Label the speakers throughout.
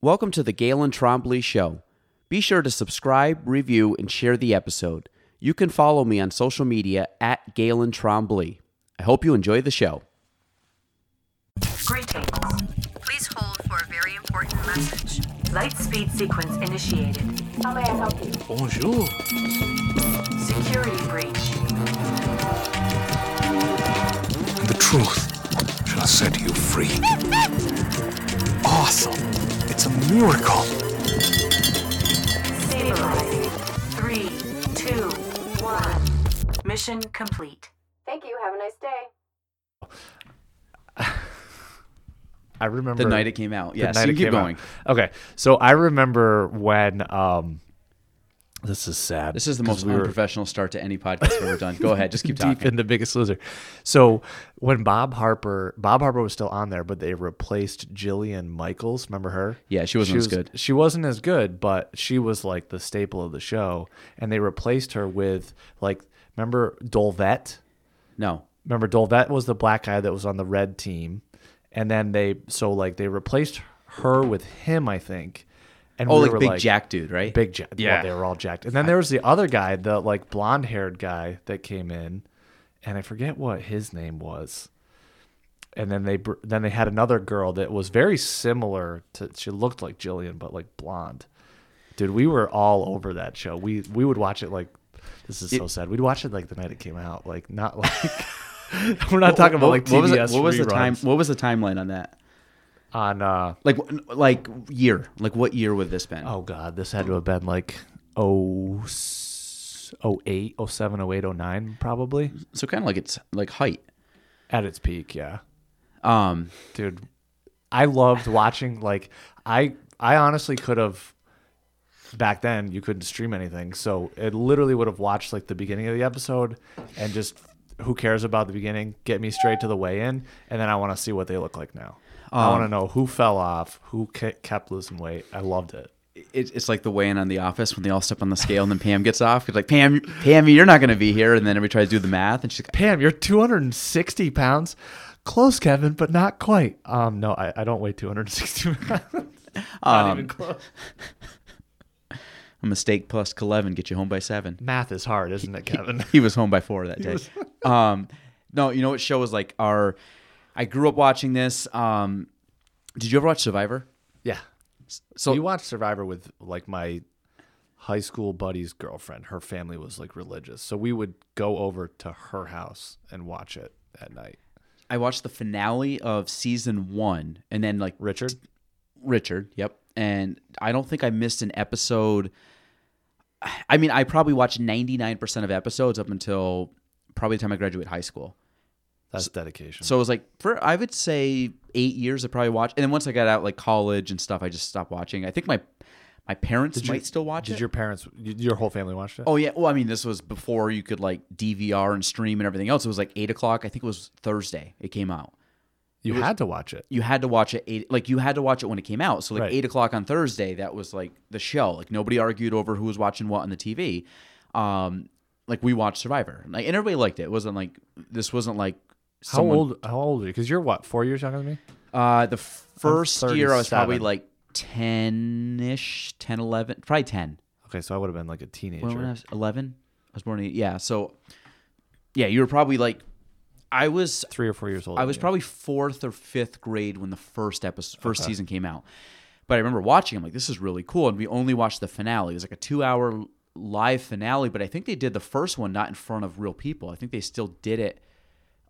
Speaker 1: Welcome to the Galen Trombley Show. Be sure to subscribe, review, and share the episode. You can follow me on social media at Galen Trombley. I hope you enjoy the show.
Speaker 2: Greetings. Please hold for a very important message. Light speed sequence initiated.
Speaker 3: How may I help you?
Speaker 4: Bonjour.
Speaker 2: Security breach.
Speaker 4: The truth shall set you free. awesome. It's a miracle.
Speaker 2: Stabilizing. Three, two, one. Mission complete.
Speaker 3: Thank you. Have a nice day.
Speaker 5: I remember
Speaker 1: The night it came out.
Speaker 5: the
Speaker 1: Yes,
Speaker 5: night
Speaker 1: you
Speaker 5: it
Speaker 1: keep
Speaker 5: came out.
Speaker 1: going.
Speaker 5: Okay, so I remember when um, this is sad.
Speaker 1: This is the
Speaker 5: 'cause
Speaker 1: most
Speaker 5: we were
Speaker 1: unprofessional start to any podcast I've ever done. Go ahead, just keep
Speaker 5: deep
Speaker 1: talking.
Speaker 5: in the Biggest Loser. So when Bob Harper, Bob Harper was still on there, but they replaced Jillian Michaels. Remember her?
Speaker 1: Yeah, she wasn't as good.
Speaker 5: She wasn't as good, but she was like the staple of the show, and they replaced her with like remember Dolvet.
Speaker 1: no.
Speaker 5: remember Dolvet was the black guy that was on the red team, and then they so like they replaced her with him, I think. And
Speaker 1: Oh,
Speaker 5: we
Speaker 1: like
Speaker 5: were
Speaker 1: Big Jack dude, right?
Speaker 5: big Jack. Yeah,
Speaker 4: Yeah.
Speaker 5: they were all jacked. And then there was the other guy, the like blonde haired guy that came in, and I forget what his name was. And then they br- then they had another girl that was very similar to she looked like Jillian but like blonde. Dude, we were all over that show. We we would watch it like this is so sad. We'd watch it like the night it came out, like not like we're not talking about like TBS
Speaker 1: what was, it- what was the
Speaker 5: reruns
Speaker 1: time? What was the timeline on that?
Speaker 5: on uh
Speaker 1: Like, wh- like year? Like what year would this been?
Speaker 5: oh god, this had to have been like oh s- oh eight, oh seven, oh eight, oh nine probably.
Speaker 1: so kind of like it's like height.
Speaker 5: At its peak, yeah.
Speaker 1: Um,
Speaker 5: Dude, I loved watching like I I honestly could have back then you couldn't stream anything. So it literally would have watched like the beginning of the episode and just who cares about the beginning? Get me straight to the weigh in and then I want to see what they look like now. I want to know who fell off, who ke- kept losing weight. I loved it.
Speaker 1: it, it's like the weigh-in on The Office when they all step on the scale and then Pam gets off. It's like Pam, Pammy, you're not going to be here. And then everybody tries to do the math, and she's like,
Speaker 5: Pam, you're 260 pounds. Close, Kevin, but not quite. Um, no, I, I don't weigh 260 pounds. not even close.
Speaker 1: "A mistake plus eleven get you home by seven.
Speaker 5: Math is hard, isn't it, Kevin?
Speaker 1: He was home by four that day. um, no, you know what show was like our. I grew up watching this. Um, did you ever watch Survivor?
Speaker 5: yeah. So you watched Survivor with like my high school buddy's girlfriend. Her family was like religious, so we would go over to her house and watch it at night.
Speaker 1: I watched the finale of season one, and then like
Speaker 5: Richard,
Speaker 1: Richard. Yep. And I don't think I missed an episode. I mean, I probably watched 99% of episodes up until probably the time I graduated high school.
Speaker 5: that's dedication.
Speaker 1: So it was like for I would say 8 years I probably watched. And then once I got out like college and stuff, I just stopped watching. I think my my parents
Speaker 5: Did you-
Speaker 1: might still watch
Speaker 5: did
Speaker 1: it.
Speaker 5: your parents, y- your whole family watched it?
Speaker 1: Oh yeah. Well, I mean, this was before you could like DVR and stream and everything else. It was like eight o'clock. I think it was Thursday. It came out.
Speaker 5: you had to watch it.
Speaker 1: you had to watch it eight like you had to watch it when it came out. So like
Speaker 5: Right.
Speaker 1: eight o'clock on Thursday, that was like the show. Like nobody argued over who was watching what on the TV. Um, like we watched Survivor, like and everybody liked it. It wasn't like this wasn't like
Speaker 5: How
Speaker 1: someone-
Speaker 5: old? How old are you? Because you're what, four years younger than me?
Speaker 1: Uh, the first year I was probably
Speaker 5: 37.
Speaker 1: like ten ish, 10, 11, probably ten.
Speaker 5: Okay, so I would have been like a teenager.
Speaker 1: When, when I was eleven, I was born. In, yeah, so yeah, you were probably like I was
Speaker 5: three or four years old.
Speaker 1: I was probably fourth or fifth grade when the first episode, first season came out. But I remember watching. I'm like, this is really cool. And we only watched the finale. It was like a two hour live finale. But I think they did the first one not in front of real people. I think they still did it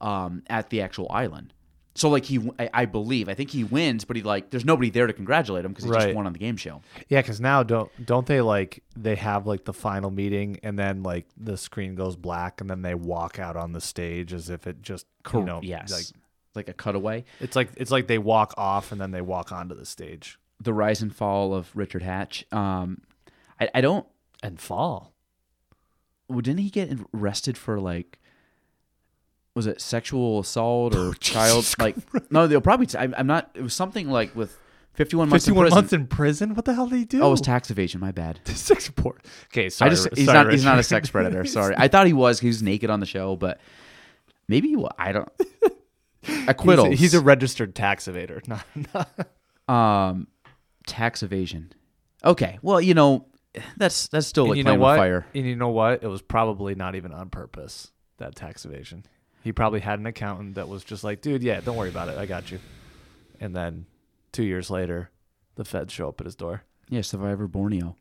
Speaker 1: um, at the actual island. So like he, I, I believe, I think he wins, but he like there's nobody there to congratulate him because he just
Speaker 5: Right.
Speaker 1: won on the game show.
Speaker 5: yeah, because now don't don't they like they have like the final meeting and then like the screen goes black and then they walk out on the stage as if it just you know
Speaker 1: yes,
Speaker 5: like
Speaker 1: like a cutaway.
Speaker 5: it's like it's like they walk off and then they walk onto the stage
Speaker 1: The rise and fall of Richard Hatch. Um, I, I don't
Speaker 5: and fall.
Speaker 1: well, didn't he get arrested for like was it sexual assault
Speaker 5: Oh,
Speaker 1: or child like no they'll probably t- I'm, I'm not it was something like with 51 months in
Speaker 5: Fifty-one
Speaker 1: prison.
Speaker 5: months in prison. What the hell did he do?
Speaker 1: oh it was tax evasion my bad
Speaker 5: sex port. Okay,
Speaker 1: I
Speaker 5: sorry.
Speaker 1: just he's
Speaker 5: sorry,
Speaker 1: not he's not a
Speaker 5: Richard.
Speaker 1: sex predator sorry I thought he was he was naked on the show but maybe he wa- I don't
Speaker 5: He's a-
Speaker 1: acquittals
Speaker 5: He's, a registered tax evader. Not, not-
Speaker 1: um tax evasion. Okay, well, you know, that's that's still like
Speaker 5: and you know
Speaker 1: playing
Speaker 5: what?
Speaker 1: with fire.
Speaker 5: And you know what? It was probably not even on purpose that tax evasion. He probably had an accountant that was just like, "Dude, yeah, don't worry about it. I got you." And then 2 years later, the feds show up at his door.
Speaker 1: Yeah, Survivor Borneo.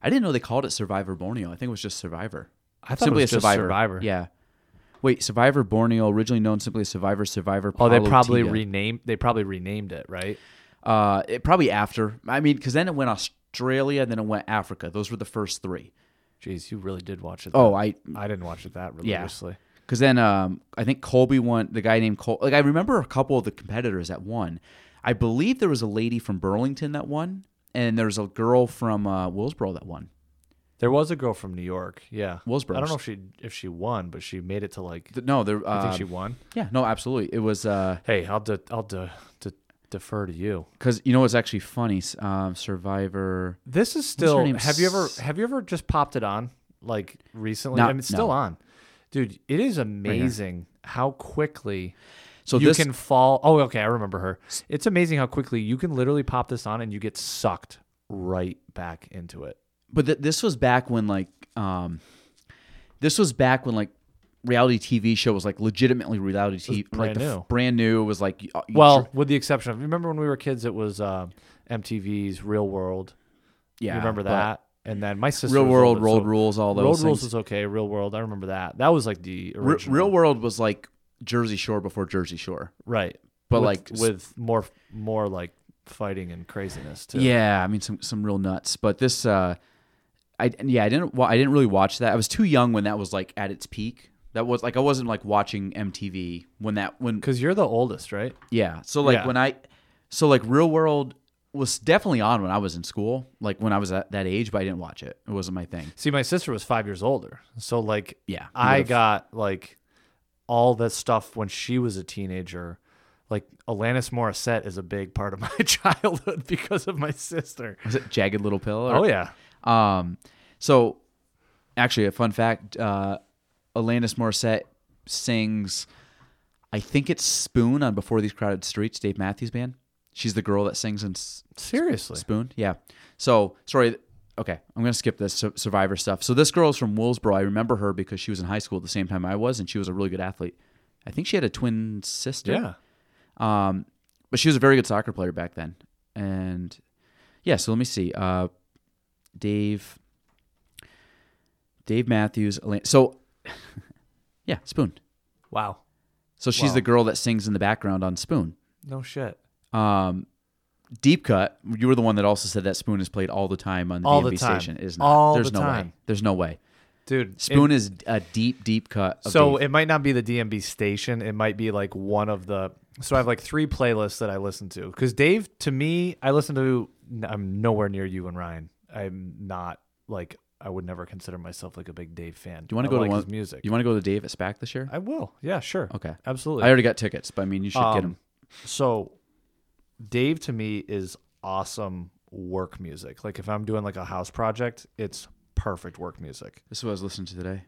Speaker 1: I didn't know they called it Survivor Borneo. I think it was just Survivor.
Speaker 5: I thought it was just Survivor.
Speaker 1: Yeah. Wait, Survivor Borneo, originally known simply as Survivor, Survivor.
Speaker 5: Oh, they
Speaker 1: Palo
Speaker 5: probably
Speaker 1: Tiga.
Speaker 5: renamed they probably renamed it, right?
Speaker 1: Uh, it probably after. I mean, because then it went Australia, then it went Africa. Those were the first three.
Speaker 5: Jeez, you really did watch it.
Speaker 1: Oh,
Speaker 5: that-
Speaker 1: I
Speaker 5: I didn't watch it that
Speaker 1: Yeah.
Speaker 5: religiously.
Speaker 1: Because then um, I think Colby won. The guy named Col. Like I remember a couple of the competitors that won. I believe there was a lady from Burlington that won, and there was a girl from uh, Willsboro that won.
Speaker 5: There was a girl from New York. Yeah.
Speaker 1: Willsboro.
Speaker 5: I don't know if she if she won, but she made it to like
Speaker 1: Th- No, there.
Speaker 5: I
Speaker 1: Uh,
Speaker 5: think she won.
Speaker 1: yeah, no, absolutely. It was uh, because
Speaker 5: Hey, I'll de- I'll de- de- defer to you.
Speaker 1: you know what's actually funny. S- Um, Survivor.
Speaker 5: This is
Speaker 1: her
Speaker 5: still.
Speaker 1: name?
Speaker 5: Have you ever
Speaker 1: S-
Speaker 5: have you ever just popped it on like recently?
Speaker 1: No,
Speaker 5: I mean, it's still
Speaker 1: no.
Speaker 5: on, dude. It is amazing how quickly
Speaker 1: So
Speaker 5: you
Speaker 1: this
Speaker 5: can fall. Oh, okay, I remember her. It's amazing how quickly you can literally pop this on and you get sucked right back into it.
Speaker 1: but th- this was back when like um this was back when like reality tv show was like legitimately reality tv like
Speaker 5: brand
Speaker 1: the f-
Speaker 5: new.
Speaker 1: brand new it was like you- you
Speaker 5: Well,
Speaker 1: tr-
Speaker 5: with the exception of remember when we were kids, it was um MTV's Real World.
Speaker 1: yeah
Speaker 5: you remember
Speaker 1: but
Speaker 5: that? And then my sister
Speaker 1: real
Speaker 5: was
Speaker 1: world
Speaker 5: older,
Speaker 1: road
Speaker 5: so-
Speaker 1: rules all
Speaker 5: Road
Speaker 1: those
Speaker 5: Rules
Speaker 1: things
Speaker 5: was okay. Real World, I remember that. That was like the
Speaker 1: Re-
Speaker 5: original.
Speaker 1: real world was like jersey shore before jersey shore
Speaker 5: right?
Speaker 1: but
Speaker 5: with,
Speaker 1: like s-
Speaker 5: with more more like fighting and craziness too.
Speaker 1: yeah i mean some some real nuts but this uh i yeah i didn't wa- i didn't really watch that i was too young when that was like at its peak that was like i wasn't like watching mtv when that when
Speaker 5: because you're the oldest, right?
Speaker 1: Yeah. So like
Speaker 5: Yeah.
Speaker 1: when I, so like Real World was definitely on when I was in school, like when I was at that age, but I didn't watch it. It wasn't my thing.
Speaker 5: See, my sister was five years older, so like
Speaker 1: Yeah, you
Speaker 5: I
Speaker 1: would've-
Speaker 5: got like all that stuff when she was a teenager. Like Alanis Morissette is a big part of my childhood because of my sister.
Speaker 1: Was it Jagged Little Pill?
Speaker 5: Oh yeah,
Speaker 1: yeah. Um. So, actually, a fun fact: uh, Alanis Morissette sings, I think it's "Spoon" on "Before These Crowded Streets." Dave Matthews Band. She's the girl that sings in S-
Speaker 5: seriously.
Speaker 1: Spoon. Yeah. So sorry. Okay, I'm gonna skip this Sur- Survivor stuff. So this girl's from Willsboro. I remember her because she was in high school at the same time I was, and she was a really good athlete. I think she had a twin sister.
Speaker 5: Yeah,
Speaker 1: Um, but she was a very good soccer player back then. And yeah, so let me see. Uh, Dave, Dave Matthews. Elaine, so yeah, Spoon.
Speaker 5: wow.
Speaker 1: So she's the girl that sings in the background on Spoon.
Speaker 5: No shit.
Speaker 1: Um, deep cut. You were the one that also said that spoon is played all the time on the
Speaker 5: All
Speaker 1: DMV
Speaker 5: the time.
Speaker 1: station. It Is not.
Speaker 5: All
Speaker 1: There's
Speaker 5: the
Speaker 1: no way.
Speaker 5: time.
Speaker 1: There's no way.
Speaker 5: Dude,
Speaker 1: Spoon is a deep, deep cut. Of
Speaker 5: So
Speaker 1: Dave.
Speaker 5: it might not be the DMB station. It might be like one of the. So I have like three playlists that I listen to. Because Dave, to me, I listen to. I'm nowhere near you and Ryan. I'm not like I would never consider myself like a big Dave fan.
Speaker 1: you want
Speaker 5: I
Speaker 1: to go
Speaker 5: like
Speaker 1: to one,
Speaker 5: his music?
Speaker 1: You want to go to Dave at SPAC this year?
Speaker 5: I will. Yeah, sure.
Speaker 1: Okay.
Speaker 5: absolutely.
Speaker 1: I already got tickets, but I mean, you should get
Speaker 5: Um,
Speaker 1: them.
Speaker 5: So Dave to me is awesome work music. Like if I'm doing like a house project, it's perfect work music.
Speaker 1: This is what I was listening to today.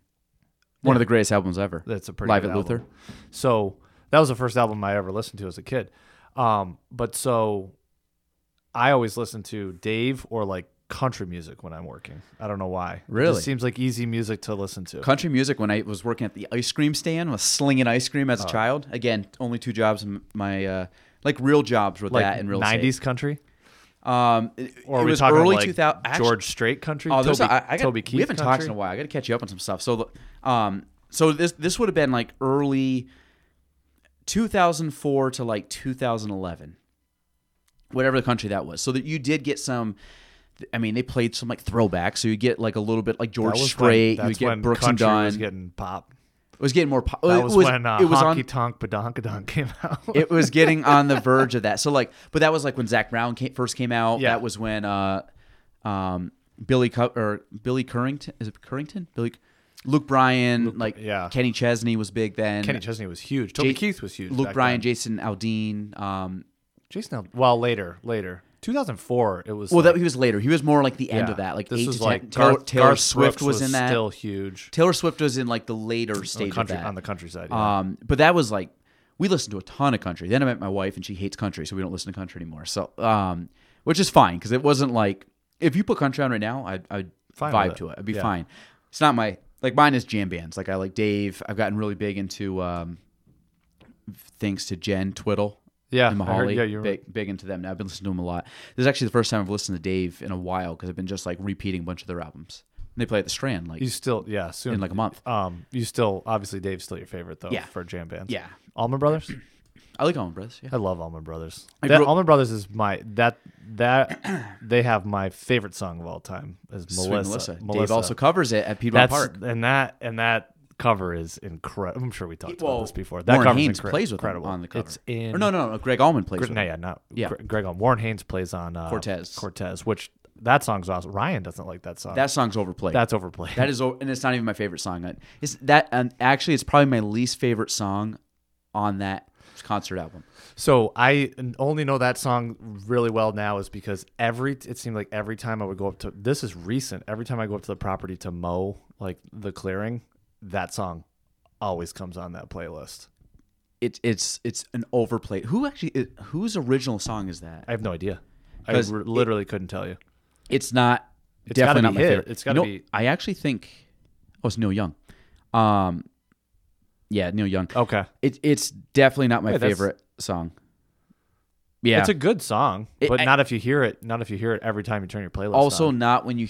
Speaker 1: One of the greatest albums ever.
Speaker 5: That's a pretty
Speaker 1: live
Speaker 5: good
Speaker 1: at Luther.
Speaker 5: album. So that was the first album I ever listened to as a kid. Um, but so I always listen to Dave or like country music when I'm working. I don't know why. It
Speaker 1: Really?
Speaker 5: just seems like easy music to listen to.
Speaker 1: Country music. When I was working at the ice cream stand, was slinging ice cream as a
Speaker 5: Oh.
Speaker 1: child. Again, only two jobs. in My uh, like real jobs were
Speaker 5: like
Speaker 1: that in real estate.
Speaker 5: 90s country?
Speaker 1: Um, it,
Speaker 5: Or
Speaker 1: it
Speaker 5: are we
Speaker 1: was
Speaker 5: talking
Speaker 1: early
Speaker 5: like
Speaker 1: 2000 actually-
Speaker 5: George Strait country?
Speaker 1: Oh, there's
Speaker 5: Toby,
Speaker 1: a, I, I got,
Speaker 5: Toby Keith
Speaker 1: we haven't
Speaker 5: country?
Speaker 1: talked in a while. I got to catch you up on some stuff. So, um, so this this would have been like early 2004 to like 2011, whatever the country that was. So that you did get some. I mean, they played some like throwbacks. So you get like a little bit like
Speaker 5: That
Speaker 1: George
Speaker 5: was when-
Speaker 1: Strait. You
Speaker 5: that's
Speaker 1: would get
Speaker 5: when
Speaker 1: Brooks and
Speaker 5: country
Speaker 1: Dunn.
Speaker 5: was getting pop.
Speaker 1: it was getting more. Po-
Speaker 5: That
Speaker 1: it
Speaker 5: was,
Speaker 1: was
Speaker 5: when uh,
Speaker 1: it was
Speaker 5: Honky
Speaker 1: on
Speaker 5: Tonk Badonkadonk came out.
Speaker 1: it was getting on the verge of that. So like, but that was like when Zach Brown came, first came out.
Speaker 5: Yeah.
Speaker 1: That was when uh, um, Billy Cu- or Billy Currington is it Currington? Billy Luke Bryan, like
Speaker 5: yeah.
Speaker 1: Kenny Chesney was big then.
Speaker 5: Kenny Chesney was huge. Toby Keith was huge.
Speaker 1: Luke
Speaker 5: back
Speaker 1: Bryan,
Speaker 5: then.
Speaker 1: Jason Aldean. Um,
Speaker 5: Jason. Ald- Well, later, later, 2004. It was
Speaker 1: well,
Speaker 5: like,
Speaker 1: that he was later. He was more like the end
Speaker 5: yeah,
Speaker 1: of that. Like
Speaker 5: this
Speaker 1: eight
Speaker 5: was
Speaker 1: to
Speaker 5: like
Speaker 1: ten. Taylor,
Speaker 5: Garth-
Speaker 1: Taylor
Speaker 5: Garth
Speaker 1: Swift
Speaker 5: Brooks
Speaker 1: was, in that.
Speaker 5: still huge
Speaker 1: Taylor Swift was in like the later
Speaker 5: on the
Speaker 1: stage
Speaker 5: country
Speaker 1: of that.
Speaker 5: on the countryside. Yeah.
Speaker 1: Um, but that was like we listened to a ton of country. Then I met my wife, and she hates country, so we don't listen to country anymore. So, um, which is fine because it wasn't like if you put country on right now, I'd, I'd
Speaker 5: Fine with
Speaker 1: vibe
Speaker 5: it.
Speaker 1: to it. I'd be
Speaker 5: Yeah.
Speaker 1: fine. It's not my like mine is jam bands. Like I like Dave. I've gotten really big into um, thanks to Jen Twiddle.
Speaker 5: Yeah,
Speaker 1: and
Speaker 5: I heard-
Speaker 1: Mahali,
Speaker 5: yeah, you were-
Speaker 1: big, big into them. Now I've been listening to them a lot. This is actually the first time I've listened to Dave in a while because I've been just like repeating a bunch of their albums. And they play at the Strand like
Speaker 5: You still, yeah, soon
Speaker 1: in like a month.
Speaker 5: Um, you still obviously Dave's still your favorite though
Speaker 1: Yeah.
Speaker 5: for jam bands.
Speaker 1: Yeah,
Speaker 5: Almond Brothers.
Speaker 1: I like Allman Brothers. Yeah,
Speaker 5: I love Almond Brothers.
Speaker 1: I
Speaker 5: That,
Speaker 1: grew-
Speaker 5: Almond Brothers is my that that they have my favorite song of all time is
Speaker 1: Sweet
Speaker 5: Melissa.
Speaker 1: Melissa. Dave also covers it at Piedmont
Speaker 5: That's
Speaker 1: Park.
Speaker 5: and that and that cover is incredible. I'm sure we talked
Speaker 1: Well,
Speaker 5: about this before. That
Speaker 1: Warren
Speaker 5: cover
Speaker 1: Haynes plays with him
Speaker 5: incredible
Speaker 1: on the cover.
Speaker 5: It's in
Speaker 1: Or no, no, no. Greg Allman plays
Speaker 5: Gre-
Speaker 1: with
Speaker 5: no,
Speaker 1: him.
Speaker 5: yeah, not
Speaker 1: Yeah.
Speaker 5: Gre- Greg on Warren Haynes plays on uh,
Speaker 1: Cortez.
Speaker 5: Cortez, which that song's awesome. Ryan doesn't like that song.
Speaker 1: That song's overplayed.
Speaker 5: that's overplayed.
Speaker 1: that is, o- and it's not even my favorite song. I- It's that, and actually, it's probably my least favorite song on that concert album.
Speaker 5: So I n- only know that song really well now is because every it seemed like every time I would go up to this is recent. Every time I go up to the property to mow like the clearing, that song always comes on that playlist.
Speaker 1: It's it's it's an overplayed. Who actually? It, whose original song is that?
Speaker 5: I have no idea. I
Speaker 1: 'Cause
Speaker 5: re- literally couldn't tell you.
Speaker 1: It's not.
Speaker 5: It's
Speaker 1: definitely
Speaker 5: gotta
Speaker 1: not
Speaker 5: be
Speaker 1: my
Speaker 5: hit.
Speaker 1: favorite.
Speaker 5: It's gotta
Speaker 1: You know,
Speaker 5: be-
Speaker 1: I actually think. Oh, it's Neil Young. Um, yeah, Neil Young.
Speaker 5: Okay,
Speaker 1: It, it's definitely not my
Speaker 5: Wait, that's-
Speaker 1: favorite song. Yeah,
Speaker 5: it's a good song,
Speaker 1: It-
Speaker 5: but
Speaker 1: I-
Speaker 5: not if you hear it. Not if you hear it every time you turn your playlist.
Speaker 1: also
Speaker 5: on.
Speaker 1: not when you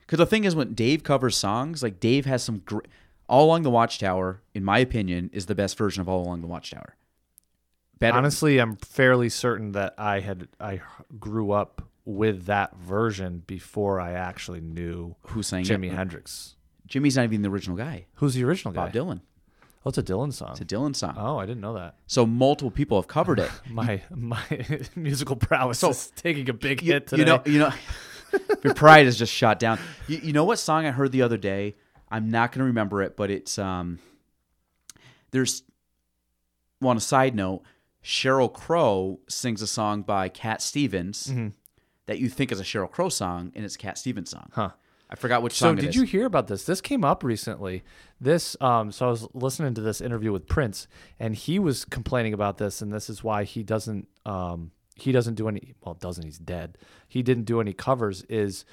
Speaker 1: because the thing is when dave covers songs like dave has some gr- all along the watchtower in my opinion is the best version of all along the watchtower better
Speaker 5: honestly, I'm fairly certain that I had I h- grew up with that version before I actually knew
Speaker 1: Who sang it?
Speaker 5: Jimi Hendrix.
Speaker 1: jimmy's not even the original guy
Speaker 5: Who's the original guy?
Speaker 1: bob dylan
Speaker 5: Oh, it's a Dylan song.
Speaker 1: it's a dylan song
Speaker 5: Oh, I didn't know that.
Speaker 1: so multiple people have covered it
Speaker 5: My my musical prowess is taking a big
Speaker 1: you,
Speaker 5: hit today.
Speaker 1: you know you know your pride is just shot down you, you know what song i heard the other day i'm not going to remember it but it's um there's well, on a side note cheryl crow sings a song by cat stevens that you think is a cheryl crow song and it's a cat stevens song
Speaker 5: Huh.
Speaker 1: i forgot which
Speaker 5: so
Speaker 1: song it
Speaker 5: did
Speaker 1: is.
Speaker 5: you hear about this? This came up recently. This um so I was listening to this interview with Prince and he was complaining about this and this is why he doesn't um he doesn't do any well doesn't he's dead. He didn't do any covers is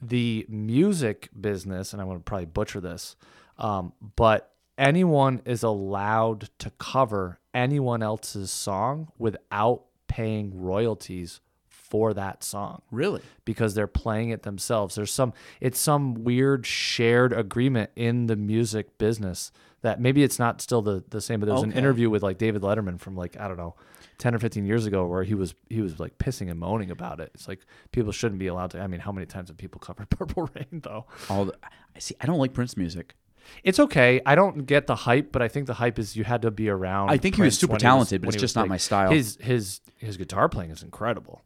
Speaker 5: the music business and I'm going to probably butcher this. Um but anyone is allowed to cover anyone else's song without paying royalties for that song
Speaker 1: really
Speaker 5: because they're playing it themselves. There's some it's some weird shared agreement in the music business that maybe it's not still the, the same, but there was an
Speaker 1: Okay.
Speaker 5: interview with like David Letterman from like, I don't know, ten or fifteen years ago where he was he was like pissing and moaning about it. It's like people shouldn't be allowed to I mean, how many times have people covered Purple Rain though?
Speaker 1: all the, i see i don't like prince music
Speaker 5: It's okay. I don't get the hype, but I think the hype is you had to be around.
Speaker 1: I think he was
Speaker 5: Prince
Speaker 1: super
Speaker 5: when
Speaker 1: talented, but
Speaker 5: when
Speaker 1: it's
Speaker 5: he
Speaker 1: just not
Speaker 5: big.
Speaker 1: my style.
Speaker 5: His his his guitar playing is incredible.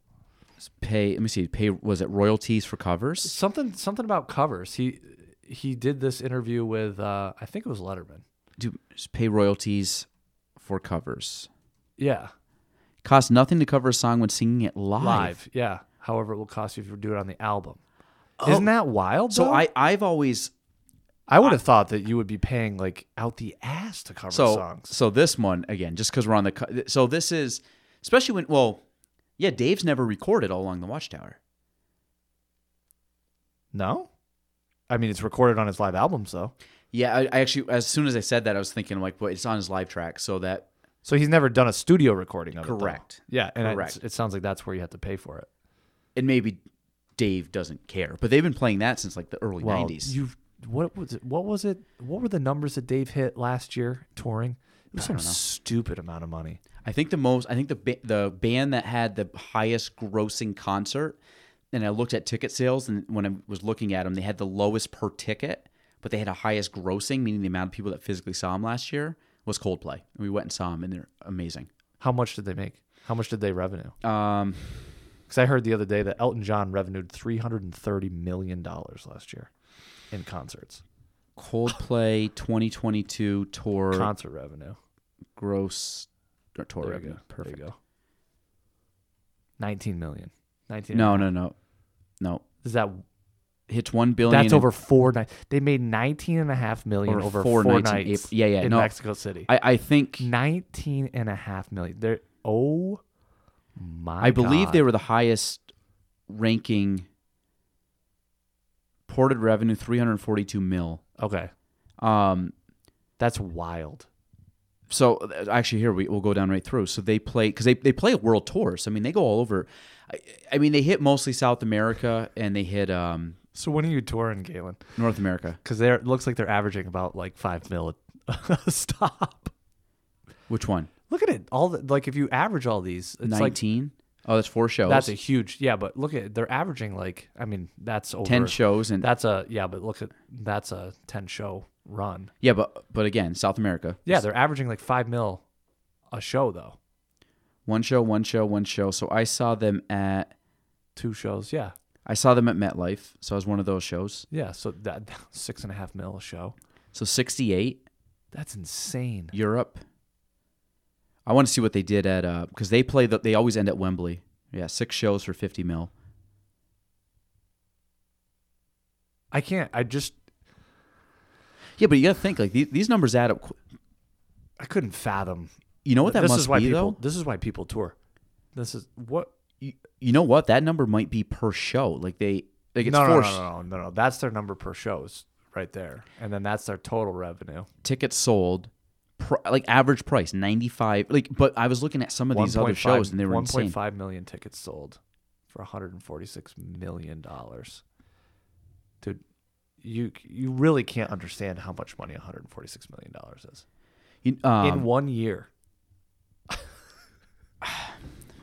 Speaker 1: pay let me see pay was it royalties for covers
Speaker 5: something something about covers. He he did this interview with uh, I think it was Letterman.
Speaker 1: do pay royalties for covers
Speaker 5: Yeah,
Speaker 1: Costs nothing to cover a song when singing it live.
Speaker 5: live. Yeah. However, it will cost you if you do it on the album. Isn't that wild?
Speaker 1: Oh, So
Speaker 5: though?
Speaker 1: I, I've always
Speaker 5: I would have thought that you would be paying like out the ass to cover
Speaker 1: so
Speaker 5: songs.
Speaker 1: so this one again just because we're on the co- so this is especially when well yeah Dave's never recorded all along the Watchtower.
Speaker 5: No, I mean it's recorded on his live albums though,
Speaker 1: Yeah, I, I actually as soon as I said that I was thinking like well, it's on his live track so that
Speaker 5: so he's never done a studio recording of it. though.
Speaker 1: Correct.
Speaker 5: Yeah, and
Speaker 1: Correct.
Speaker 5: It, it sounds like that's where you have to pay for it.
Speaker 1: and maybe Dave doesn't care but they've been playing that since like the early
Speaker 5: Well,
Speaker 1: nineties.
Speaker 5: you what was it? What was it? What were the numbers that Dave hit last year touring? It was some stupid amount of money.
Speaker 1: I think the most I think the ba- the band that had the highest grossing concert and I looked at ticket sales and when I was looking at them they had the lowest per ticket but they had a highest grossing meaning the amount of people that physically saw them last year was Coldplay and we went and saw them and they're amazing.
Speaker 5: How much did they make? How much did they revenue?
Speaker 1: Um
Speaker 5: Because I heard the other day that Elton John revenued three hundred and thirty million dollars last year in concerts,
Speaker 1: Coldplay 2022 tour
Speaker 5: concert revenue.
Speaker 1: gross or tour
Speaker 5: There you
Speaker 1: revenue.
Speaker 5: go.
Speaker 1: Perfect.
Speaker 5: There you go. Nineteen million. Nineteen.
Speaker 1: No, no, no. No.
Speaker 5: Is that
Speaker 1: Hits 1 billion
Speaker 5: that's
Speaker 1: in-
Speaker 5: over four nights? They made nineteen and a half million
Speaker 1: Over
Speaker 5: over,
Speaker 1: four
Speaker 5: four,
Speaker 1: nights
Speaker 5: nights.
Speaker 1: in April. Yeah, yeah,
Speaker 5: In
Speaker 1: no.
Speaker 5: Mexico City,
Speaker 1: I I think
Speaker 5: Mm. nineteen and a half million. They're oh my.
Speaker 1: I believe
Speaker 5: God.
Speaker 1: they were the highest ranking ported revenue 342 mil.
Speaker 5: Okay.
Speaker 1: Um,
Speaker 5: That's wild.
Speaker 1: so uh, actually here we, we'll go down right through so they play because they, they play world tours i mean they go all over I, I mean they hit mostly south america and they hit um,
Speaker 5: So when are you touring, Galen?
Speaker 1: north america
Speaker 5: Because they're it looks like they're averaging about like five mil a stop.
Speaker 1: which one
Speaker 5: Look at it. All the, like if you average all these, it's like
Speaker 1: 19 oh that's four shows
Speaker 5: that's a huge yeah. But look at they're averaging like I mean that's over
Speaker 1: 10 shows and
Speaker 5: That's a yeah. But look at that's a ten show run.
Speaker 1: yeah but but again south america
Speaker 5: Yeah, they're averaging like five mil a show though.
Speaker 1: one show one show one show so i saw them at
Speaker 5: Two shows. Yeah,
Speaker 1: i saw them at metlife so i was one of those shows
Speaker 5: yeah. So that six and a half mil a show.
Speaker 1: so 68
Speaker 5: That's insane.
Speaker 1: Europe. I want to see what they did at uh because they play the, they always end at Wembley. Yeah, six shows for fifty mil.
Speaker 5: I can't. I just
Speaker 1: Yeah, but you got to think like these, these numbers add up. qu-
Speaker 5: I couldn't fathom.
Speaker 1: You know what that
Speaker 5: this
Speaker 1: must
Speaker 5: is why
Speaker 1: be
Speaker 5: people,
Speaker 1: though.
Speaker 5: This is why people tour. This is what.
Speaker 1: You, you know what that number might be per show. Like they like it's
Speaker 5: no, no,
Speaker 1: four
Speaker 5: no, no, no, no, no. That's their number per shows right there, and then that's their total revenue.
Speaker 1: tickets sold, pr- like average price ninety five. Like, but I was looking at some of these other
Speaker 5: 1.5
Speaker 1: shows and they were insane.
Speaker 5: 1.5 million tickets sold for 146 million dollars. Dude, you you really can't understand how much money 146 million dollars is
Speaker 1: You- um,
Speaker 5: in one year.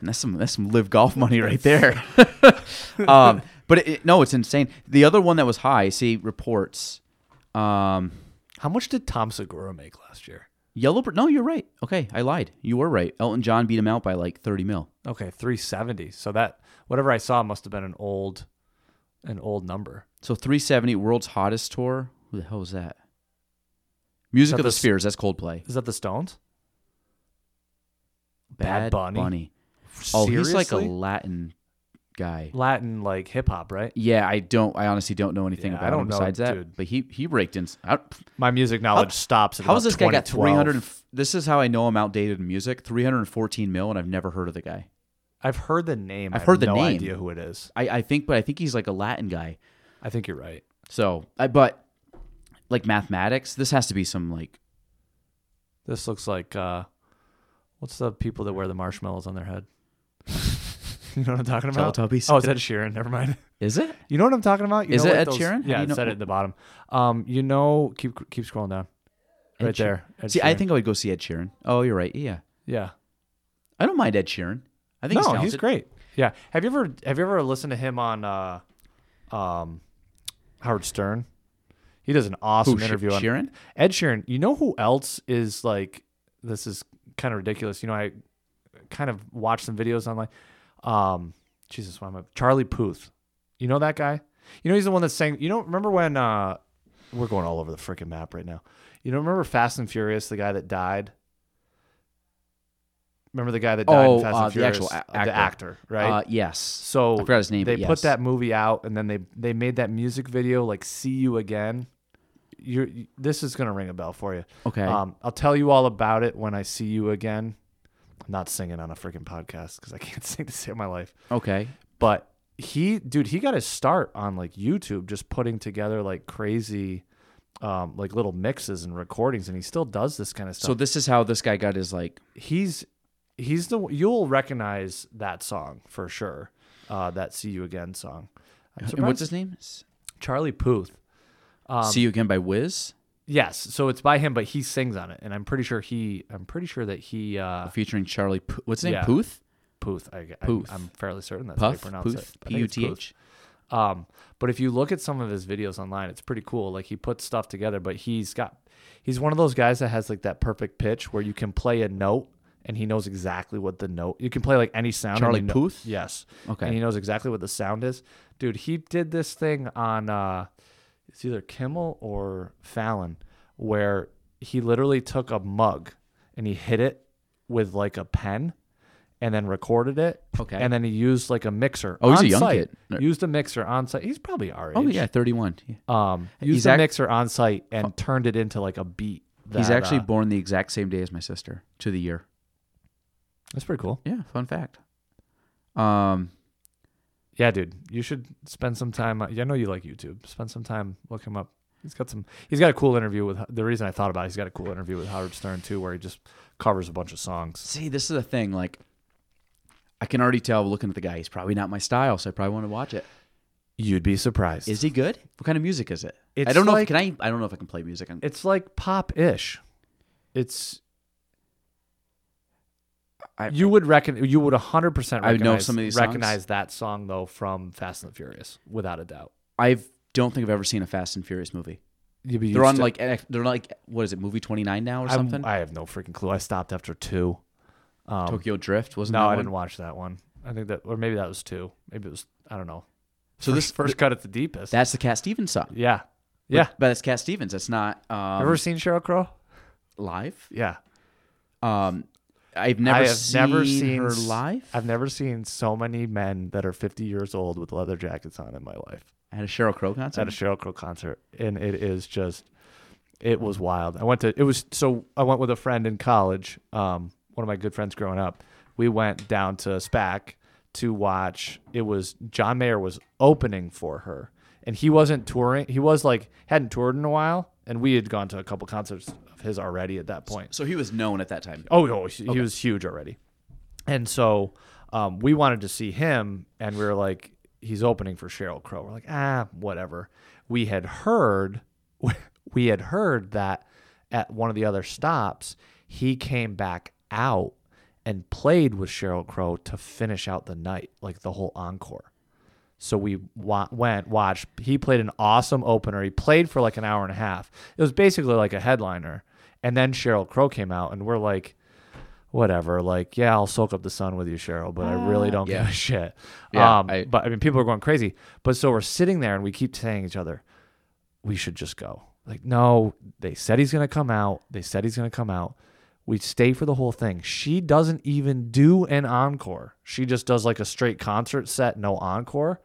Speaker 1: That's some that's some live golf money right there. um, but it, it- no, it's insane. The other one that was high, see reports. Um,
Speaker 5: How much did Tom Segura make last year?
Speaker 1: Yellow. Br- No, you're right. Okay, I lied. You were right. Elton John beat him out by like 30 mil.
Speaker 5: Okay, 370. So that whatever I saw must have been an old an old number.
Speaker 1: So 370, world's hottest tour. Who the hell is that? Music
Speaker 5: that
Speaker 1: of the,
Speaker 5: the s-
Speaker 1: Spheres. That's Coldplay.
Speaker 5: Is that the Stones?
Speaker 1: Bad,
Speaker 5: Bad Bunny?
Speaker 1: Oh, he's like a
Speaker 5: Seriously?
Speaker 1: Latin guy.
Speaker 5: Latin like hip hop, right?
Speaker 1: Yeah, I don't. I honestly don't know anything
Speaker 5: Yeah, I
Speaker 1: about him
Speaker 5: don't know,
Speaker 1: besides that.
Speaker 5: dude.
Speaker 1: But he he raked in. I,
Speaker 5: My music knowledge stops at
Speaker 1: how has
Speaker 5: about
Speaker 1: this guy got
Speaker 5: 2012.
Speaker 1: 300? and f- This is how I know I'm outdated in music. 314 mil, and I've never heard of the guy.
Speaker 5: I've heard the name.
Speaker 1: I've
Speaker 5: I
Speaker 1: heard the
Speaker 5: have no
Speaker 1: name.
Speaker 5: idea who it is.
Speaker 1: I, I think, but I think he's like a Latin guy.
Speaker 5: I think you're right.
Speaker 1: So, I, but like mathematics, this has to be some like
Speaker 5: This looks like uh, what's the people that wear the marshmallows on their head? you know what I'm talking about?
Speaker 1: Teletubbies.
Speaker 5: Oh, is that Sheeran? Never mind.
Speaker 1: Is it?
Speaker 5: You know what I'm talking about? You
Speaker 1: Is
Speaker 5: know
Speaker 1: it
Speaker 5: like
Speaker 1: Ed Sheeran? How do
Speaker 5: Yeah,
Speaker 1: you
Speaker 5: it
Speaker 1: know-
Speaker 5: said it at the bottom. Um, you know, keep keep scrolling down.
Speaker 1: Ed
Speaker 5: right
Speaker 1: Sheer-
Speaker 5: there. Ed
Speaker 1: see, I
Speaker 5: Sheeran.
Speaker 1: think I would go see Ed Sheeran. Oh, you're right. Yeah,
Speaker 5: yeah.
Speaker 1: I don't mind Ed Sheeran. I think he's,
Speaker 5: no, he's,
Speaker 1: talented.
Speaker 5: great. Yeah. Have you ever have you ever listened to him on uh, um, Howard Stern? He does an awesome
Speaker 1: She-
Speaker 5: interview on
Speaker 1: Sheeran?
Speaker 5: Ed Sheeran. You know who else is like this is kind of ridiculous. You know, I kind of watched some videos online. Um, Jesus, why am I Charlie Puth? You know that guy? You know he's the one that's saying. You know, remember when uh, we're going all over the freaking map right now. You know, remember Fast and Furious, the guy that died. Remember the guy that died
Speaker 1: Oh,
Speaker 5: in Fast
Speaker 1: uh,
Speaker 5: and
Speaker 1: the
Speaker 5: Furious,
Speaker 1: actual a-
Speaker 5: the actor, right?
Speaker 1: Uh, yes.
Speaker 5: So
Speaker 1: I forgot his name.
Speaker 5: They
Speaker 1: but
Speaker 5: put
Speaker 1: yes.
Speaker 5: that movie out, and then they they made that music video like "See You Again." You're, you- this is gonna ring a bell for you.
Speaker 1: Okay.
Speaker 5: Um, I'll tell you all about it when I see you again. I'm not singing on a freaking podcast because I can't sing to save my life.
Speaker 1: Okay.
Speaker 5: But he, dude, he got his start on like YouTube, just putting together like crazy, um, like little mixes and recordings, and he still does this kind of stuff
Speaker 1: So this is how this guy got his like.
Speaker 5: he's he's the you'll recognize that song for sure. Uh, that "See You Again" song.
Speaker 1: And
Speaker 5: I'm
Speaker 1: what's
Speaker 5: surprised-
Speaker 1: his name? S-
Speaker 5: Charlie Puth. Um,
Speaker 1: see you again by Wiz,
Speaker 5: Yes, so it's by him, but he sings on it, and I'm pretty sure he. I'm pretty sure that he uh,
Speaker 1: featuring Charlie. P- what's his name?
Speaker 5: yeah.
Speaker 1: Puth.
Speaker 5: Puth. I, I,
Speaker 1: Puth.
Speaker 5: I'm fairly certain that's
Speaker 1: Puff.
Speaker 5: how you pronounce
Speaker 1: Puth.
Speaker 5: it.
Speaker 1: P
Speaker 5: I think
Speaker 1: U
Speaker 5: it's
Speaker 1: T
Speaker 5: Puth.
Speaker 1: H.
Speaker 5: Um, but if you look at some of his videos online, it's pretty cool. Like he puts stuff together, but he's got he's one of those guys that has like that perfect pitch where you can play a note and he knows exactly what the note. You can play like any sound. and
Speaker 1: Charlie
Speaker 5: you
Speaker 1: Puth?
Speaker 5: yes.
Speaker 1: Okay.
Speaker 5: And he knows exactly what the sound is. Dude, he did this thing on uh, it's either Kimmel or Fallon where he literally took a mug and he hit it with like a pen and then recorded it.
Speaker 1: Okay.
Speaker 5: And then he used like a mixer.
Speaker 1: Oh, he's a
Speaker 5: on
Speaker 1: young
Speaker 5: site.
Speaker 1: kid.
Speaker 5: Used a mixer on site. He's probably our age.
Speaker 1: Oh yeah, thirty-one. Yeah.
Speaker 5: Um,
Speaker 1: He's
Speaker 5: used a
Speaker 1: act-
Speaker 5: mixer on site and turned it into like a beat.
Speaker 1: He's
Speaker 5: that,
Speaker 1: actually
Speaker 5: uh,
Speaker 1: born the exact same day as my sister to the year.
Speaker 5: that's pretty cool.
Speaker 1: Yeah, fun fact. Um,
Speaker 5: Yeah, dude, you should spend some time. uh, Yeah, I know you like YouTube. Spend some time, look him up. He's got some. He's got a cool interview with. The reason I thought about it, he's got a cool interview with Howard Stern too, where he just covers a bunch of songs.
Speaker 1: See, this is a thing. Like, I can already tell looking at the guy, he's probably not my style, so I probably want to watch it.
Speaker 5: You'd be surprised.
Speaker 1: Is he good? What kind of music is it? I
Speaker 5: It's
Speaker 1: don't know.
Speaker 5: like-
Speaker 1: if, can I? I don't know if I can play music. On,
Speaker 5: It's like pop ish. It's.
Speaker 1: I-
Speaker 5: you would reckon you would hundred percent.
Speaker 1: I would know some of these songs.
Speaker 5: recognize that song though from Fast and the Furious without a doubt.
Speaker 1: I don't think I've ever seen a Fast and Furious movie.
Speaker 5: You'd be
Speaker 1: They're
Speaker 5: used
Speaker 1: on
Speaker 5: to-
Speaker 1: like they're on, like what is it? Movie twenty nine now or
Speaker 5: I'm-
Speaker 1: something?
Speaker 5: I have no freaking clue. I stopped after two. Um,
Speaker 1: Tokyo Drift wasn't.
Speaker 5: No,
Speaker 1: that
Speaker 5: I
Speaker 1: one?
Speaker 5: didn't watch that one. I think that, or maybe that was two. Maybe it was. I don't know.
Speaker 1: So
Speaker 5: first,
Speaker 1: this
Speaker 5: first cut at the deepest.
Speaker 1: that's the Cat Stevens song.
Speaker 5: yeah, yeah.
Speaker 1: but it's Cat Stevens. It's not um,
Speaker 5: Ever seen Cheryl Crow?
Speaker 1: live.
Speaker 5: Yeah,
Speaker 1: Um, I've never
Speaker 5: I have
Speaker 1: seen
Speaker 5: never seen
Speaker 1: her
Speaker 5: s-
Speaker 1: live. i
Speaker 5: I've never seen so many men that are 50 years old with leather jackets on in my life.
Speaker 1: had a Cheryl Crow
Speaker 5: It's at
Speaker 1: concert.
Speaker 5: a Cheryl Crow concert, and it is just, it was wild. I went to it was so I went with a friend in college, um, one of my good friends growing up. We went down to SPAC to watch. It was John Mayer was opening for her, and he wasn't touring. He was like hadn't toured in a while, and we had gone to a couple concerts of his already at that point.
Speaker 1: so he was known at that time.
Speaker 5: Oh no, he, he was huge already. And so um, we wanted to see him, and we were like, he's opening for Cheryl Crow. We're like, ah, whatever. We had heard, we had heard that at one of the other stops, he came back out and played with Cheryl Crow to finish out the night, like the whole encore. So we wa- went, watched. He played an awesome opener. He played for like an hour and a half. It was basically like a headliner. And then Cheryl Crow came out, and we're like, whatever. Like, yeah, I'll soak up the sun with you, Cheryl, but I really don't
Speaker 1: Yeah.
Speaker 5: give a shit.
Speaker 1: Yeah,
Speaker 5: um,
Speaker 1: I-
Speaker 5: but I mean, people are going crazy. But so we're sitting there, and we keep saying to each other, we should just go. Like, no, they said he's going to come out. They said he's going to come out. We stay for the whole thing. She doesn't even do an encore. She just does like a straight concert set, no encore.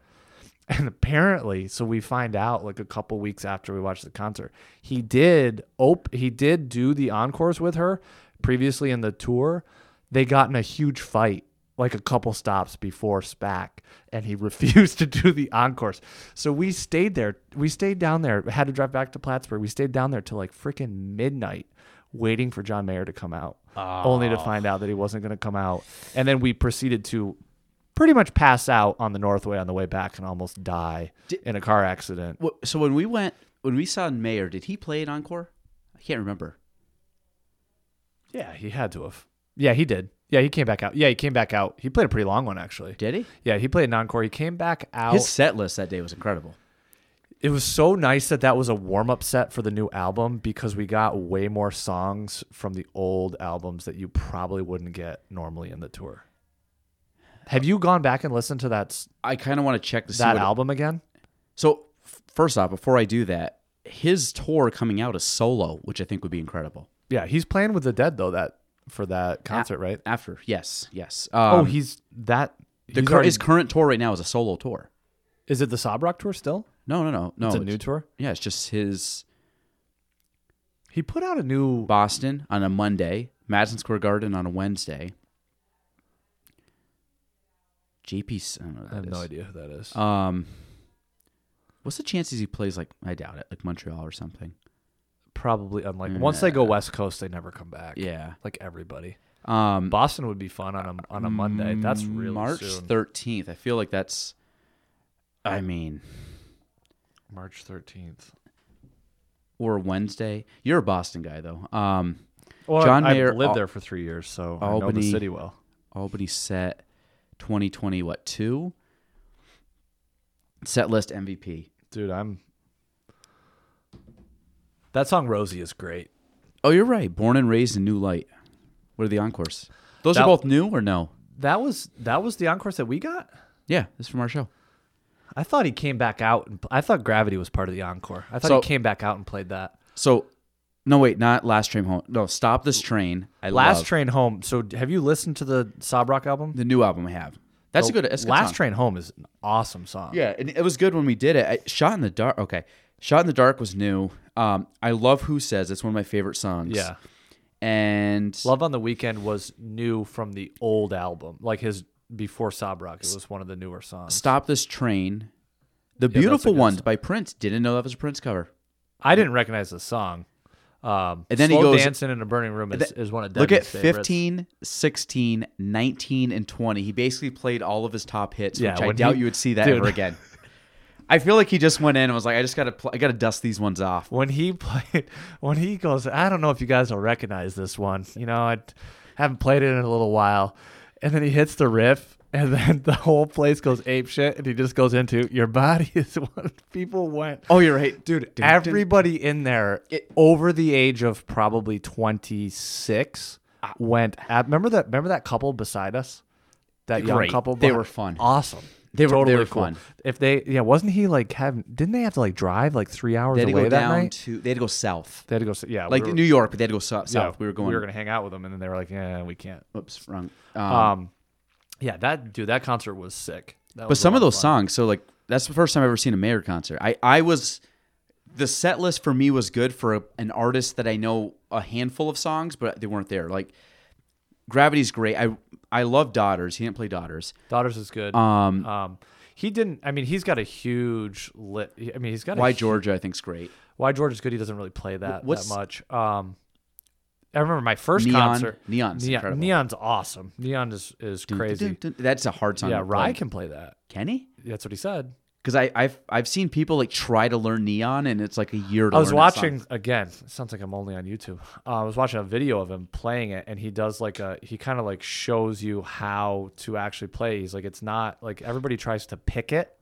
Speaker 5: And apparently, so we find out like a couple weeks after we watched the concert, he did op- he did do the encores with her previously in the tour. They got in a huge fight like a couple stops before SPAC and he refused to do the encores. So we stayed there. We stayed down there, had to drive back to Plattsburgh. We stayed down there till like freaking midnight waiting for John Mayer to come out. Only to find out that he wasn't going to come out. And then we proceeded to pretty much pass out on the Northway on the way back and almost die in a car accident.
Speaker 1: Wh- So when we went, when we saw Mayer, did he play an encore? I can't remember.
Speaker 5: Yeah, he had to have. Yeah, he did. Yeah, he came back out. Yeah, he came back out. He played a pretty long one actually.
Speaker 1: Did he?
Speaker 5: Yeah, he played an encore. He came back out.
Speaker 1: His set list that day was incredible.
Speaker 5: it was so nice that that was a warm up set for the new album because we got way more songs from the old albums that you probably wouldn't get normally in the tour. Have you gone back and listened to that s-
Speaker 1: I kind of want to check to see
Speaker 5: that
Speaker 1: what-
Speaker 5: album again?
Speaker 1: So f- first off, before I do that, his tour coming out is solo, which I think would be incredible.
Speaker 5: Yeah, he's playing with the Dead though that for that concert,
Speaker 1: A-
Speaker 5: right?
Speaker 1: After, yes, yes.
Speaker 5: oh,
Speaker 1: Um,
Speaker 5: he's that.
Speaker 1: the
Speaker 5: he's
Speaker 1: cur-
Speaker 5: already-
Speaker 1: his current tour right now is a solo tour.
Speaker 5: Is it the Sob Rock tour still?
Speaker 1: No, no, no, no.
Speaker 5: It's a new tour.
Speaker 1: Yeah, it's just his
Speaker 5: He put out a new.
Speaker 1: Boston on a Monday, Madison Square Garden on a Wednesday. JP, I don't know. What
Speaker 5: I
Speaker 1: that
Speaker 5: have no
Speaker 1: is.
Speaker 5: idea who that is.
Speaker 1: Um, what's the chances he plays like I doubt it, like Montreal or something?
Speaker 5: Probably unlike once they go West Coast, they never come back.
Speaker 1: Mm. Yeah.
Speaker 5: like everybody.
Speaker 1: Um,
Speaker 5: Boston would be fun on a on a Monday. That's really
Speaker 1: Mm, March
Speaker 5: soon.
Speaker 1: thirteenth. I feel like that's. I mean,
Speaker 5: March thirteenth.
Speaker 1: or Wednesday. You're a Boston guy though. Um,
Speaker 5: Well,
Speaker 1: John
Speaker 5: John
Speaker 1: Mayer-
Speaker 5: I've lived there for three years, so I know the
Speaker 1: Albany.
Speaker 5: city well.
Speaker 1: Albany set 2020 what two? Set list MVP.
Speaker 5: Dude, I'm. That song "Rosie" is great.
Speaker 1: Oh, you're right. Born and raised in New Light. What are the encores? Those
Speaker 5: That-
Speaker 1: are both new or no?
Speaker 5: That was that was the encore that we got.
Speaker 1: Yeah, this is from our show.
Speaker 5: I thought he came back out, and I thought Gravity was part of the encore. I thought
Speaker 1: So-
Speaker 5: he came back out and played that.
Speaker 1: So, no wait, not last train home. No, stop this train. I
Speaker 5: Last
Speaker 1: love-
Speaker 5: Train Home. So, have you listened to the Sob Rock album?
Speaker 1: the new album I have. Oh, That's a
Speaker 5: The
Speaker 1: good. That's a good
Speaker 5: Last
Speaker 1: song.
Speaker 5: Train Home is an awesome song.
Speaker 1: Yeah, and it was good when we did it. I, Shot in the dark. Okay, Shot in the dark was new. Um, I love Who Says. It's one of my favorite songs.
Speaker 5: Yeah.
Speaker 1: and
Speaker 5: Love on the Weekend was new from the old album, like his before Sob Rock. It was one of the newer songs.
Speaker 1: Stop This Train. The
Speaker 5: a
Speaker 1: Beautiful
Speaker 5: good
Speaker 1: Ones
Speaker 5: song.
Speaker 1: by Prince. Didn't know that was a Prince cover.
Speaker 5: I didn't recognize the song. Um,
Speaker 1: And then he
Speaker 5: Slow
Speaker 1: goes-
Speaker 5: dancing in a burning room is,
Speaker 1: Th-
Speaker 5: is one of
Speaker 1: Look at
Speaker 5: Devin's favorites.
Speaker 1: 15, 16, 19, and 20. He basically played all of his top hits,
Speaker 5: Yeah,
Speaker 1: which I
Speaker 5: when
Speaker 1: doubt
Speaker 5: he-
Speaker 1: you would see that
Speaker 5: Dude.
Speaker 1: ever again. I feel like he just went in and was like, I just got to pl- I got to dust these ones off.
Speaker 5: when he played when he goes i don't know if you guys will recognize this one you know i haven't played it in a little while and then he hits the riff and then the whole place goes ape shit and he just goes into your body is what people went
Speaker 1: Oh, you're right. Dude,
Speaker 5: everybody in there
Speaker 1: It-
Speaker 5: over the age of probably 26
Speaker 1: Ah.
Speaker 5: went at, remember that remember that couple beside us that young
Speaker 1: Great.
Speaker 5: couple
Speaker 1: They
Speaker 5: behind-
Speaker 1: were fun.
Speaker 5: awesome
Speaker 1: They were- they
Speaker 5: totally
Speaker 1: were
Speaker 5: cool.
Speaker 1: fun.
Speaker 5: If they, yeah, wasn't he like having? Didn't they have to like drive like three hours
Speaker 1: they had to
Speaker 5: away
Speaker 1: go
Speaker 5: that
Speaker 1: down
Speaker 5: night?
Speaker 1: to they had to go south.
Speaker 5: They had to go. s- Yeah,
Speaker 1: Like
Speaker 5: we were,
Speaker 1: New York, but they had to go so- south.
Speaker 5: yeah,
Speaker 1: We were going
Speaker 5: We were gonna hang out with them, and then they were like, "Yeah, we can't."
Speaker 1: Oops, wrong.
Speaker 5: Um,
Speaker 1: Um,
Speaker 5: yeah, that dude, that concert was sick. That
Speaker 1: but
Speaker 5: was a
Speaker 1: some
Speaker 5: lot
Speaker 1: of those
Speaker 5: fun.
Speaker 1: songs, so like that's the first time I've ever seen a Mayer concert. I I was the set list for me was good for a, an artist that I know a handful of songs, but they weren't there. Like Gravity's great. I I love Daughters. He didn't play Daughters.
Speaker 5: Daughters is good.
Speaker 1: Um,
Speaker 5: Um, he didn't. I mean, he's got a huge lit. I mean, he's got a
Speaker 1: Why
Speaker 5: hu-
Speaker 1: Georgia? I think's great.
Speaker 5: Why George is good. He doesn't really play that that
Speaker 1: what's-
Speaker 5: much. Um, I remember my first
Speaker 1: Neon-
Speaker 5: concert.
Speaker 1: Neon's
Speaker 5: Neon,
Speaker 1: incredible.
Speaker 5: Neon's awesome. Neon is is crazy.
Speaker 1: That's a hard song.
Speaker 5: Yeah,
Speaker 1: to play.
Speaker 5: Rye can play that.
Speaker 1: Can he?
Speaker 5: That's what he said.
Speaker 1: Because I I've I've seen people like try to learn Neon, and it's like a year. To
Speaker 5: I was
Speaker 1: learn that song.
Speaker 5: watching again. It sounds like I'm only on YouTube. Uh, I was watching a video of him playing it, and he does like a he kind of like shows you how to actually play. He's like it's not like everybody tries to pick it.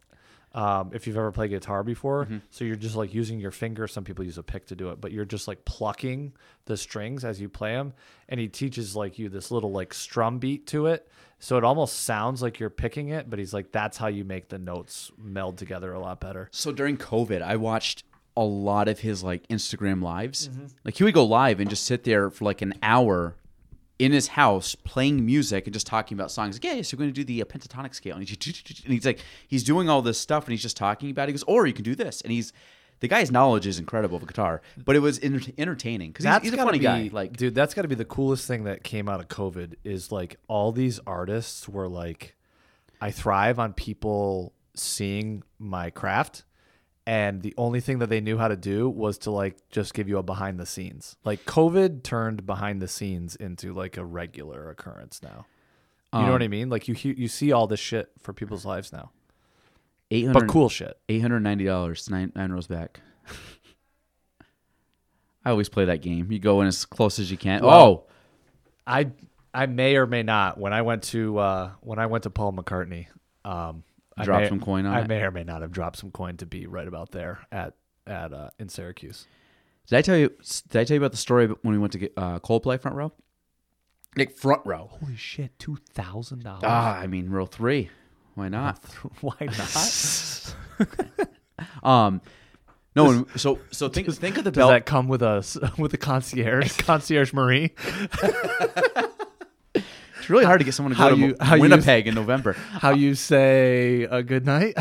Speaker 5: Um, if you've ever played guitar before, so you're just like using your finger. Some people use a pick to do it, but you're just like plucking the strings as you play them. And he teaches like you this little like strum beat to it, so it almost sounds like you're picking it. But he's like, that's how you make the notes meld together a lot better.
Speaker 1: So during COVID, I watched a lot of his like Instagram lives.
Speaker 5: Mm-hmm.
Speaker 1: Like he would go live and just sit there for like an hour in his house playing music and just talking about songs. Like, yeah, yeah, so we're going to do the uh, pentatonic scale. And he's, and he's like, he's doing all this stuff and he's just talking about it. He goes, or you can do this. And he's, the guy's knowledge is incredible of guitar, but it was enter- entertaining because he's,
Speaker 5: That's
Speaker 1: he's a
Speaker 5: gotta
Speaker 1: funny
Speaker 5: be,
Speaker 1: guy. Like,
Speaker 5: dude, that's got to be the coolest thing that came out of COVID is like all these artists were like, I thrive on people seeing my craft, and the only thing that they knew how to do was to like just give you a behind the scenes. Like COVID turned behind the scenes into like a regular occurrence now. You know what I mean? Like you he- you see all this shit for people's lives now,
Speaker 1: 800,
Speaker 5: but cool shit.
Speaker 1: $890, nine, nine rows back. I always play that game. You go in as close as you can. oh,
Speaker 5: I I may or may not when I went to uh, when I went to Paul McCartney. Um, I
Speaker 1: Drop
Speaker 5: may-
Speaker 1: some coin on
Speaker 5: I
Speaker 1: it.
Speaker 5: may or may not have dropped some coin to be right about there at at uh, in Syracuse.
Speaker 1: Did I tell you? Did I tell you about the story about when we went to get uh, Coldplay front row? Like front row.
Speaker 5: Holy shit, two thousand dollars!
Speaker 1: Ah, I mean row three. Why not?
Speaker 5: Why not?
Speaker 1: Um, no. and so so think think of the
Speaker 5: Does
Speaker 1: belt.
Speaker 5: that come with us with a concierge, concierge Marie?
Speaker 1: it's really hard to get someone to
Speaker 5: how
Speaker 1: go to
Speaker 5: you- how you-
Speaker 1: Winnipeg in November.
Speaker 5: How you say a good night?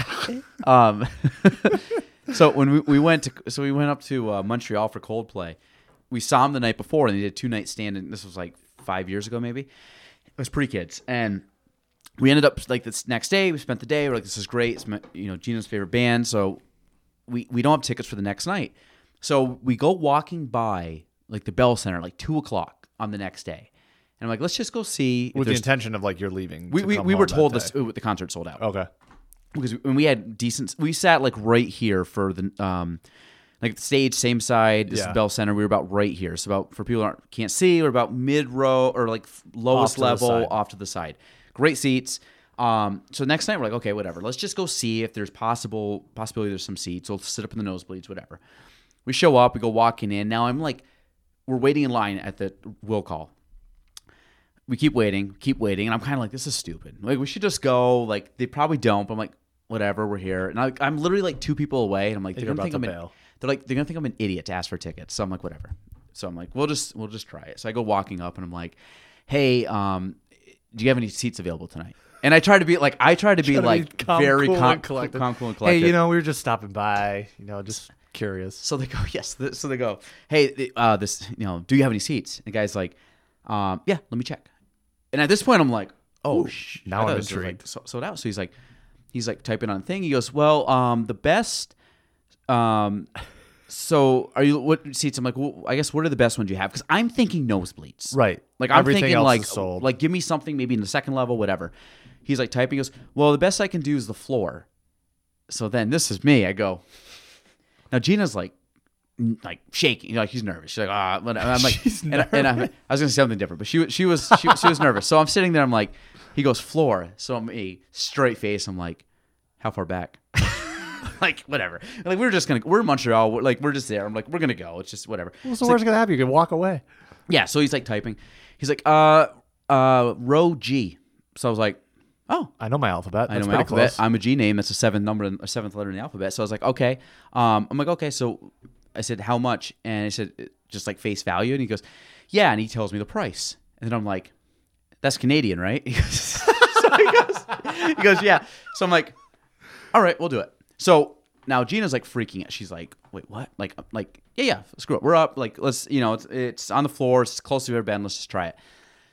Speaker 1: Um, so when we, we went to so we went up to uh, Montreal for Coldplay, we saw him the night before, and they did a two night stand, and this was like five years ago maybe. It was pre kids, and we ended up like this next day. We spent the day. We're like, this is great. It's my, you know Gina's favorite band, so we we don't have tickets for the next night. So we go walking by like the Bell Center, like two o'clock on the next day, and I'm like, let's just go see. if
Speaker 5: with the
Speaker 1: there's-
Speaker 5: intention of like you're leaving.
Speaker 1: we
Speaker 5: to
Speaker 1: we,
Speaker 5: come
Speaker 1: we
Speaker 5: home
Speaker 1: were
Speaker 5: that
Speaker 1: told
Speaker 5: day.
Speaker 1: this the concert sold out
Speaker 5: Okay.
Speaker 1: because when we had decent we sat like right here for the um like the stage same side this is
Speaker 5: Yeah.
Speaker 1: bell center we were about right here so about for people that aren't, can't see we're about mid row or like f-
Speaker 5: Off
Speaker 1: lowest
Speaker 5: to the
Speaker 1: level
Speaker 5: side.
Speaker 1: off to the side great seats um so next night we're like okay whatever let's just go see if there's possible possibility there's some seats we'll sit up in the nosebleeds whatever we show up we go walking in now i'm like we're waiting in line at the will call we keep waiting, keep waiting, and I'm kind of like, this is stupid. Like, we should just go. Like, they probably don't, but I'm like, whatever, we're here. And I, I'm literally like two people away, and I'm like, they're
Speaker 5: You're
Speaker 1: gonna think
Speaker 5: about
Speaker 1: I'm
Speaker 5: to
Speaker 1: an,
Speaker 5: bail.
Speaker 1: they're like, they're gonna think I'm an idiot to ask for tickets. So I'm like, whatever. So I'm like, we'll just we'll just try it. So I go walking up, and I'm like, hey, um, do you have any seats available tonight? And I try to be like, I try to be
Speaker 5: Gotta be
Speaker 1: like
Speaker 5: calm,
Speaker 1: very
Speaker 5: cool,
Speaker 1: calm,
Speaker 5: and collected.
Speaker 1: calm, cool, and collected.
Speaker 5: Hey, you know, we were just stopping by. You know, just curious.
Speaker 1: So they go, yes. Th- So they go, hey, th- uh, this, you know, do you have any seats? And the guy's like, um, yeah, let me check. And at this point, I'm like, oh, sh-
Speaker 5: now
Speaker 1: I thought
Speaker 5: I'm
Speaker 1: this was, like,
Speaker 5: intrigued.
Speaker 1: so- sold out. So he's like, he's like typing on thing. He goes, well, um, the best, um, so are you what seats? I'm like, well, I guess what are the best ones you have? Because I'm thinking nosebleeds,
Speaker 5: Right.
Speaker 1: Like I'm
Speaker 5: Everything
Speaker 1: thinking
Speaker 5: else
Speaker 1: like
Speaker 5: is sold.
Speaker 1: like give me something maybe in the second level, whatever. He's like typing. He goes, well, the best I can do is the floor. So then this is me. I go. Now Gina's like, n- like shaking, like she's nervous. She's like, ah, and I'm like,
Speaker 5: She's
Speaker 1: and, I, and I'm, I was gonna say something different, but she was- she was she, was- she was nervous. So I'm sitting there. I'm like, he goes floor. So I'm a straight face. I'm like, how far back? like whatever. Like we're just gonna we're in Montreal. We're, like we're just there. I'm like we're gonna go. It's just whatever.
Speaker 5: What's the worst gonna happen? You can walk away.
Speaker 1: Yeah, so he's like typing. He's like, uh, uh, row G. So I was like, oh,
Speaker 5: I know my alphabet.
Speaker 1: I
Speaker 5: That's
Speaker 1: know my
Speaker 5: pretty
Speaker 1: alphabet.
Speaker 5: close.
Speaker 1: I'm a G name. That's a seventh number, in- a seventh letter in the alphabet. So I was like, okay. Um, I'm like, okay. So I said, how much? And I said, "It- just like face value. And he goes, yeah. And he tells me the price. And then I'm like, that's Canadian, right? He goes, so he goes, he goes, yeah. So I'm like, all right, we'll do it. So now Gina's like freaking out. She's like, wait, what? Like, I'm like, yeah, yeah, screw it. We're up. Like, let's, you know, it's, it's on the floor. It's as close as we've ever been. Let's just try it.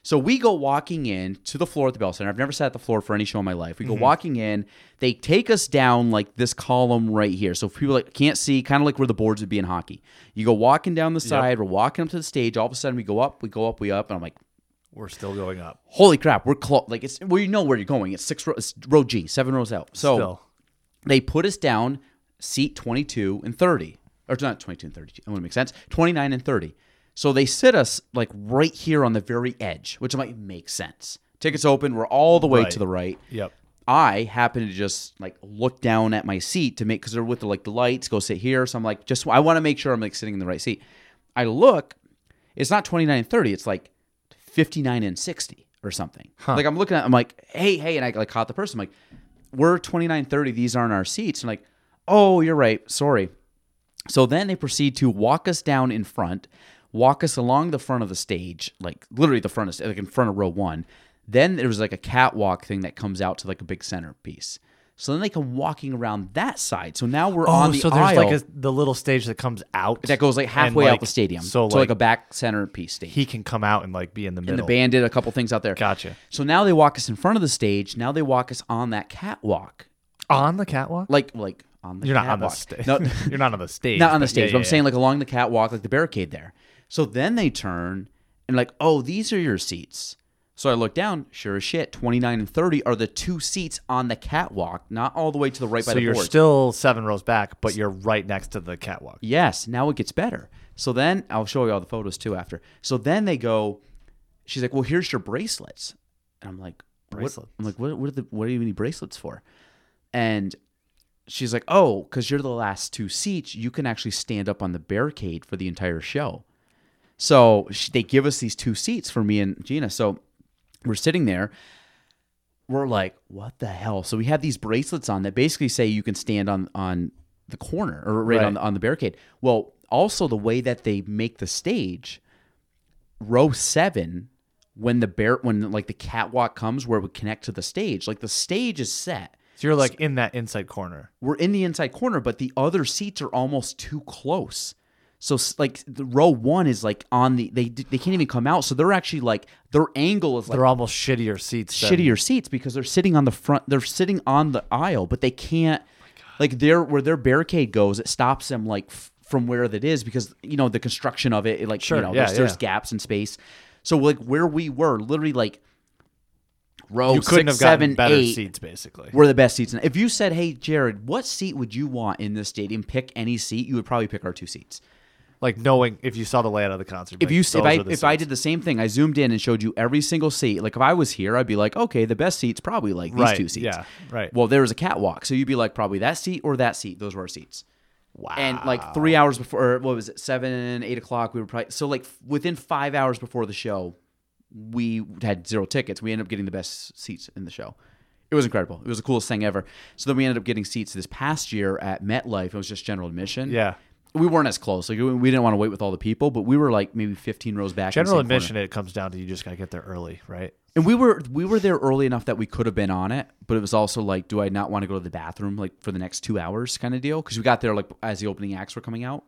Speaker 1: So we go walking in to the floor at the Bell Center. I've never sat at the floor for any show in my life. We go walking in. They take us down like this column right here. So if people like can't see, kind of like where the boards would be in hockey. You go walking down the side. We're walking up to the stage. All of a sudden, we go up, we go up, we up, and I'm like,
Speaker 5: We're still going up.
Speaker 1: holy crap, we're close. Like it's well, you know where you're going. It's six row, it's row G, seven rows out. So
Speaker 5: Still.
Speaker 1: they put us down seat 22 and 30 or not 22 and 32 i want to make sense 29 and 30 so they sit us like right here on the very edge which might make sense tickets open we're all the way
Speaker 5: Right.
Speaker 1: to the right
Speaker 5: Yep.
Speaker 1: i happen to just like look down at my seat to make because they're with the like the lights go sit here so i'm like just i want to make sure i'm like sitting in the right seat i look it's not 29 and 30 it's like 59 and 60 or something like i'm looking at i'm like hey hey and i like caught the person I'm like we're 29 30 these aren't our seats and like oh you're right sorry so then they proceed to walk us down in front walk us along the front of the stage like literally the front of st- like in front of row one then there was like a catwalk thing that comes out to like a big centerpiece so then they come walking around that side so now we're on the
Speaker 5: Oh, so there's
Speaker 1: aisle
Speaker 5: like a, the little stage that comes out
Speaker 1: that goes like
Speaker 5: and,
Speaker 1: halfway out
Speaker 5: like,
Speaker 1: the stadium
Speaker 5: So
Speaker 1: to like a back centerpiece stage
Speaker 5: he can come out and like be in the middle.
Speaker 1: and the band did a couple things out there.
Speaker 5: Gotcha.
Speaker 1: So now they walk us in front of the stage. Now they walk us on that catwalk,
Speaker 5: on the catwalk.
Speaker 1: like like on the
Speaker 5: You're not on the
Speaker 1: catwalk.
Speaker 5: stage.
Speaker 1: No,
Speaker 5: You're not on the stage.
Speaker 1: not on the
Speaker 5: but
Speaker 1: stage.
Speaker 5: yeah,
Speaker 1: but I'm
Speaker 5: yeah,
Speaker 1: saying like along the catwalk, like the barricade there. So then they turn and like, oh, these are your seats. So I look down. Sure as shit, 29 and 30 are the two seats on the catwalk, not all the way to the right
Speaker 5: yeah.
Speaker 1: by
Speaker 5: So
Speaker 1: the
Speaker 5: you're
Speaker 1: boards.
Speaker 5: still seven rows back, but you're right next to the catwalk.
Speaker 1: Yes, now it gets better. So then I'll show you all the photos too after. So then they go, she's like, well, here's your bracelets. And I'm like, what-
Speaker 5: Bracelets.
Speaker 1: I'm like, what, what, are the, what do you need bracelets for? And she's like, oh, because you're the last two seats, you can actually stand up on the barricade for the entire show. So she, they give us these two seats for me and Gina. So we're sitting there. We're like, what the hell? So we have these bracelets on that basically say you can stand on on the corner or right,
Speaker 5: Right.
Speaker 1: on the, on the barricade. Well, also the way that they make the stage, row seven, when the bear when like the catwalk comes where it would connect to the stage, like the stage is set
Speaker 5: So you're like in that inside corner.
Speaker 1: we're in the inside corner, but the other seats are almost too close. So s- like the row one is like on the they they can't even come out. So they're actually like their angle is like
Speaker 5: They're almost shittier seats. than-
Speaker 1: shittier seats because they're sitting on the front. They're sitting on the aisle, but they can't like their where their barricade goes. It stops them like f- from where that is because you know the construction of it. it, like
Speaker 5: Sure,
Speaker 1: you know
Speaker 5: yeah,
Speaker 1: there's, there's
Speaker 5: yeah.
Speaker 1: gaps in space. So like where we were, literally like row
Speaker 5: You couldn't
Speaker 1: Oh, six,
Speaker 5: have gotten
Speaker 1: seven,
Speaker 5: better
Speaker 1: eight,
Speaker 5: seats, basically.
Speaker 1: were the best seats. If you said, "Hey, Jared, what seat would you want in this stadium? Pick any seat." You would probably pick our two seats.
Speaker 5: Like knowing if you saw the layout of the concert.
Speaker 1: If
Speaker 5: like,
Speaker 1: you
Speaker 5: those
Speaker 1: if I
Speaker 5: are
Speaker 1: if
Speaker 5: the
Speaker 1: I
Speaker 5: seats.
Speaker 1: did the same thing, I zoomed in and showed you every single seat. Like if I was here, I'd be like, "Okay, the best seats probably like these
Speaker 5: Right,
Speaker 1: two seats."
Speaker 5: yeah, right.
Speaker 1: Well, there was a catwalk, so you'd be like, "Probably that seat or that seat. Those were our seats." Wow. And like three hours before, or what was it, seven, eight o'clock? We were probably so like f- within five hours before the show, we had zero tickets. We ended up getting the best seats in the show. It was incredible. It was the coolest thing ever. So then we ended up getting seats this past year at MetLife. It was just general admission.
Speaker 5: Yeah.
Speaker 1: We weren't as close. Like we we didn't want to wait with all the people, but we were like maybe 15 rows back. in the
Speaker 5: general
Speaker 1: same corner.
Speaker 5: admission, it comes down to you just gotta get there early, right?
Speaker 1: And we were we were there early enough that we could have been on it, but it was also like, do I not want to go to the bathroom like for the next two hours kind of deal? Because we got there like as the opening acts were coming out.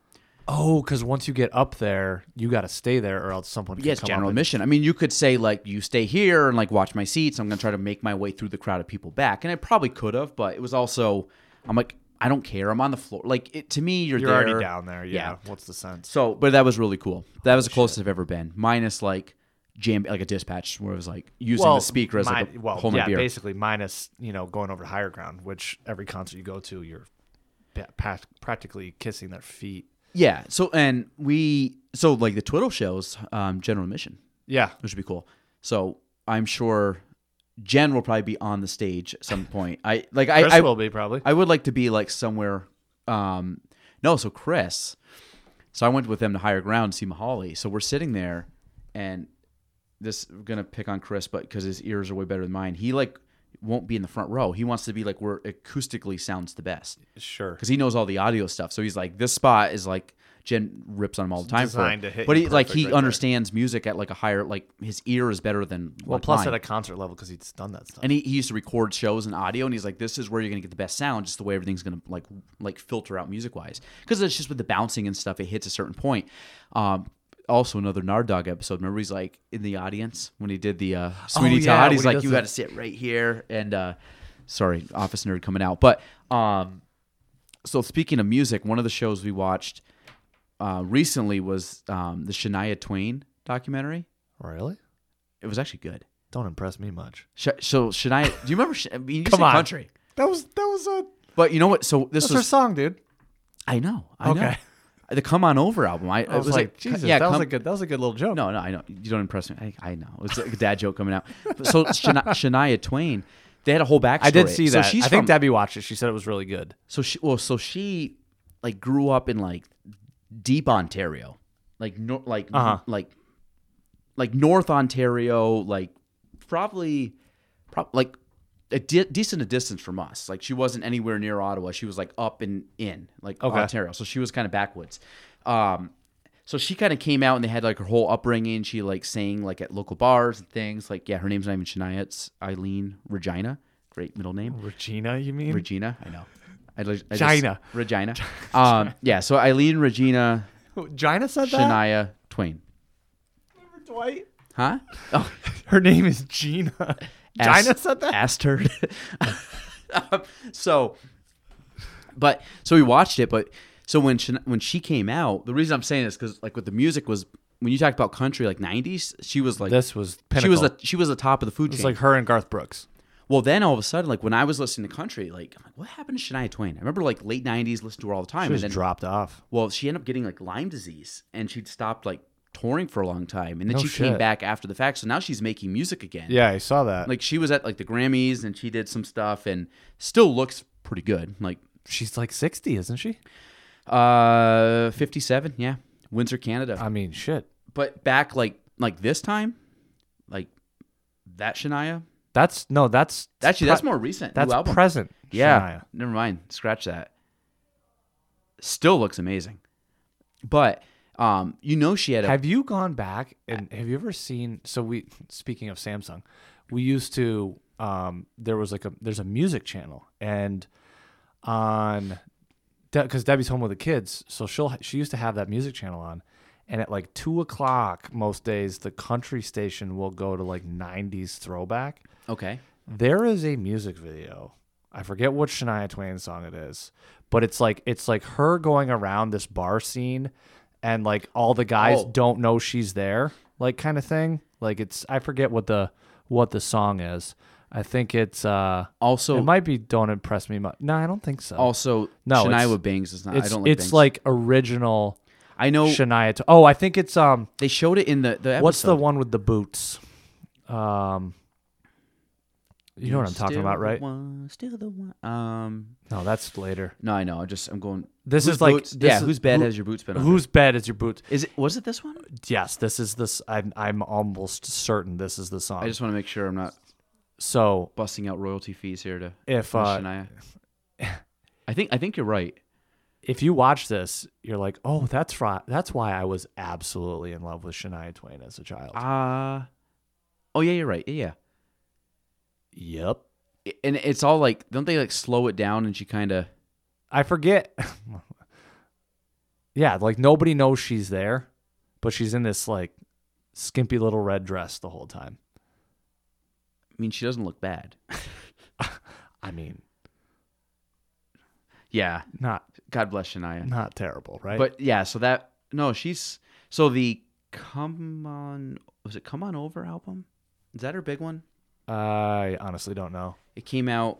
Speaker 5: Oh, because once you get up there, you got to stay there, or else someone.
Speaker 1: Yes,
Speaker 5: can come
Speaker 1: general
Speaker 5: up and-
Speaker 1: admission. I mean, you could say like you stay here and like watch my seats. I'm gonna try to make my way through the crowd of people back, and I probably could have, but it was also I'm like I don't care. I'm on the floor. Like it, to me, you're
Speaker 5: You're
Speaker 1: there.
Speaker 5: already down there. Yeah. What's the sense?
Speaker 1: So, but that was really cool. That
Speaker 5: Oh,
Speaker 1: was the closest I've ever been, minus like jam, like a dispatch where it was like using the speaker as like
Speaker 5: mi-
Speaker 1: a
Speaker 5: well,
Speaker 1: home
Speaker 5: yeah,
Speaker 1: beer.
Speaker 5: basically minus you know going over to higher ground, which every concert you go to, you're pa- pa- practically kissing their feet.
Speaker 1: Yeah. So and we so like the Twiddle shows um, general admission,
Speaker 5: Yeah,
Speaker 1: which would be cool. So I'm sure Jen will probably be on the stage at some point. I like I
Speaker 5: Chris
Speaker 1: I,
Speaker 5: will be probably.
Speaker 1: I would like to be like somewhere. Um, no, so Chris. So I went with them to higher ground to see Mahali. So we're sitting there, and this I'm gonna pick on Chris, but because his ears are way better than mine, he like won't be in the front row. He wants to be like where acoustically sounds the best
Speaker 5: sure.
Speaker 1: because he knows all the audio stuff. So he's like, this spot is like Jen rips on him all the time.
Speaker 5: Designed
Speaker 1: for.
Speaker 5: to
Speaker 1: it.
Speaker 5: hit
Speaker 1: but
Speaker 5: you
Speaker 1: he like
Speaker 5: perfect
Speaker 1: he
Speaker 5: right there.
Speaker 1: understands music at like a higher like his ear is better than
Speaker 5: Well,
Speaker 1: like,
Speaker 5: plus
Speaker 1: mine.
Speaker 5: at a concert level because he's done that stuff.
Speaker 1: and he, he used to record shows and audio and he's like this is where you're gonna get the best sound just the way everything's gonna like like filter out music wise because it's just with the bouncing and stuff it hits a certain point um also another Nard Dog episode remember he's like in the audience when he did the uh Sweeney
Speaker 5: Oh, yeah,
Speaker 1: Todd
Speaker 5: when
Speaker 1: he's
Speaker 5: he
Speaker 1: like
Speaker 5: does
Speaker 1: you
Speaker 5: the-
Speaker 1: gotta sit right here and uh sorry office nerd coming out but um so speaking of music one of the shows we watched uh recently was um the Shania Twain documentary
Speaker 5: really?
Speaker 1: it was actually good
Speaker 5: Don't impress me much.
Speaker 1: Sh- so Shania do you remember Sh- I mean, you
Speaker 5: Come
Speaker 1: said
Speaker 5: on.
Speaker 1: country
Speaker 5: That was that was a
Speaker 1: but you know what? So this
Speaker 5: that's her
Speaker 1: was
Speaker 5: song, dude.
Speaker 1: I know. I know.
Speaker 5: Okay.
Speaker 1: The Come On Over album. I,
Speaker 5: I was, like, Jesus,
Speaker 1: yeah,
Speaker 5: that was
Speaker 1: come-
Speaker 5: a good that was a good little joke.
Speaker 1: No, no, I know. You don't impress me. I, I know. It's like a dad joke coming out. But so Shania, Shania Twain, they had a whole backstory.
Speaker 5: I did see
Speaker 1: so
Speaker 5: that.
Speaker 1: She's
Speaker 5: I think
Speaker 1: from,
Speaker 5: Debbie watched it. She said it was really good.
Speaker 1: So she, well, so she like grew up in like deep Ontario, like nor, like
Speaker 5: Uh-huh.
Speaker 1: like like North Ontario, like probably, prob like a di- decent a distance from us. Like she wasn't anywhere near Ottawa. She was like up and in, like
Speaker 5: Okay.
Speaker 1: Ontario. So she was kind of backwoods. Um, so she kind of came out and they had like her whole upbringing. She like sang like at local bars and things. Like yeah, her name's not even Shania. It's Eileen Regina. Great middle name.
Speaker 5: Regina, you mean?
Speaker 1: Regina. I know. I, li- I just-
Speaker 5: Gina.
Speaker 1: Regina. Um, yeah. So Eileen, Regina,
Speaker 5: Gina said that.
Speaker 1: Shania Twain.
Speaker 5: Dwight.
Speaker 1: Huh? Oh,
Speaker 5: Her name is Gina. Gina
Speaker 1: asked-
Speaker 5: said that.
Speaker 1: Asked her. Um, so, but so we watched it. But so when she, when she came out, the reason I'm saying this because like with the music was when you talked about country like '90s, she was like
Speaker 5: This was
Speaker 1: she was
Speaker 5: pinnacle.
Speaker 1: the she was the top of the food
Speaker 5: It's
Speaker 1: chain.
Speaker 5: like her and Garth Brooks.
Speaker 1: Well, then all of a sudden, like when I was listening to country, like I'm like, what happened to Shania Twain? I remember like late '90s, listened to her all the time,
Speaker 5: She was
Speaker 1: and then
Speaker 5: dropped off.
Speaker 1: well, she ended up getting like Lyme disease and she'd stopped like touring for a long time. And then
Speaker 5: No
Speaker 1: she
Speaker 5: shit.
Speaker 1: came back after the fact. So now she's making music again.
Speaker 5: Yeah, I saw that.
Speaker 1: Like she was at like the Grammys and she did some stuff and still looks pretty good. Like
Speaker 5: she's like sixty, isn't she?
Speaker 1: uh 57, yeah. Windsor, Canada.
Speaker 5: I mean, shit.
Speaker 1: but back like like this time, like that Shania.
Speaker 5: That's no. That's
Speaker 1: Actually, that's
Speaker 5: pre-
Speaker 1: more recent. New
Speaker 5: That's
Speaker 1: album.
Speaker 5: present.
Speaker 1: Yeah.
Speaker 5: Shania.
Speaker 1: Never mind. Scratch that. Still looks amazing. But um you know she had a
Speaker 5: Have you gone back and have you ever seen? So we speaking of Samsung, we used to. Um, there was like a there's a music channel and on because Debbie's home with the kids, so she'll she used to have that music channel on, and at like two o'clock most days the country station will go to like '90s throwback.
Speaker 1: okay.
Speaker 5: There is a music video. I forget what Shania Twain song it is, but it's like it's like her going around this bar scene and like all the guys
Speaker 1: Oh.
Speaker 5: don't know she's there, like kind of thing. Like it's I forget what the what the song is. I think it's uh
Speaker 1: Also
Speaker 5: it might be Don't Impress Me Much. No, I don't think so.
Speaker 1: Also,
Speaker 5: No, it's-
Speaker 1: Shania Bangs is not.
Speaker 5: it's
Speaker 1: I don't like
Speaker 5: it's
Speaker 1: Bangs.
Speaker 5: like original
Speaker 1: I know
Speaker 5: Shania. Tw- oh, I think it's um
Speaker 1: they showed it in the the episode.
Speaker 5: what's the one with the boots? Um you know what I'm talking
Speaker 1: Still
Speaker 5: about,
Speaker 1: the
Speaker 5: right?
Speaker 1: one, still the one. Um,
Speaker 5: No, that's later.
Speaker 1: no, I know. I just I'm going.
Speaker 5: This
Speaker 1: whose
Speaker 5: is like-
Speaker 1: boots-
Speaker 5: this
Speaker 1: yeah.
Speaker 5: is-
Speaker 1: whose bed
Speaker 5: who-
Speaker 1: has your boots been on?
Speaker 5: Whose bed is your boot?
Speaker 1: Is it? Was it this one?
Speaker 5: Yes, this is this. I'm I'm almost certain this is the song.
Speaker 1: I just want to make sure I'm not
Speaker 5: so
Speaker 1: busting out royalty fees here to
Speaker 5: If,
Speaker 1: to
Speaker 5: uh,
Speaker 1: Shania. I think I think you're right.
Speaker 5: if you watch this, you're like, oh, that's fri- that's why I was absolutely in love with Shania Twain as a child.
Speaker 1: Uh oh yeah, you're right. Yeah,
Speaker 5: yep.
Speaker 1: yeah. And it's all like, don't they like slow it down and she kind of
Speaker 5: I forget. yeah, like nobody knows she's there, but she's in this like skimpy little red dress the whole time.
Speaker 1: I mean, she doesn't look bad.
Speaker 5: I mean,
Speaker 1: yeah.
Speaker 5: not
Speaker 1: God bless Shania.
Speaker 5: not terrible, right?
Speaker 1: But yeah, so that no, she's so the come on was it come on over album? Is that her big one?
Speaker 5: I honestly don't know.
Speaker 1: It came out.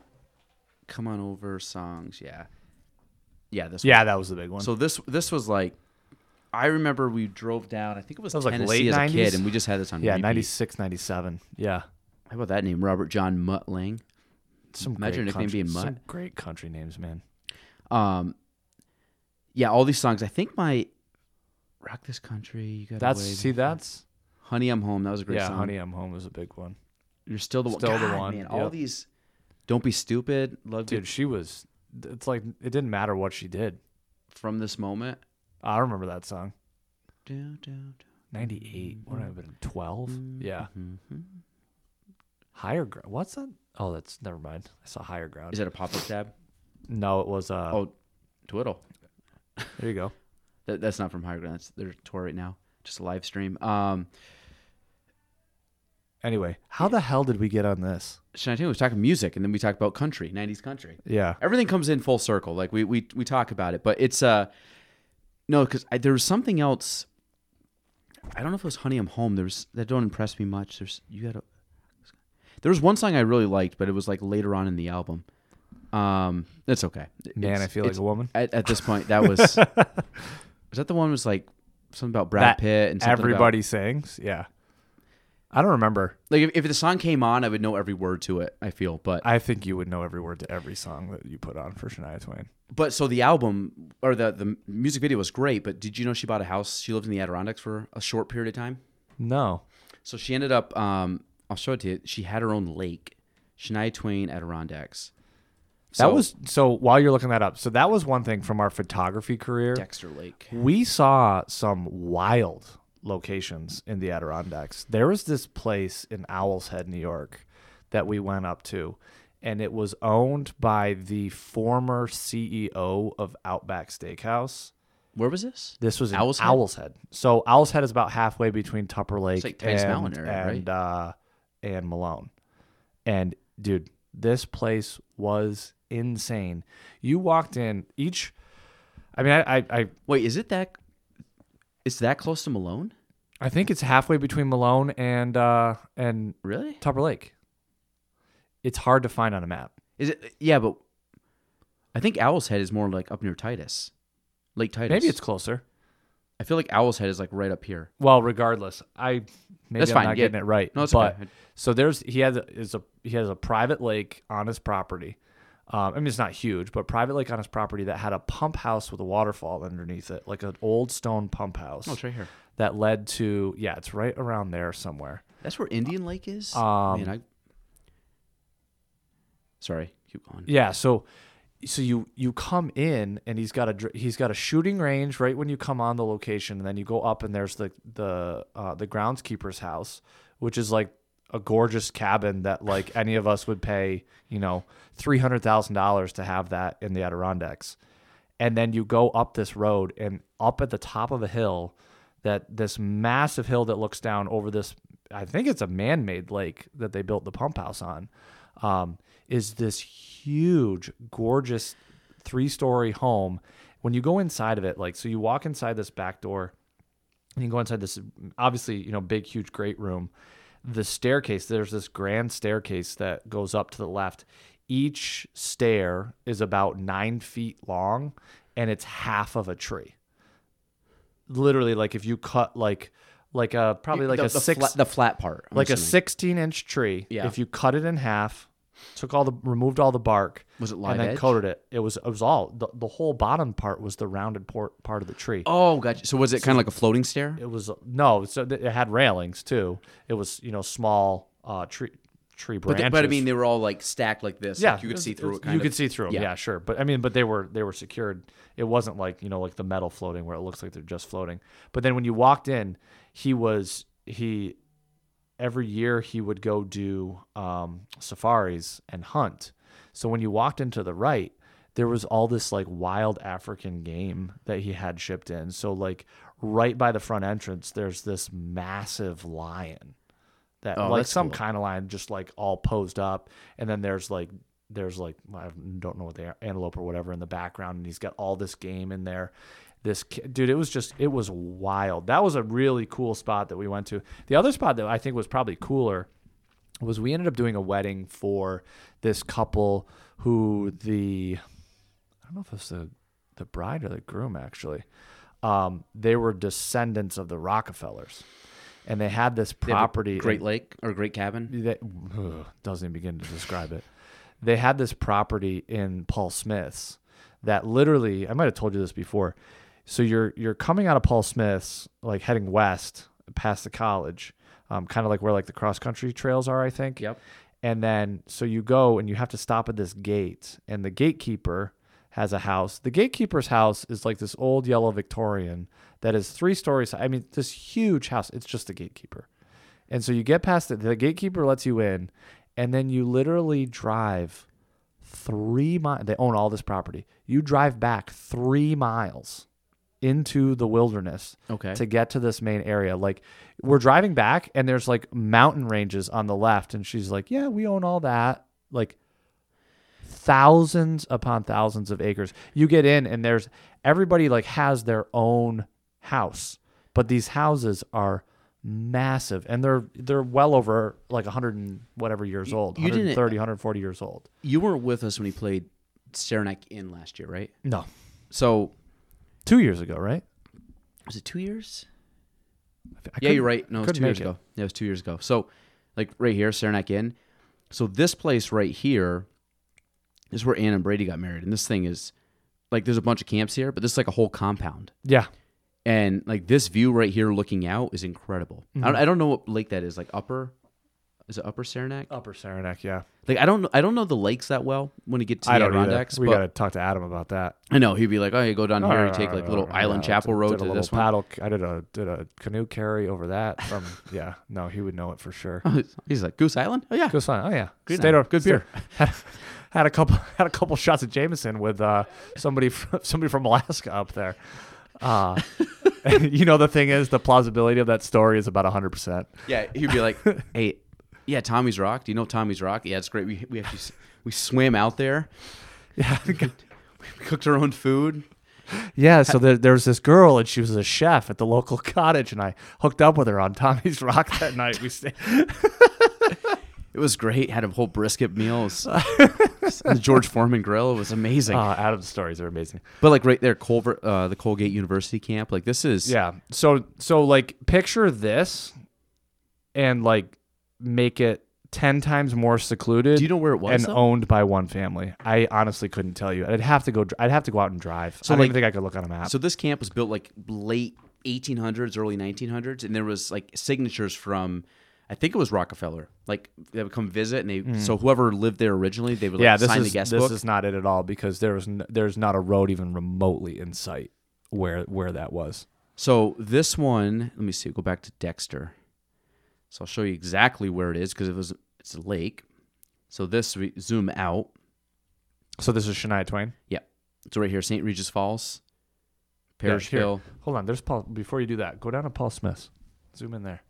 Speaker 1: Come on over songs, yeah, yeah. This
Speaker 5: Yeah, that was the big one.
Speaker 1: One. So this this was like, I remember we drove down. I think it was,
Speaker 5: That was, like,
Speaker 1: Tennessee
Speaker 5: late
Speaker 1: as a
Speaker 5: 90s?
Speaker 1: kid, and we just had this on.
Speaker 5: yeah,
Speaker 1: repeat.
Speaker 5: 96, 97. Yeah.
Speaker 1: How about that name, Robert John Muttling?
Speaker 5: Some
Speaker 1: Imagine
Speaker 5: great
Speaker 1: a nickname
Speaker 5: country,
Speaker 1: being Mutt.
Speaker 5: Some great country names, man.
Speaker 1: Um, yeah, all these songs. I think my rock this country. You got
Speaker 5: That's see, that's
Speaker 1: honey, I'm home. That was a great
Speaker 5: yeah.
Speaker 1: song.
Speaker 5: Honey, I'm home is a big one.
Speaker 1: You're still the one.
Speaker 5: Still the
Speaker 1: God,
Speaker 5: one,
Speaker 1: Man, all
Speaker 5: yep.
Speaker 1: these. Don't be stupid. Love you
Speaker 5: Dude, she was. It's like it didn't matter what she did.
Speaker 1: from this moment.
Speaker 5: I remember that song.
Speaker 1: Do, do, do.
Speaker 5: Ninety eight. What would I have been? Twelve. Yeah.
Speaker 1: Mm-hmm.
Speaker 5: Higher ground. What's that? Oh, that's never mind. I saw higher ground.
Speaker 1: Is that a pop-up tab?
Speaker 5: No, it was. Uh,
Speaker 1: Oh, twiddle.
Speaker 5: there you go.
Speaker 1: That, that's not from Higher Ground. That's their tour right now. Just a live stream. Um,
Speaker 5: Anyway, how the hell did we get on this?
Speaker 1: Shantina was talking music, and then we talked about country, '90s country.
Speaker 5: Yeah.
Speaker 1: Everything comes in full circle. Like we we we talk about it, but it's uh, no, because there was something else. I don't know if it was "Honey, I'm Home." There's that don't impress me much. There's you gotta. There was one song I really liked, but it was like later on in the album. Um, that's okay.
Speaker 5: Man,
Speaker 1: It's-
Speaker 5: I feel like
Speaker 1: it's-
Speaker 5: a woman.
Speaker 1: at, at this point that was was that the one was like something about Brad
Speaker 5: That
Speaker 1: Pitt and something about-
Speaker 5: everybody sings. Yeah. I don't remember.
Speaker 1: like if, if the song came on I would know every word to it I feel but
Speaker 5: I think you would know every word to every song that you put on for Shania Twain.
Speaker 1: but so the album or the the music video was great but did you know she bought a house she lived in the Adirondacks for a short period of time
Speaker 5: No.
Speaker 1: so she ended up um I'll show it to you she had her own lake Shania Twain Adirondacks
Speaker 5: That
Speaker 1: So-
Speaker 5: was so while you're looking that up. So that was one thing from our photography career.
Speaker 1: Dexter Lake
Speaker 5: We saw some wild locations in the Adirondacks. There was this place in Owl's Head, New York, that we went up to, and it was owned by the former CEO of Outback Steakhouse.
Speaker 1: where was this
Speaker 5: This was in
Speaker 1: Owl's
Speaker 5: Owl's
Speaker 1: Head?
Speaker 5: Head. So Owl's Head is about halfway between Tupper Lake
Speaker 1: like Tice
Speaker 5: and
Speaker 1: Mountain area, right?
Speaker 5: and, uh, and Malone. And dude, this place was insane. You walked in each. I mean, I, I, I
Speaker 1: wait is it that is that close to Malone
Speaker 5: I think it's halfway between Malone and uh and
Speaker 1: really
Speaker 5: Tupper Lake. It's hard to find on a map.
Speaker 1: Is it? Yeah, but I think Owl's Head is more like up near Titus, Lake Titus.
Speaker 5: Maybe it's closer.
Speaker 1: I feel like Owl's Head is like right up here.
Speaker 5: Well, regardless, I maybe
Speaker 1: That's
Speaker 5: I'm
Speaker 1: fine,
Speaker 5: not
Speaker 1: yeah.
Speaker 5: getting it right.
Speaker 1: No, it's
Speaker 5: but,
Speaker 1: okay.
Speaker 5: So there's he has a, is a he has a private lake on his property. Um, I mean, it's not huge, but private lake on his property that had a pump house with a waterfall underneath it, like an old stone pump house.
Speaker 1: it's right here.
Speaker 5: That led to yeah, it's right around there somewhere.
Speaker 1: That's where Indian Lake is.
Speaker 5: Um,
Speaker 1: Man, I... Sorry, keep going.
Speaker 5: Yeah, so so you you come in and he's got a dr- he's got a shooting range right when you come on the location and then you go up and there's the the uh, the groundskeeper's house which is like a gorgeous cabin that like any of us would pay you know three hundred thousand dollars to have that in the Adirondacks and then you go up this road and up at the top of a hill that this massive hill that looks down over this i think it's a man-made lake that they built the pump house on um, is this huge gorgeous three-story home when you go inside of it like so you walk inside this back door and you go inside this obviously you know big huge great room the staircase there's this grand staircase that goes up to the left each stair is about nine feet long and it's half of a tree literally like if you cut like like a probably like
Speaker 1: the,
Speaker 5: a
Speaker 1: the
Speaker 5: six
Speaker 1: flat, the flat part. I'm
Speaker 5: like a
Speaker 1: assuming.
Speaker 5: 16 inch tree
Speaker 1: Yeah.
Speaker 5: if you cut it in half took all the removed all the bark
Speaker 1: Was it live
Speaker 5: and then
Speaker 1: edge?
Speaker 5: coated it it was it was all the, the whole bottom part was the rounded port, part of the tree
Speaker 1: Oh, gotcha. So was it kind of like a floating stair?
Speaker 5: it was no so th- it had railings too it was you know small uh tree tree
Speaker 1: But,
Speaker 5: branches
Speaker 1: the- but I mean, they were all like stacked like this.
Speaker 5: yeah
Speaker 1: like you could
Speaker 5: it's-
Speaker 1: see through
Speaker 5: it's-
Speaker 1: it. Kind
Speaker 5: you
Speaker 1: of.
Speaker 5: could see through 'em,
Speaker 1: Yeah.
Speaker 5: yeah. sure but i mean but they were they were secured it wasn't like you know like the metal floating where it looks like they're just floating but then when you walked in he was he every year he would go do um, safaris and hunt so when you walked into the right there was all this like wild African game that he had shipped in. So like right by the front entrance, there's this massive lion that
Speaker 1: Oh,
Speaker 5: like
Speaker 1: that's
Speaker 5: some
Speaker 1: cool.
Speaker 5: kind of lion just like all posed up, and then there's like there's like I don't know what the antelope or whatever in the background, and he's got all this game in there. This ki- dude, it was just it was wild. That was a really cool spot that we went to. The other spot that I think was probably cooler was we ended up doing a wedding for this couple who the I don't know if it's the the bride or the groom actually. Um, they were descendants of the Rockefellers, and they had this
Speaker 1: They have a
Speaker 5: property.
Speaker 1: Great Lake or Great Cabin.
Speaker 5: that ugh, doesn't even begin to describe it. They had this property in Paul Smith's that literally I might have told you this before. So you're you're coming out of Paul Smith's, like heading west past the college, um, kind of like where like the cross country trails are, I think.
Speaker 1: Yep.
Speaker 5: And then so you go and you have to stop at this gate, and the gatekeeper has a house. The gatekeeper's house is like this old yellow Victorian that is three stories. I mean, this huge house. It's just the gatekeeper. And so you get past it. The gatekeeper lets you in, and then you literally drive three miles. They own all this property. You drive back three miles into the wilderness
Speaker 1: Okay.
Speaker 5: to get to this main area. Like we're driving back, and there's like mountain ranges on the left, and she's like, "Yeah, we own all that." Like thousands upon thousands of acres. You get in and there's everybody like has their own house, but these houses are massive and they're they're well over like 100 and whatever years old,
Speaker 1: you didn't- uh,
Speaker 5: 130, 140 years old.
Speaker 1: You weren't with us when he played Saranac Inn last year, right?
Speaker 5: No.
Speaker 1: So
Speaker 5: 2 years ago, right?
Speaker 1: was it two years?
Speaker 5: I
Speaker 1: yeah,
Speaker 5: couldn't-
Speaker 1: you're right. No, it was
Speaker 5: couldn't
Speaker 1: two years
Speaker 5: make it.
Speaker 1: ago. Yeah, it was two years ago. So, like right here, Saranac Inn. So this place right here is where Ann and Brady got married, and this thing is like there's a bunch of camps here, but this is like a whole compound,
Speaker 5: Yeah.
Speaker 1: and like this view right here looking out is incredible. I,
Speaker 5: Mm-hmm.
Speaker 1: don't, I don't know what lake that is. Like upper, is it Upper Saranac?
Speaker 5: Upper Saranac, yeah.
Speaker 1: Like I don't know. I don't know the lakes that well. When you get to the
Speaker 5: I don't either.
Speaker 1: Adirondacks,
Speaker 5: We
Speaker 1: but
Speaker 5: got to talk to Adam about that.
Speaker 1: I know he'd be like, oh, you go down here and
Speaker 5: Uh,
Speaker 1: take like little
Speaker 5: yeah,
Speaker 1: Island
Speaker 5: I
Speaker 1: Chapel
Speaker 5: did-
Speaker 1: Road
Speaker 5: did a
Speaker 1: to
Speaker 5: little
Speaker 1: this one.
Speaker 5: paddle. I did a did a canoe carry over that from yeah. No, he would know it for sure.
Speaker 1: He's like Goose Island. Oh yeah,
Speaker 5: Good sign. Oh yeah,
Speaker 1: Green
Speaker 5: stayed
Speaker 1: Island.
Speaker 5: over. Good beer. Had, had a couple had a couple shots of Jameson with uh, somebody from, somebody from Alaska up there. Uh, you know the thing is the plausibility of that story is about hundred percent.
Speaker 1: Yeah, he'd be like, "Hey, yeah, Tommy's Rock. Do you know Tommy's Rock? Yeah, it's great. We we actually s- we swam out there.
Speaker 5: Yeah,
Speaker 1: We cooked our own food.
Speaker 5: yeah. So there, there was this girl and she was a chef at the local cottage, and I hooked up with her on Tommy's Rock that night. We stayed.
Speaker 1: It was great. Had a whole brisket meal. It was- on the George Foreman grill. It was amazing.
Speaker 5: Uh, Adam's stories are amazing.
Speaker 1: but like right there, Culver, uh, the Colgate University camp. Like this is
Speaker 5: Yeah. So so like picture this and like make it 10 times more secluded.
Speaker 1: Do you know where it was,
Speaker 5: And
Speaker 1: though?
Speaker 5: owned by one family. I honestly couldn't tell you. I'd have to go dr- I'd have to go out and drive.
Speaker 1: So,
Speaker 5: I don't
Speaker 1: like-
Speaker 5: even think I could look on a map.
Speaker 1: So this camp was built like late 1800s, early 1900s, and there was like signatures from, I think it was Rockefeller. Like they would come visit, and they so whoever lived there originally, they would like,
Speaker 5: Mm. yeah, this
Speaker 1: sign
Speaker 5: is
Speaker 1: the guest
Speaker 5: this
Speaker 1: book.
Speaker 5: is not it at all because there was n- there's not a road even remotely in sight where where that was.
Speaker 1: So this one, let me see. Go back to Dexter. So I'll show you exactly where it is because it was it's a lake. So this we zoom out.
Speaker 5: So this is Shania Twain.
Speaker 1: Yeah, it's right here, St. Regis Falls,
Speaker 5: Yeah,
Speaker 1: Parish
Speaker 5: here.
Speaker 1: Hill.
Speaker 5: Hold on, there's Paul before you do that. Go down to Paul Smith's. Zoom in there.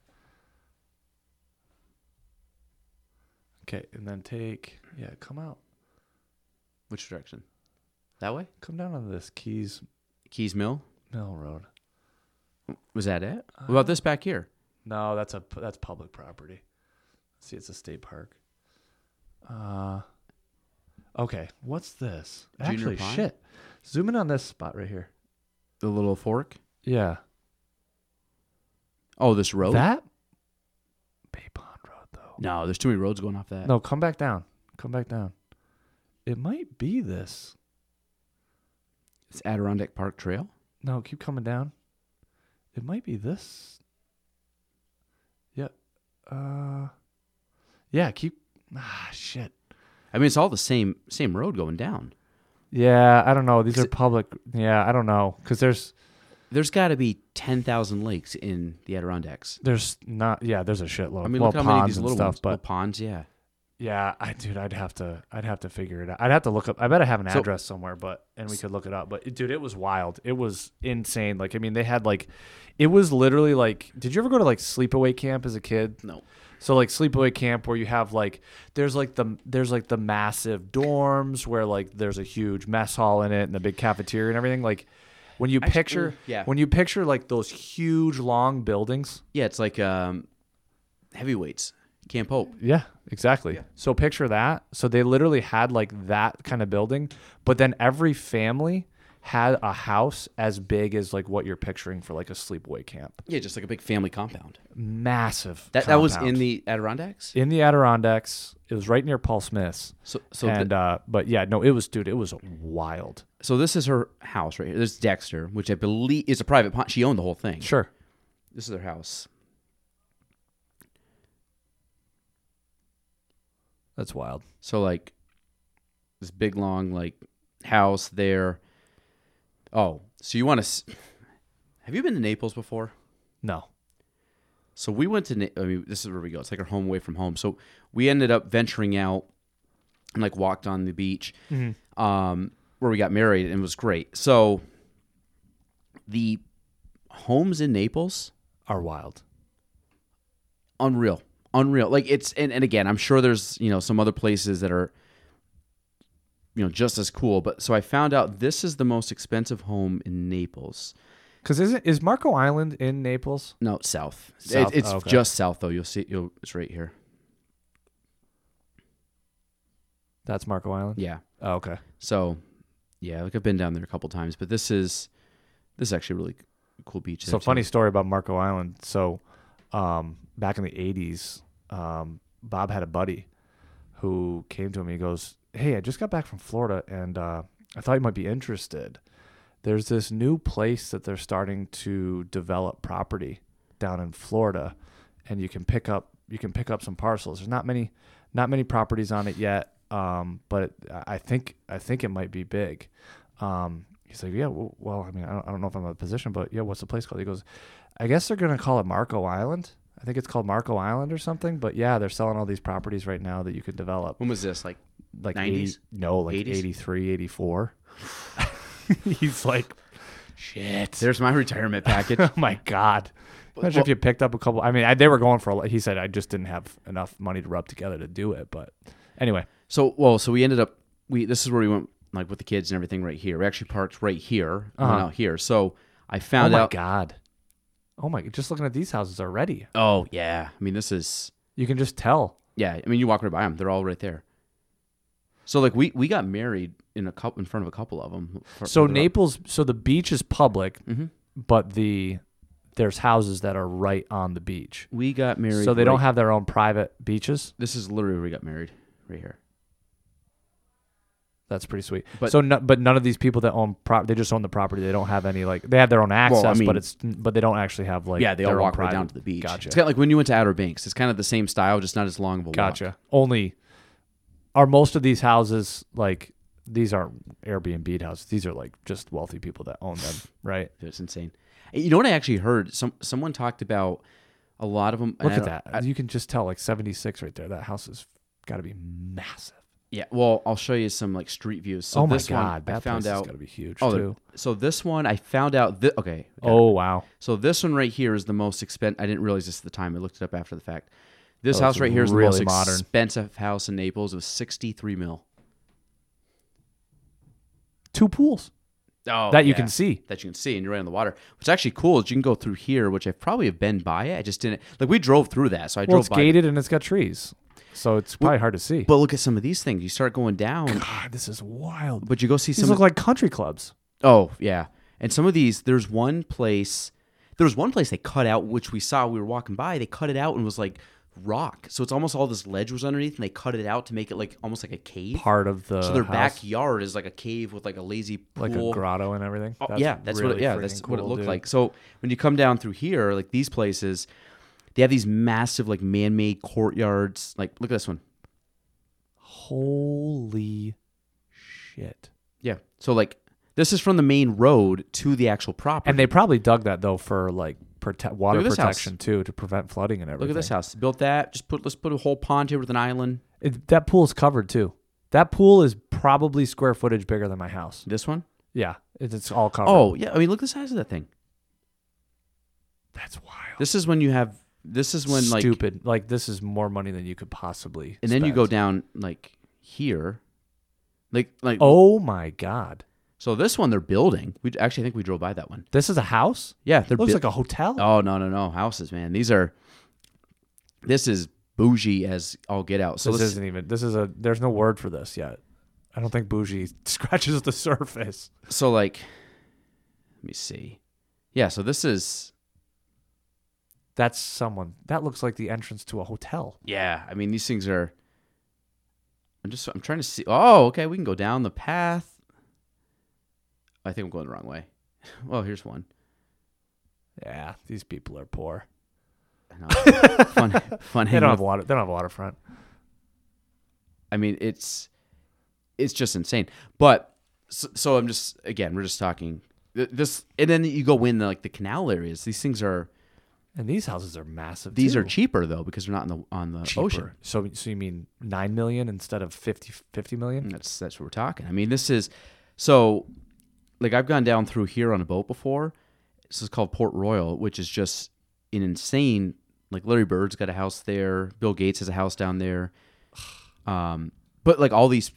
Speaker 5: Okay, and then take yeah, come out.
Speaker 1: Which direction? That way.
Speaker 5: Come down on this Keys
Speaker 1: Keys Mill.
Speaker 5: Mill Road.
Speaker 1: Was that it?
Speaker 5: Uh,
Speaker 1: what about this back here?
Speaker 5: No, that's a that's public property. See, it's a state park. Uh, okay. What's this?
Speaker 1: Junior
Speaker 5: Actually,
Speaker 1: Pond?
Speaker 5: shit. Zoom in on this spot right here.
Speaker 1: The little fork.
Speaker 5: Yeah,
Speaker 1: Oh, this road.
Speaker 5: that Bay Pond Road though.
Speaker 1: No, there's too many roads going off that.
Speaker 5: No, come back down. Come back down. It might be this.
Speaker 1: It's Adirondack Park Trail.
Speaker 5: No, keep coming down. It might be this. Yeah. Uh. Yeah. Keep. Ah, shit.
Speaker 1: I mean, it's all the same same road going down.
Speaker 5: Yeah, I don't know. These
Speaker 1: Is
Speaker 5: are
Speaker 1: it-
Speaker 5: public. Yeah, I don't know because there's
Speaker 1: There's got to be ten thousand lakes in the Adirondacks.
Speaker 5: there's not. Yeah, there's a shitload.
Speaker 1: I mean,
Speaker 5: well,
Speaker 1: look how
Speaker 5: ponds
Speaker 1: many of these
Speaker 5: and
Speaker 1: little
Speaker 5: stuff,
Speaker 1: ones,
Speaker 5: but
Speaker 1: little ponds. Yeah.
Speaker 5: Yeah, I dude, I'd have to, I'd have to figure it out. I'd have to look up. I bet I have an address somewhere, but and we could look it up. But dude, it was wild. It was insane. Like, I mean, they had like, it was literally like, did you ever go to like sleepaway camp as a kid?
Speaker 1: No.
Speaker 5: So like sleepaway camp where you have like, there's like the there's like the massive dorms where like there's a huge mess hall in it and the big cafeteria and everything. Like, when you picture,
Speaker 1: yeah.
Speaker 5: when you picture like those huge long buildings.
Speaker 1: Yeah, it's like um, heavyweights. Camp Hope.
Speaker 5: Yeah, exactly. So picture that. So they literally had like that kind of building, but then every family had a house as big as like what you're picturing for like a sleepaway camp.
Speaker 6: Yeah, just like a big family compound.
Speaker 5: Massive.
Speaker 1: That that was in
Speaker 5: compound.
Speaker 1: the Adirondacks.
Speaker 5: in the Adirondacks. It was right near Paul Smith's.
Speaker 1: So so
Speaker 5: So and uh but yeah, no, it was dude, it was wild.
Speaker 1: so this is her house right here. There's Dexter, which I believe is a private pond. She owned the whole thing.
Speaker 5: Sure.
Speaker 1: This is her house.
Speaker 5: That's wild.
Speaker 1: So like this big long like house there. Oh, so you want to? Have you been to Naples before?
Speaker 5: No.
Speaker 1: So we went to. Na- I mean, this is where we go. It's like our home away from home. So we ended up venturing out and like walked on the beach, um, where we got married, and it was great. So the homes in Naples,
Speaker 5: Are wild.
Speaker 1: unreal, unreal. Like it's and, and again, I'm sure there's you know some other places that are you know just as cool. But so I found out this is the most expensive home in Naples.
Speaker 5: Cause isn't is Marco Island in Naples?
Speaker 1: No, it's south. It-
Speaker 5: South,
Speaker 1: it's
Speaker 5: oh, okay.
Speaker 1: just south though. You'll see. You'll, it's right here.
Speaker 5: That's Marco Island?
Speaker 1: Yeah.
Speaker 5: Oh, okay.
Speaker 1: So, yeah, like I've been down there a couple times, but this is this is actually a really cool beach.
Speaker 5: So
Speaker 1: there, too.
Speaker 5: funny story about Marco Island. So um, back in the '80s, um, Bob had a buddy who came to him. He goes, "Hey, I just got back from Florida, and uh, I thought you might be interested. There's this new place that they're starting to develop property down in Florida, and you can pick up you can pick up some parcels. There's not many not many properties on it yet, um, but I I think I think it might be big." Um, he's like, yeah, w- well, I mean, I don't, I don't know if I'm a position, but yeah, what's the place called? He goes, I guess they're going to call it Marco Island. I think it's called Marco Island or something, but yeah, they're selling all these properties right now that you could develop.
Speaker 1: When was this? Like,
Speaker 5: Like
Speaker 1: 90s?
Speaker 5: 80, no, like
Speaker 1: 80s?
Speaker 5: 83, 84. he's like, shit.
Speaker 1: there's my retirement package.
Speaker 5: Oh my God. Imagine if you picked up a couple. I mean, I, they were going for a lot. He said, I just didn't have enough money to rub together to do it. But anyway,
Speaker 1: so, well, so we ended up we this is where we went like with the kids and everything right here. We actually parked right here, and went out here. So I
Speaker 5: Uh-huh. oh
Speaker 1: found
Speaker 5: my
Speaker 1: out.
Speaker 5: God. Oh my, just looking at these houses already,
Speaker 1: Oh yeah, I mean this is
Speaker 5: you can just tell.
Speaker 1: yeah. I mean you walk right by them; they're all right there. So like we we got married in a couple in front of a couple of them.
Speaker 5: So Naples, so the Mm-hmm. beach is public, but the there's houses that are right on the beach.
Speaker 1: we got married.
Speaker 5: So they don't
Speaker 1: right-
Speaker 5: have their own private beaches.
Speaker 1: This is literally where we got married, right here.
Speaker 5: That's pretty sweet.
Speaker 1: But-
Speaker 5: so, no, but none of these people that own prop, they just own the property. They don't have any like they have their own access,
Speaker 1: mean-
Speaker 5: but it's but they don't actually have like
Speaker 1: yeah, they all
Speaker 5: their own
Speaker 1: walk right down
Speaker 5: private-
Speaker 1: to the beach.
Speaker 5: Gotcha,
Speaker 1: It's kind of like when you went to Outer Banks. It's kind of the same style, just not as long of a
Speaker 5: gotcha.
Speaker 1: walk.
Speaker 5: Only are most of these houses like these aren't Airbnb houses. These are like just wealthy people that own them, right?
Speaker 1: It's insane. And You know what I actually heard? Some someone talked about a lot of them.
Speaker 5: Look at that. you can just tell like seventy six right there. That house has got to be massive.
Speaker 1: yeah. Well, I'll show you some like street views. So
Speaker 5: oh my
Speaker 1: this one,
Speaker 5: god,
Speaker 1: I
Speaker 5: that
Speaker 1: found
Speaker 5: place
Speaker 1: out.
Speaker 5: is gonna be huge
Speaker 1: oh,
Speaker 5: too.
Speaker 1: they're- so this one I found out. Thi- okay. got it.
Speaker 5: Oh wow,
Speaker 1: So this one right here is the most expensive. I didn't realize this at the time. I looked it up after the fact. This
Speaker 5: Oh,
Speaker 1: house
Speaker 5: it's
Speaker 1: right here is
Speaker 5: really
Speaker 1: the most
Speaker 5: modern.
Speaker 1: expensive house in Naples. It was sixty three mil.
Speaker 5: two pools
Speaker 1: Oh,
Speaker 5: that you
Speaker 1: yeah.
Speaker 5: can see.
Speaker 1: that you can see, and you're right on the water. What's actually cool is you can go through here, which I probably have been by it. I just didn't like we drove through that, so I
Speaker 5: Well,
Speaker 1: drove
Speaker 5: it's
Speaker 1: by.
Speaker 5: gated and it's got trees, so it's probably hard to see.
Speaker 1: But look at some of these things. You start going down,
Speaker 5: God, this is wild.
Speaker 1: but you go see
Speaker 5: these
Speaker 1: some.
Speaker 5: look like country clubs.
Speaker 1: oh yeah, and some of these. There's one place. There was one place they cut out, which we saw. We were walking by. They cut it out and was like rock. So it's almost all this ledge was underneath, and they cut it out to make it like almost like a cave.
Speaker 5: Part of the
Speaker 1: so their
Speaker 5: house,
Speaker 1: backyard is like a cave with like a lazy pool.
Speaker 5: like a grotto and everything.
Speaker 1: Oh, yeah, that's what
Speaker 5: really
Speaker 1: it, yeah,
Speaker 5: freaking
Speaker 1: that's what it
Speaker 5: cool,
Speaker 1: looked
Speaker 5: dude.
Speaker 1: like. So when you come down through here, like these places, they have these massive like man-made courtyards. Like look at this one.
Speaker 5: Holy shit!
Speaker 1: Yeah. So like this is from the main road to the actual property.
Speaker 5: And they probably dug that though for like prote- water
Speaker 1: Look at this house.
Speaker 5: protection too to prevent flooding and everything.
Speaker 1: Look at this house. Built that. Just put. Let's put a whole pond here with an island.
Speaker 5: It, that pool is covered too. That pool is probably square footage bigger than my house.
Speaker 1: This one.
Speaker 5: Yeah, it, it's all covered.
Speaker 1: Oh yeah. I mean, look at the size of that thing.
Speaker 5: that's wild.
Speaker 1: This is when you have. This is when like.
Speaker 5: stupid. Like this is more money than you could possibly.
Speaker 1: And then you
Speaker 5: spend.
Speaker 1: go down like here. Like like.
Speaker 5: Oh my god,
Speaker 1: So this one they're building. We actually I think we drove by that one.
Speaker 5: this is a house.
Speaker 1: Yeah, they're
Speaker 5: Looks
Speaker 1: bu-
Speaker 5: like a hotel.
Speaker 1: Oh no no no houses, man. These are. This is bougie as all get out. So
Speaker 5: this
Speaker 1: let's-
Speaker 5: isn't even. This is a. There's no word for this yet. I don't think bougie scratches the surface.
Speaker 1: so like. Let me see. Yeah. So this is.
Speaker 5: That's someone. That looks like the entrance to a hotel.
Speaker 1: Yeah. I mean these things are. I'm just. I'm trying to see. Oh okay. We can go down the path. I think I'm going the wrong way. Well, here's one.
Speaker 5: Yeah, these people are poor.
Speaker 1: No. fun fun
Speaker 5: They
Speaker 1: hanging
Speaker 5: don't
Speaker 1: with
Speaker 5: have water. They don't have waterfront.
Speaker 1: I mean, it's it's just insane. But so, so I'm just again, we're just talking Th- this, and then you go in like the canal areas. These things are
Speaker 5: And these houses are massive.
Speaker 1: these are
Speaker 5: too.
Speaker 1: cheaper though because they're not in the on the
Speaker 5: Cheaper.
Speaker 1: ocean.
Speaker 5: So, so you mean nine million instead of 50, 50 million?
Speaker 1: And That's that's what we're talking. I mean, this is so like I've gone down through here on a boat before. This is called Port Royal, which is just an insane. Like Larry Bird's got a house there. Bill Gates has a house down there. Um, but like all these,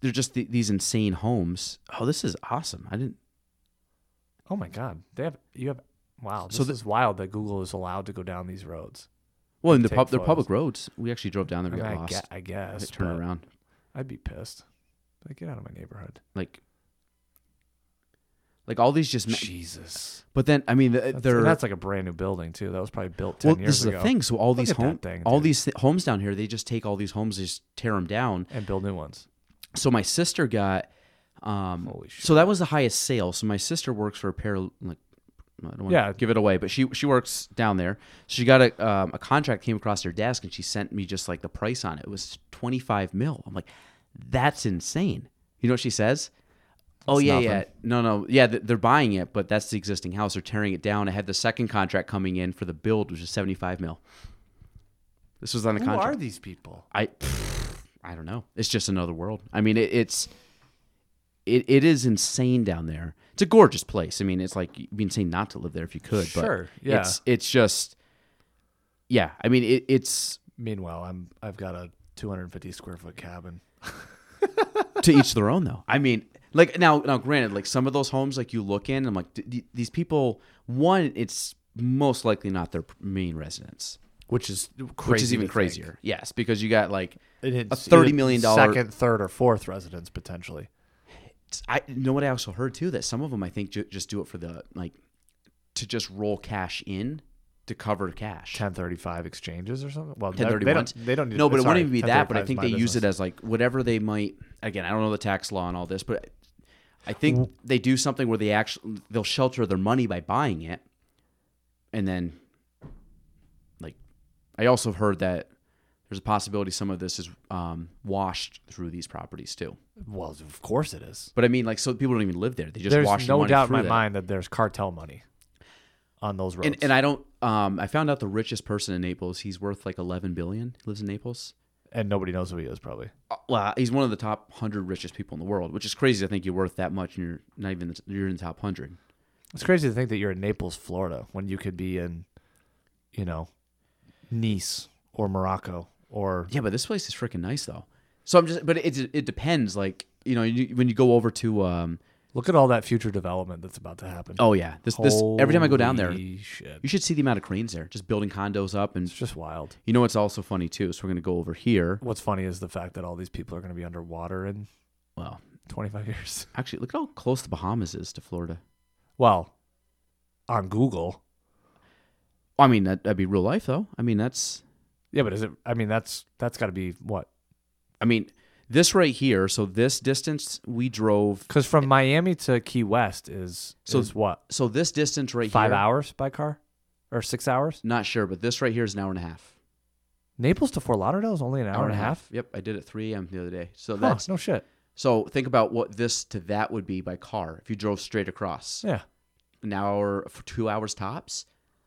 Speaker 1: they're just the, these insane homes. Oh, this is awesome! I didn't.
Speaker 5: Oh my God, they have you have. Wow, this
Speaker 1: So the-
Speaker 5: is wild that Google is allowed to go down these roads.
Speaker 1: Well, and they're,
Speaker 5: Take
Speaker 1: pub, they're
Speaker 5: photos.
Speaker 1: public roads. We actually drove down there.
Speaker 5: I,
Speaker 1: We
Speaker 5: mean,
Speaker 1: got
Speaker 5: I,
Speaker 1: lost.
Speaker 5: gue- I guess.
Speaker 1: Turn
Speaker 5: but
Speaker 1: around.
Speaker 5: I'd be pissed. Like, get out of my neighborhood.
Speaker 1: Like, like all these just. ma-
Speaker 5: Jesus.
Speaker 1: But then, I mean, th-
Speaker 5: That's,
Speaker 1: they're
Speaker 5: and that's like a brand new building too. That was probably built ten
Speaker 1: well,
Speaker 5: years
Speaker 1: this is
Speaker 5: ago.
Speaker 1: the thing. So all
Speaker 5: Look
Speaker 1: these
Speaker 5: at that
Speaker 1: home,
Speaker 5: thing,
Speaker 1: all
Speaker 5: dude.
Speaker 1: these th- homes down here, they just take all these homes, they just tear them down.
Speaker 5: And build new ones.
Speaker 1: So my sister got, um,
Speaker 5: Holy shit.
Speaker 1: so that was the highest sale. So my sister works for a pair, like, I don't want to
Speaker 5: Yeah.
Speaker 1: give it away, but she she works down there. She got a um, a contract came across her desk, and she sent me just like the price on it. It was twenty five mil. I'm like, that's insane. You know what she says? Oh
Speaker 5: It's
Speaker 1: yeah,
Speaker 5: nothing.
Speaker 1: yeah, no, no, yeah. th- They're buying it, but that's the existing house. They're tearing it down. I had the second contract coming in for the build, which is seventy five mil. This was on the
Speaker 5: Who
Speaker 1: contract.
Speaker 5: are these people?
Speaker 1: I I don't know. It's just another world. I mean, it, it's it it is insane down there. It's a gorgeous place. I mean, it's like you'd be insane not to live there if you could. But
Speaker 5: Sure, yeah.
Speaker 1: It's it's just yeah. I mean, it, it's
Speaker 5: Meanwhile, I'm I've got a 250 square foot cabin.
Speaker 1: to each their own though. I mean, like now now granted, like some of those homes like you look in, I'm like d- d- these people. One, it's most likely not their main residence,
Speaker 5: Which is crazy
Speaker 1: which is even
Speaker 5: to think.
Speaker 1: crazier. Yes, because you got like
Speaker 5: And
Speaker 1: a
Speaker 5: it's
Speaker 1: thirty
Speaker 5: either
Speaker 1: million dollar
Speaker 5: second, third, or fourth residence potentially.
Speaker 1: I you know what I also heard too that some of them I think ju- just do it for the like to just roll cash in to cover cash.
Speaker 5: 1035 exchanges or something. Well, they- they
Speaker 1: 1031s.
Speaker 5: don't. They don't. Need,
Speaker 1: no, but it
Speaker 5: sorry,
Speaker 1: wouldn't even be that. But I
Speaker 5: 1035s
Speaker 1: think
Speaker 5: my
Speaker 1: they use it
Speaker 5: business.
Speaker 1: as like whatever they might. Again, I don't know the tax law and all this, but I think they do something where they actually they'll shelter their money by buying it, and then like I also heard that there's a possibility some of this is um, washed through these properties too.
Speaker 5: Well, of course it is.
Speaker 1: But I mean, like so people don't even live there; they just wash
Speaker 5: There's
Speaker 1: the
Speaker 5: no
Speaker 1: money
Speaker 5: doubt in
Speaker 1: through
Speaker 5: my
Speaker 1: that.
Speaker 5: mind that there's cartel money on those roads.
Speaker 1: and, and I don't. Um, I found out the richest person in Naples. He's worth like 11 billion. Lives in Naples.
Speaker 5: And nobody knows who he is probably.
Speaker 1: Uh, Well, he's one of the top 100 richest people in the world, which is crazy. I think you're worth that much, and you're not even you're in the top 100.
Speaker 5: It's crazy to think that you're in Naples, Florida, when you could be in, you know, Nice or Morocco or
Speaker 1: Yeah, but this place is freaking nice though. So I'm just, but it it depends. Like you know, you, when you go over to, um,
Speaker 5: look at all that future development that's about to happen.
Speaker 1: oh yeah, this this every time I go down there, you
Speaker 5: Holy shit.
Speaker 1: should see the amount of cranes there, just building condos up, and
Speaker 5: It's just wild.
Speaker 1: you know it's also funny too. So we're gonna go over here.
Speaker 5: What's funny is the fact that all these people are going to be underwater in
Speaker 1: Well,
Speaker 5: 25 years.
Speaker 1: actually, look at how close the Bahamas is to Florida.
Speaker 5: Well, on Google.
Speaker 1: I mean, that, that'd be real life though. I mean, that's
Speaker 5: Yeah, but is it? I mean, that's that's got to be what?
Speaker 1: I mean, this right here. So this distance we drove.
Speaker 5: Because from Miami to Key West is
Speaker 1: So
Speaker 5: is what
Speaker 1: So this distance right
Speaker 5: five
Speaker 1: here.
Speaker 5: hours by car or six hours?
Speaker 1: Not sure, but this right here is an hour and a half.
Speaker 5: Naples to Fort Lauderdale is only an hour, and a half.
Speaker 1: Yep, I did it 3 a.m. the other day. So
Speaker 5: Huh,
Speaker 1: that's
Speaker 5: no shit.
Speaker 1: so. Think about what this to that would be by car if you drove straight across.
Speaker 5: Yeah,
Speaker 1: an hour, for two hours tops.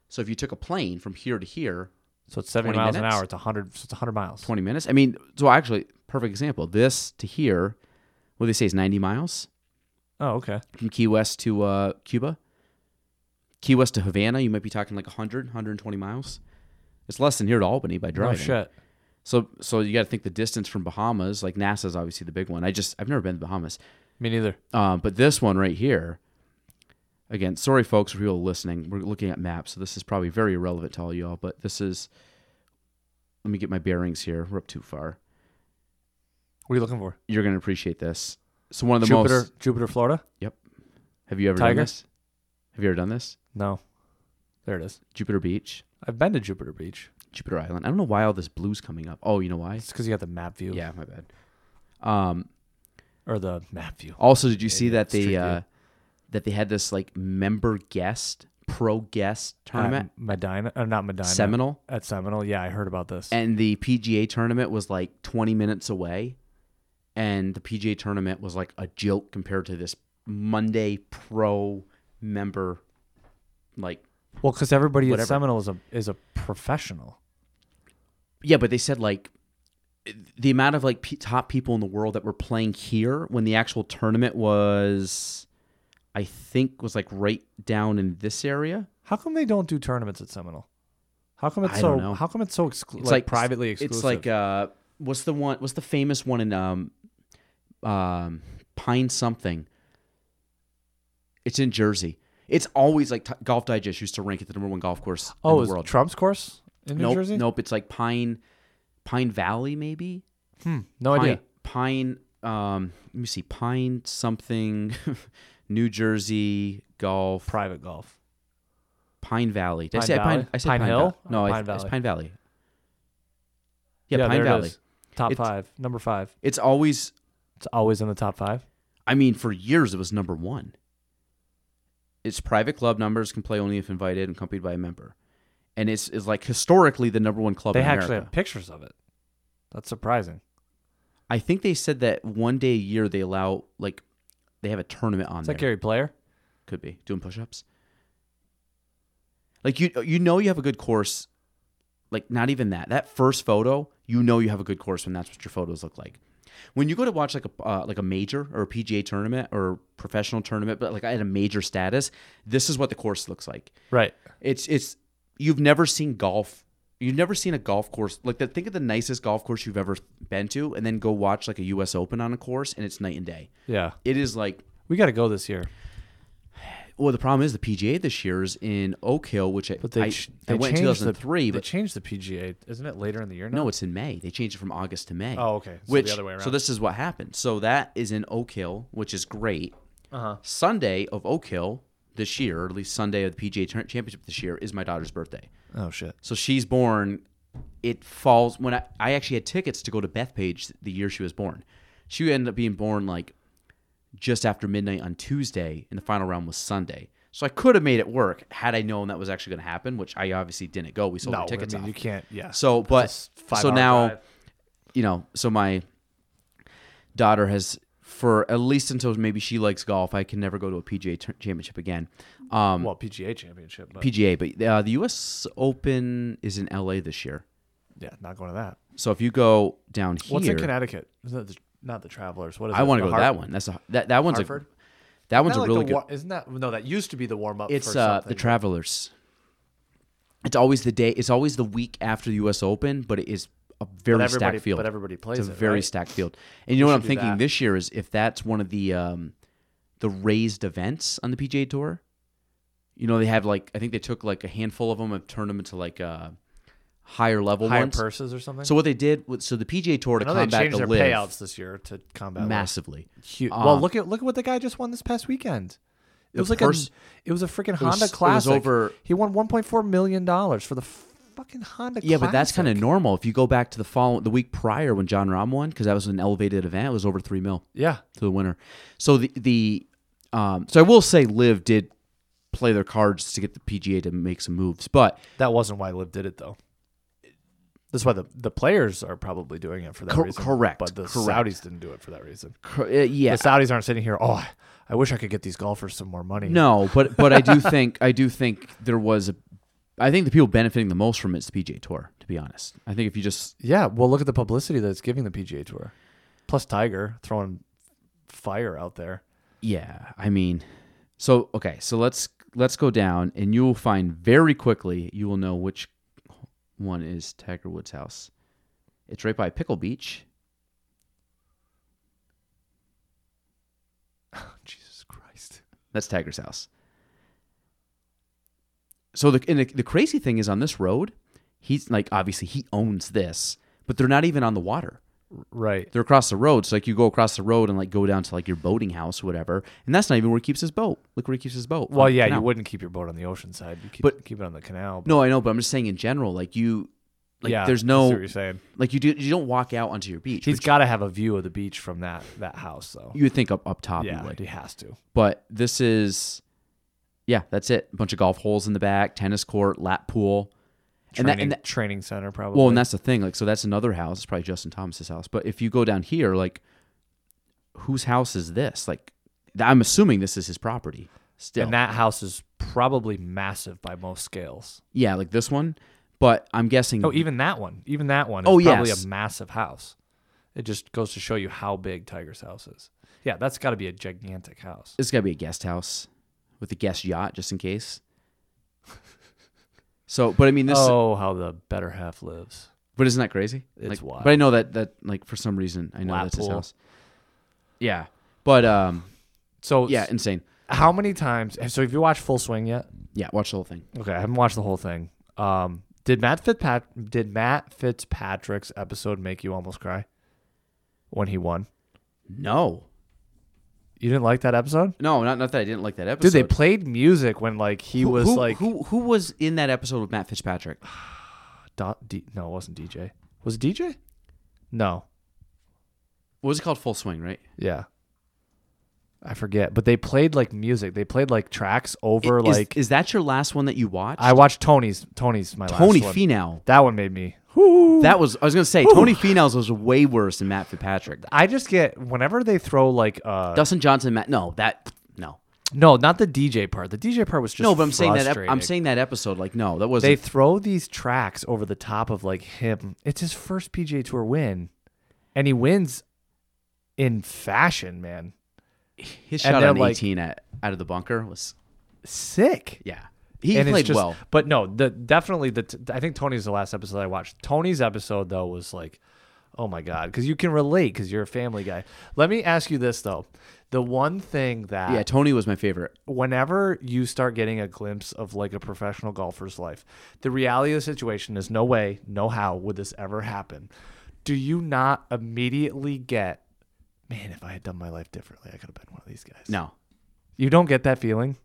Speaker 1: So if you took a plane from here to here,
Speaker 5: So it's 70
Speaker 1: 20
Speaker 5: miles an
Speaker 1: minutes?
Speaker 5: hour. It's 100, so it's 100 miles.
Speaker 1: 20 minutes. I mean, so actually, perfect example. This to here, what do they say is 90 miles
Speaker 5: Oh, okay.
Speaker 1: from Key West to uh, Cuba. Key West to Havana, you might be talking like 100, 120 miles. It's less than here to Albany by
Speaker 5: Oh,
Speaker 1: driving.
Speaker 5: shit.
Speaker 1: So, so you got to think the distance from Bahamas, like NASA's obviously the big one. I just, I've never been to Bahamas.
Speaker 5: Me neither.
Speaker 1: Um, but this one right here, again, sorry folks, for people listening, we're looking at maps, so this is probably very irrelevant to all y'all. But this is, let me get my bearings here. We're up too far.
Speaker 5: What are you looking for?
Speaker 1: You're gonna appreciate this. So one of the
Speaker 5: Jupiter,
Speaker 1: most.
Speaker 5: Jupiter, Florida?
Speaker 1: Yep. Have you ever
Speaker 5: Tiger?
Speaker 1: done this? Have you ever done this?
Speaker 5: No. There it is.
Speaker 1: Jupiter Beach,
Speaker 5: I've been to Jupiter Beach.
Speaker 1: Jupiter Island. I don't know why all this blue's coming up. Oh, you know why?
Speaker 5: It's because you got the map view.
Speaker 1: Yeah, my bad. Um,
Speaker 5: Or the map view.
Speaker 1: Also, did you see that
Speaker 5: Street
Speaker 1: they
Speaker 5: View.
Speaker 1: uh, that they had this like member guest, pro guest tournament,
Speaker 5: At Medina. Uh, not Medina.
Speaker 1: Seminole,
Speaker 5: At Seminole. Yeah, I heard about this.
Speaker 1: and the PGA tournament was like 20 minutes away, and the PGA tournament was like a joke compared to this Monday pro member, like
Speaker 5: well, because everybody
Speaker 1: Whatever.
Speaker 5: at Seminole is a, is a professional.
Speaker 1: Yeah, but they said like the amount of like p- top people in the world that were playing here when the actual tournament was, I think, was like right down in this area.
Speaker 5: How come they don't do tournaments at Seminole? How come it's
Speaker 1: I
Speaker 5: so?
Speaker 1: don't know.
Speaker 5: How come it's so exclusive?
Speaker 1: It's
Speaker 5: Like, privately exclusive.
Speaker 1: It's like uh, what's the one? What's the famous one in um, um, Pine something? It's in Jersey. It's always like t- Golf Digest used to rank it the number one golf course
Speaker 5: oh,
Speaker 1: in
Speaker 5: is
Speaker 1: the world.
Speaker 5: Trump's course in New
Speaker 1: nope,
Speaker 5: Jersey?
Speaker 1: nope. It's like Pine, Pine Valley maybe.
Speaker 5: Hmm, no
Speaker 1: pine,
Speaker 5: idea.
Speaker 1: Pine. Um, let me see. Pine something, New Jersey golf.
Speaker 5: Private golf.
Speaker 1: Pine Valley. Did I
Speaker 5: Pine
Speaker 1: say Pine?
Speaker 5: Valley?
Speaker 1: I said
Speaker 5: Pine Hill
Speaker 1: Val-
Speaker 5: or
Speaker 1: no, I,
Speaker 5: Pine
Speaker 1: it's
Speaker 5: Valley?
Speaker 1: Pine Valley. Yeah, Pine
Speaker 5: there it
Speaker 1: Valley.
Speaker 5: is. Top
Speaker 1: It's-
Speaker 5: five, number five.
Speaker 1: It's always.
Speaker 5: It's always in the top five.
Speaker 1: I mean, for years it was number one. It's private club numbers can play only if invited and accompanied by a member, and it's, it's like historically the number one club.
Speaker 5: they
Speaker 1: in
Speaker 5: actually
Speaker 1: America.
Speaker 5: have pictures of it. That's surprising.
Speaker 1: I think they said that one day a year they allow like they have a tournament on
Speaker 5: Is
Speaker 1: there.
Speaker 5: that Gary Player?
Speaker 1: Could be doing push-ups. Like you, you know, you have a good course. Like not even that. That first photo, you know, you have a good course when that's what your photos look like. When you go to watch like a uh, like a major or a PGA tournament or professional tournament, but like at a major status, this is what the course looks like.
Speaker 5: Right.
Speaker 1: It's it's you've never seen golf. You've never seen a golf course like that. Think of the nicest golf course you've ever been to, and then go watch like a U.S. Open on a course, and it's night and day.
Speaker 5: Yeah.
Speaker 1: It is like
Speaker 5: We got to go this year.
Speaker 1: well, the problem is the PGA this year is in Oak Hill, which
Speaker 5: But
Speaker 1: I,
Speaker 5: they, ch-
Speaker 1: I
Speaker 5: they
Speaker 1: went in
Speaker 5: changed
Speaker 1: 2003,
Speaker 5: The,
Speaker 1: but
Speaker 5: they changed the PGA. Isn't it later in the year now?
Speaker 1: no, it's in May. They changed it from August to May.
Speaker 5: Oh, okay. So the
Speaker 1: which,
Speaker 5: other way
Speaker 1: So
Speaker 5: around.
Speaker 1: this is what happened. So that is in Oak Hill, which is great. Uh-huh. Sunday of Oak Hill this year, or at least Sunday of the PGA Tour- Championship this year, is my daughter's birthday.
Speaker 5: Oh shit.
Speaker 1: So she's born. It falls when I, I actually had tickets to go to Bethpage the year she was born. She ended up being born like just after midnight on Tuesday, and the final round was Sunday. So I could have made it work had I known that was actually going to happen, which I obviously didn't go. We sold
Speaker 5: No,
Speaker 1: our tickets
Speaker 5: I mean
Speaker 1: off.
Speaker 5: you can't. Yeah.
Speaker 1: So, but
Speaker 5: It's a five
Speaker 1: so
Speaker 5: hour
Speaker 1: now,
Speaker 5: drive.
Speaker 1: you know, so my daughter has for at least until maybe she likes golf. I can never go to a PGA tur- championship again. Um,
Speaker 5: well, PGA championship. But
Speaker 1: PGA, but uh, the U.S. Open is in LA this year.
Speaker 5: yeah, not going to that.
Speaker 1: So if you go down here,
Speaker 5: What's in Connecticut? Isn't that the, not the Travelers? What is
Speaker 1: I
Speaker 5: it?
Speaker 1: want to
Speaker 5: The
Speaker 1: go to
Speaker 5: Har-
Speaker 1: that one. That's a, that that one's
Speaker 5: Hartford?
Speaker 1: a that one's
Speaker 5: Isn't
Speaker 1: a
Speaker 5: that like
Speaker 1: really
Speaker 5: the
Speaker 1: good.
Speaker 5: wa- Isn't that no? That used to be the warm up.
Speaker 1: It's
Speaker 5: for
Speaker 1: uh, the
Speaker 5: something.
Speaker 1: Travelers. It's always the day. It's always the week after the U.S. Open, but it is a very
Speaker 5: everybody-
Speaker 1: stacked field.
Speaker 5: but everybody plays
Speaker 1: It's a
Speaker 5: it,
Speaker 1: very
Speaker 5: right?
Speaker 1: stacked field. And you know what I'm
Speaker 5: should do
Speaker 1: thinking
Speaker 5: that.
Speaker 1: this year is if that's one of the um, the raised events on the PGA Tour. You know they have like I think they took like a handful of them and turned them into like uh, higher level
Speaker 5: higher
Speaker 1: ones.
Speaker 5: purses or something.
Speaker 1: so what they did, was, so the PGA Tour
Speaker 5: I
Speaker 1: to
Speaker 5: know they
Speaker 1: combat
Speaker 5: changed
Speaker 1: the
Speaker 5: their
Speaker 1: live
Speaker 5: payouts this year to combat massive.
Speaker 1: massively.
Speaker 5: well,
Speaker 1: Um,
Speaker 5: look at look at what the guy just won this past weekend. It
Speaker 1: The
Speaker 5: was like
Speaker 1: purse-
Speaker 5: a it was a freaking
Speaker 1: was-
Speaker 5: Honda
Speaker 1: it was
Speaker 5: Classic.
Speaker 1: over-
Speaker 5: he won 1.4 million dollars for the fucking Honda.
Speaker 1: Yeah, but that's kind of
Speaker 5: Classic.
Speaker 1: normal. If you go back to the following the week prior when John Rahm won, because that was an elevated event, it was over three mil
Speaker 5: yeah.
Speaker 1: to the winner. So the the um, so I will say Live did play their cards to get the PGA to make some moves, but
Speaker 5: That wasn't why Liv did it though. That's why the, the players are probably doing it for that
Speaker 1: Cor-
Speaker 5: reason.
Speaker 1: correct,
Speaker 5: But the
Speaker 1: correct.
Speaker 5: Saudis didn't do it for that reason.
Speaker 1: Cor- uh, yeah,
Speaker 5: The Saudis aren't sitting here, oh, I- I wish I could get these golfers some more money.
Speaker 1: No, but but I do think I do think there was a I think the people benefiting the most from it is the PGA Tour, to be honest. I think if you just
Speaker 5: Yeah, well, look at the publicity that it's giving the PGA Tour. Plus Tiger throwing fire out there.
Speaker 1: yeah, I mean so okay, so let's let's go down and you'll find very quickly you will know which one is Tiger Woods house. It's right by Pickle Beach.
Speaker 5: Jesus Christ.
Speaker 1: That's Tiger's house. So the and the, the crazy thing is on this road, he's like obviously he owns this, but they're not even on the water.
Speaker 5: Right.
Speaker 1: they're across the road. So like you go across the road and like go down to like your boating house, or whatever. And that's not even where he keeps his boat. Look where he keeps his boat.
Speaker 5: Well,
Speaker 1: On the
Speaker 5: yeah, you
Speaker 1: canal.
Speaker 5: wouldn't keep your boat on the ocean side. You keep,
Speaker 1: But-
Speaker 5: keep it on the canal.
Speaker 1: No, I know, but I'm just saying in general, like you, like
Speaker 5: yeah,
Speaker 1: there's
Speaker 5: I see
Speaker 1: no
Speaker 5: what you're saying.
Speaker 1: like you do you don't walk out onto your beach.
Speaker 5: He's
Speaker 1: which
Speaker 5: got to have a view of the beach from that that house, though.
Speaker 1: you would think up up top, you
Speaker 5: yeah,
Speaker 1: would.
Speaker 5: he has to.
Speaker 1: but this is, yeah, that's it. A bunch of golf holes in the back, tennis court, lap pool, and
Speaker 5: Training,
Speaker 1: that and that,
Speaker 5: training center probably.
Speaker 1: well, and that's the thing. Like, so that's another house. It's probably Justin Thomas's house. But if you go down here, like, whose house is this? Like, th- I'm assuming this is his property. Still,
Speaker 5: and that house is probably massive by most scales.
Speaker 1: Yeah, like this one. But I'm guessing.
Speaker 5: Oh, even that one, even that one is
Speaker 1: Mm-hmm. Oh,
Speaker 5: probably
Speaker 1: yes.
Speaker 5: a massive house. It just goes to show you how big Tiger's house is. Yeah, that's got to be a gigantic house.
Speaker 1: it's got to be a guest house with a guest yacht, just in case. So, but I mean, this.
Speaker 5: oh, how the better half lives.
Speaker 1: But isn't that crazy? like,
Speaker 5: It's wild.
Speaker 1: But I know that that like for some reason I know
Speaker 5: Lap
Speaker 1: that's his
Speaker 5: pool.
Speaker 1: house. Yeah, but um,
Speaker 5: So
Speaker 1: yeah, insane.
Speaker 5: how many times? So have you watched Full Swing yet?
Speaker 1: Yeah, watch the whole thing.
Speaker 5: Okay, I haven't watched the whole thing. Um, did Matt Fitzpat- did Matt Fitzpatrick's episode make you almost cry when he won?
Speaker 1: No,
Speaker 5: You didn't like that episode?
Speaker 1: no, not not that I didn't like that episode.
Speaker 5: Dude, they played music when like he
Speaker 1: Who-
Speaker 5: was
Speaker 1: who-
Speaker 5: like
Speaker 1: who who was in that episode with Matt Fitzpatrick?
Speaker 5: Dot D- no, it wasn't DJ. Was it DJ? No.
Speaker 1: What was it called? Full Swing, right?
Speaker 5: Yeah. I forget, but they played like music. They played like tracks over
Speaker 1: Is-
Speaker 5: like
Speaker 1: is that your last one that you watched?
Speaker 5: I watched Tony's Tony's my
Speaker 1: Tony
Speaker 5: last one.
Speaker 1: Finau.
Speaker 5: That one made me.
Speaker 1: That was I was gonna say Tony Finau's was way worse than Matt Fitzpatrick.
Speaker 5: I just get whenever they throw like uh
Speaker 1: Dustin Johnson, Matt, no, that no,
Speaker 5: no, not the DJ part. The DJ part was just
Speaker 1: no. But I'm saying that ep- I'm
Speaker 5: frustrating.
Speaker 1: saying that episode, like, no, that was
Speaker 5: they
Speaker 1: not
Speaker 5: throw these tracks over the top of like him. It's his first PGA Tour win, and he wins in fashion, man.
Speaker 1: his
Speaker 5: and
Speaker 1: shot
Speaker 5: they're
Speaker 1: on
Speaker 5: like-
Speaker 1: 18 at out of the bunker was
Speaker 5: Sick.
Speaker 1: yeah, he
Speaker 5: and it's
Speaker 1: played
Speaker 5: just-
Speaker 1: well.
Speaker 5: but no, the definitely the. T- I think Tony's the last episode I watched. Tony's episode though was like, oh my god, because you can relate because you're a Family Guy. Let me ask you this though, the one thing that
Speaker 1: Yeah, Tony was my favorite.
Speaker 5: whenever you start getting a glimpse of like a professional golfer's life, the reality of the situation is no way, no how would this ever happen. Do you not immediately get, man, if I had done my life differently, I could have been one of these guys?
Speaker 1: No,
Speaker 5: You don't get that feeling.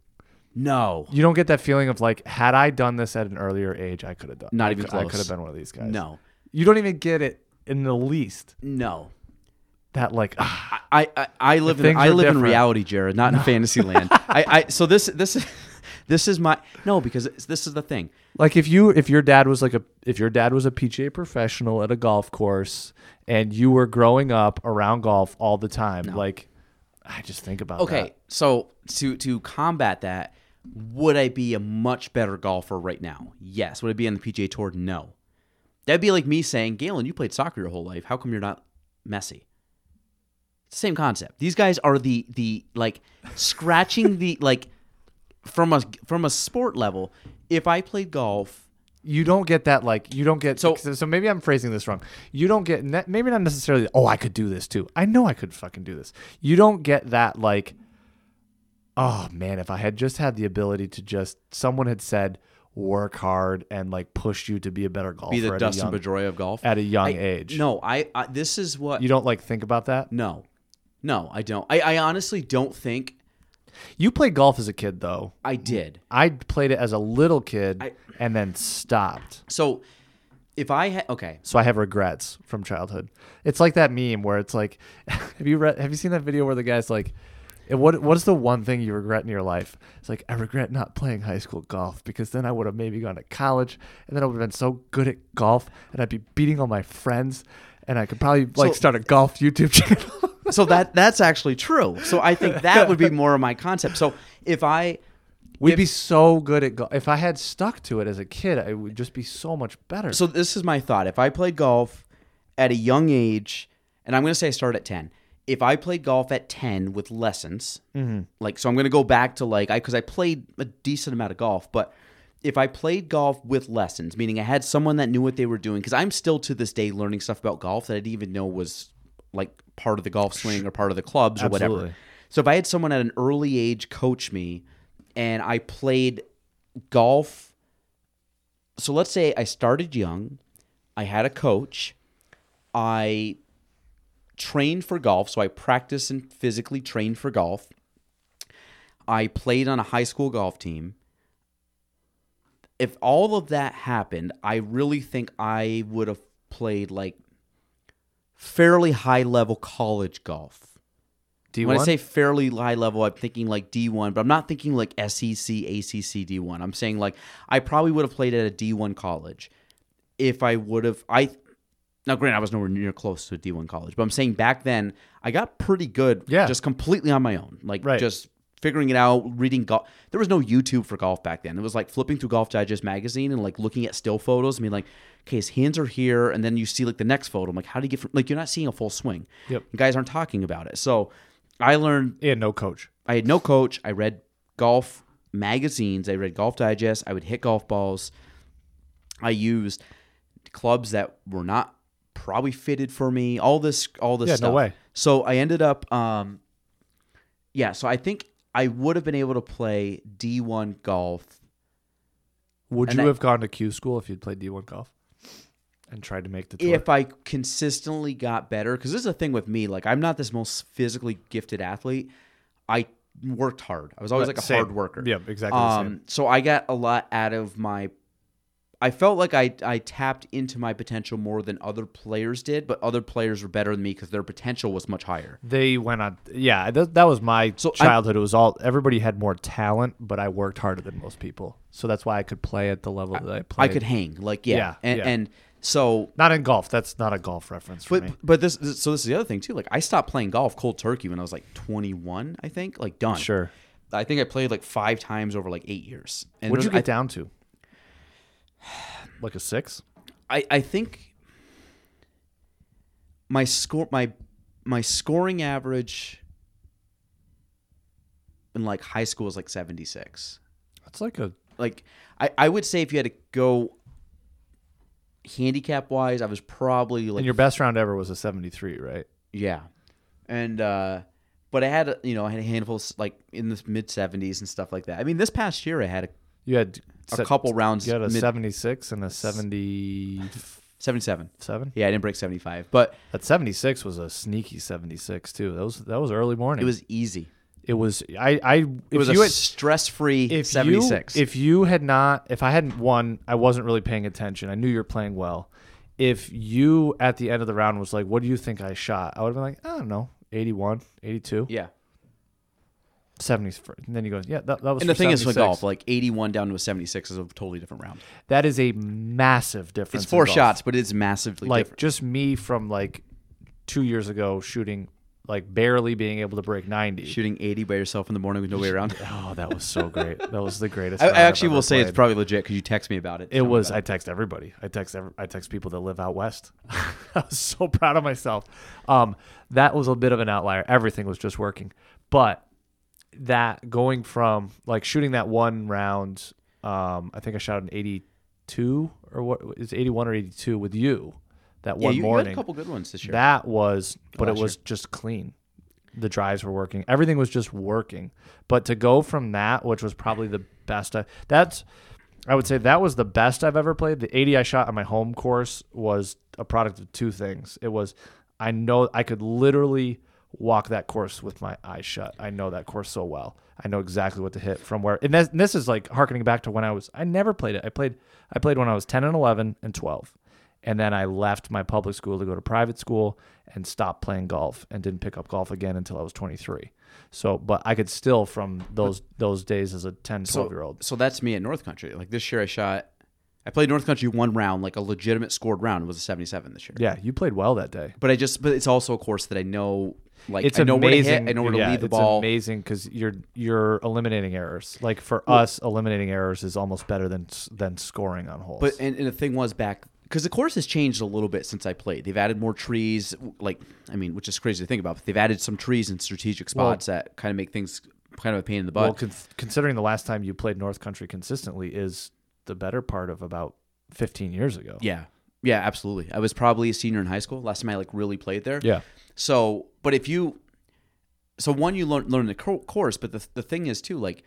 Speaker 1: no,
Speaker 5: You don't get that feeling of like, had I done this at an earlier age, I could have done.
Speaker 1: Not
Speaker 5: I
Speaker 1: even
Speaker 5: could, I
Speaker 1: close.
Speaker 5: could have been one of these guys.
Speaker 1: no,
Speaker 5: You don't even get it in the least.
Speaker 1: no.
Speaker 5: That like, ah,
Speaker 1: I, I, I live in
Speaker 5: things
Speaker 1: I
Speaker 5: are
Speaker 1: live in
Speaker 5: different.
Speaker 1: reality, Jared, not in fantasy land. I, I so this this this is my no because it's- this is the thing.
Speaker 5: Like if you if your dad was like a if your dad was a PGA professional at a golf course and you were growing up around golf all the time, like I just think about
Speaker 1: Okay,
Speaker 5: that.
Speaker 1: so to to combat that, would I be a much better golfer right now? Yes. Would I be on the PGA Tour? No. That'd be like me saying, Galen, you played soccer your whole life. How come you're not Messi? It's the same concept. These guys are the the like scratching the like from a from a sport level. If I played golf,
Speaker 5: You don't get that like you don't get
Speaker 1: So-
Speaker 5: so so maybe I'm phrasing this wrong. You don't get ne- maybe not necessarily oh I could do this too. I know I could fucking do this. You don't get that like oh man if I had just had the ability to just someone had said work hard and like push you to be a better golfer
Speaker 1: be the
Speaker 5: at,
Speaker 1: Dustin
Speaker 5: a young,
Speaker 1: Pedroia of golf
Speaker 5: at a young
Speaker 1: I-
Speaker 5: age.
Speaker 1: No, I, I this is what
Speaker 5: You don't like think about that?
Speaker 1: no, no, I don't. I, I honestly don't think
Speaker 5: You played golf as a kid, though.
Speaker 1: I did.
Speaker 5: I played it as a little kid
Speaker 1: I-
Speaker 5: and then stopped.
Speaker 1: So if I had okay,
Speaker 5: So I have regrets from childhood. It's like that meme where it's like, have you read? Have you seen that video where the guy's like, And what what is the one thing you regret in your life? It's like I regret not playing high school golf because then I would have maybe gone to college and then I would have been so good at golf and I'd be beating all my friends and I could probably like
Speaker 1: So-
Speaker 5: start a golf YouTube channel.
Speaker 1: so that that's actually true. So I think that would be more of my concept. So if I
Speaker 5: We'd
Speaker 1: If-
Speaker 5: be so good at golf. If I had stuck to it as a kid, I would just be so much better.
Speaker 1: so this is my thought. If I played golf at a young age, and I'm going to say I started at 10. If I played golf at 10 with lessons, like so I'm going to go back to like I cuz I played a decent amount of golf, but if I played golf with lessons, meaning I had someone that knew what they were doing cuz I'm still to this day learning stuff about golf that I didn't even know was like part of the golf swing or part of the clubs or whatever.
Speaker 5: Absolutely.
Speaker 1: So if I had someone at an early age coach me and I played golf so let's say I started young, I had a coach, I trained for golf, so I practiced and physically trained for golf. I played on a high school golf team. If all of that happened, I really think I would have played like fairly high level college golf.
Speaker 5: do you
Speaker 1: When
Speaker 5: want
Speaker 1: I say fairly high level, I'm thinking like D1, but I'm not thinking like E SEC, ACC, D1. I'm saying like I probably would have played at a D1 college if I would have. I now, granted, I was nowhere near close to a D1 college, but I'm saying back then I got pretty good,
Speaker 5: Yeah.
Speaker 1: just completely on my own, like
Speaker 5: Right.
Speaker 1: just figuring it out, reading golf. There was no YouTube for golf back then. It was like flipping through Golf Digest magazine and like looking at still photos. I mean, like, okay, his hands are here, and then you see like the next photo. I'm like, how do you get from like you're not seeing a full swing.
Speaker 5: Yep.
Speaker 1: guys aren't talking about it. So I learned
Speaker 5: yeah, no coach.
Speaker 1: I had no coach. I read golf magazines. I read Golf Digest. I would hit golf balls. I used clubs that were not probably fitted for me. All this, all this
Speaker 5: Yeah, no
Speaker 1: stuff.
Speaker 5: way.
Speaker 1: So I ended up, um, yeah. So I think I would have been able to play D one golf.
Speaker 5: Would
Speaker 1: And
Speaker 5: you
Speaker 1: I-
Speaker 5: have gone to Q school if you'd played D1 golf and tried to make the tour?
Speaker 1: If I consistently got better, because this is the thing with me, like I'm not this most physically gifted athlete. I worked hard. I was always
Speaker 5: Right,
Speaker 1: like a
Speaker 5: same.
Speaker 1: hard worker. Um,
Speaker 5: Yeah, exactly the same.
Speaker 1: So I got a lot out of my. I felt like I I tapped into my potential more than other players did, but other players were better than me because their potential was much higher.
Speaker 5: they went on. Yeah, that, that was my
Speaker 1: So I'm-
Speaker 5: childhood. it was all everybody had more talent, but I worked harder than most people, so that's why I could play at the level that I
Speaker 1: I
Speaker 5: played.
Speaker 1: could hang, like yeah,
Speaker 5: Yeah,
Speaker 1: and
Speaker 5: yeah.
Speaker 1: and so.
Speaker 5: not in golf. That's not a golf reference for me.
Speaker 1: But, but this this- so this is the other thing too. Like I stopped playing golf cold turkey when I was like 21, I think. Like done.
Speaker 5: Sure.
Speaker 1: I think I played like five times over like eight years. And
Speaker 5: What'd you
Speaker 1: there's-
Speaker 5: get down to? Like a six?
Speaker 1: I, I think my score my my scoring average in like high school is like 76
Speaker 5: That's like a
Speaker 1: like I, I would say if you had to go handicap wise i was probably like
Speaker 5: and your best round ever was a seventy-three, right?
Speaker 1: yeah and uh but i had a- you know i had a handful s- like in the mid 70s and stuff like that i mean this past year i had a
Speaker 5: You had
Speaker 1: A
Speaker 5: se-
Speaker 1: couple rounds
Speaker 5: You had a
Speaker 1: mid-
Speaker 5: seventy-six and a seventy-seven.
Speaker 1: 77 yeah i didn't break 75 but
Speaker 5: That seventy-six was a sneaky seventy-six too. That was that was early morning.
Speaker 1: it was easy
Speaker 5: it was I I if
Speaker 1: it was
Speaker 5: you
Speaker 1: a
Speaker 5: had,
Speaker 1: stress-free
Speaker 5: if
Speaker 1: 76
Speaker 5: You, if you had not, if I hadn't won, I wasn't really paying attention. I knew you were playing well. If you at the end of the round was like, "What do you think I shot?" I would have been like, "I don't know, 81, 82,
Speaker 1: yeah
Speaker 5: 70." And then you go, "Yeah, that, that was."
Speaker 1: And the
Speaker 5: for
Speaker 1: thing is with
Speaker 5: 76."
Speaker 1: golf, like 81 down to a 76 is a totally different round.
Speaker 5: that is a massive difference.
Speaker 1: It's
Speaker 5: in
Speaker 1: four
Speaker 5: golf.
Speaker 1: shots, but it's massively
Speaker 5: Like
Speaker 1: different.
Speaker 5: just me from like two years ago shooting, like barely being able to break ninety.
Speaker 1: Shooting 80 by yourself in the morning with no way around.
Speaker 5: Oh, that was so great. that was the greatest.
Speaker 1: I, I
Speaker 5: round I've
Speaker 1: actually
Speaker 5: ever
Speaker 1: will say it's
Speaker 5: played.
Speaker 1: probably legit because you text me about it.
Speaker 5: It was. I text everybody. I text. Every, I text people that live out west. I was so proud of myself. Um, that was a bit of an outlier. Everything was just working, but that going from like shooting that one round, um, I think I shot an eighty-two or what is eighty-one or eighty-two with you that
Speaker 1: yeah,
Speaker 5: one
Speaker 1: you, you
Speaker 5: morning.
Speaker 1: had a couple good ones this year.
Speaker 5: That was, but
Speaker 1: Last
Speaker 5: it was just clean. The drives were working. Everything was just working. But to go from that, which was probably the best, I, that's, I would say that was the best I've ever played. The 80 I shot on my home course was a product of two things. It was, I know I could literally walk that course with my eyes shut. I know that course so well. I know exactly what to hit from where. And this, this is like harkening back to when I was, I never played it. I played, I played when I was 10 and 11 and 12 And then I left my public school to go to private school and stopped playing golf and didn't pick up golf again until I was 23. So, but I could still from those those days as a 10, 12 year old.
Speaker 1: So that's me at North Country. Like this year, I shot. I played North Country one round, like a legitimate scored round. It was a 77 this year.
Speaker 5: Yeah, you played well that day.
Speaker 1: But I just, but it's also a course that I know, like I know where to hit, I know where to
Speaker 5: yeah,
Speaker 1: lead the
Speaker 5: it's
Speaker 1: ball.
Speaker 5: amazing because you're you're eliminating errors. Like for us, eliminating errors is almost better than s- than scoring on holes.
Speaker 1: But and, and the thing was back because the course has changed a little bit since I played. They've added more trees, like I mean, which is crazy to think about. But they've added some trees in strategic spots that kind of make things kind of a pain in the butt.
Speaker 5: well, con- considering the last time you played North Country consistently is the better part of about 15 years ago.
Speaker 1: yeah, yeah, absolutely. I was probably a senior in high school last time I like really played there.
Speaker 5: Yeah.
Speaker 1: So, but if you, so one, you learn learn the co- course, but the the thing is too, like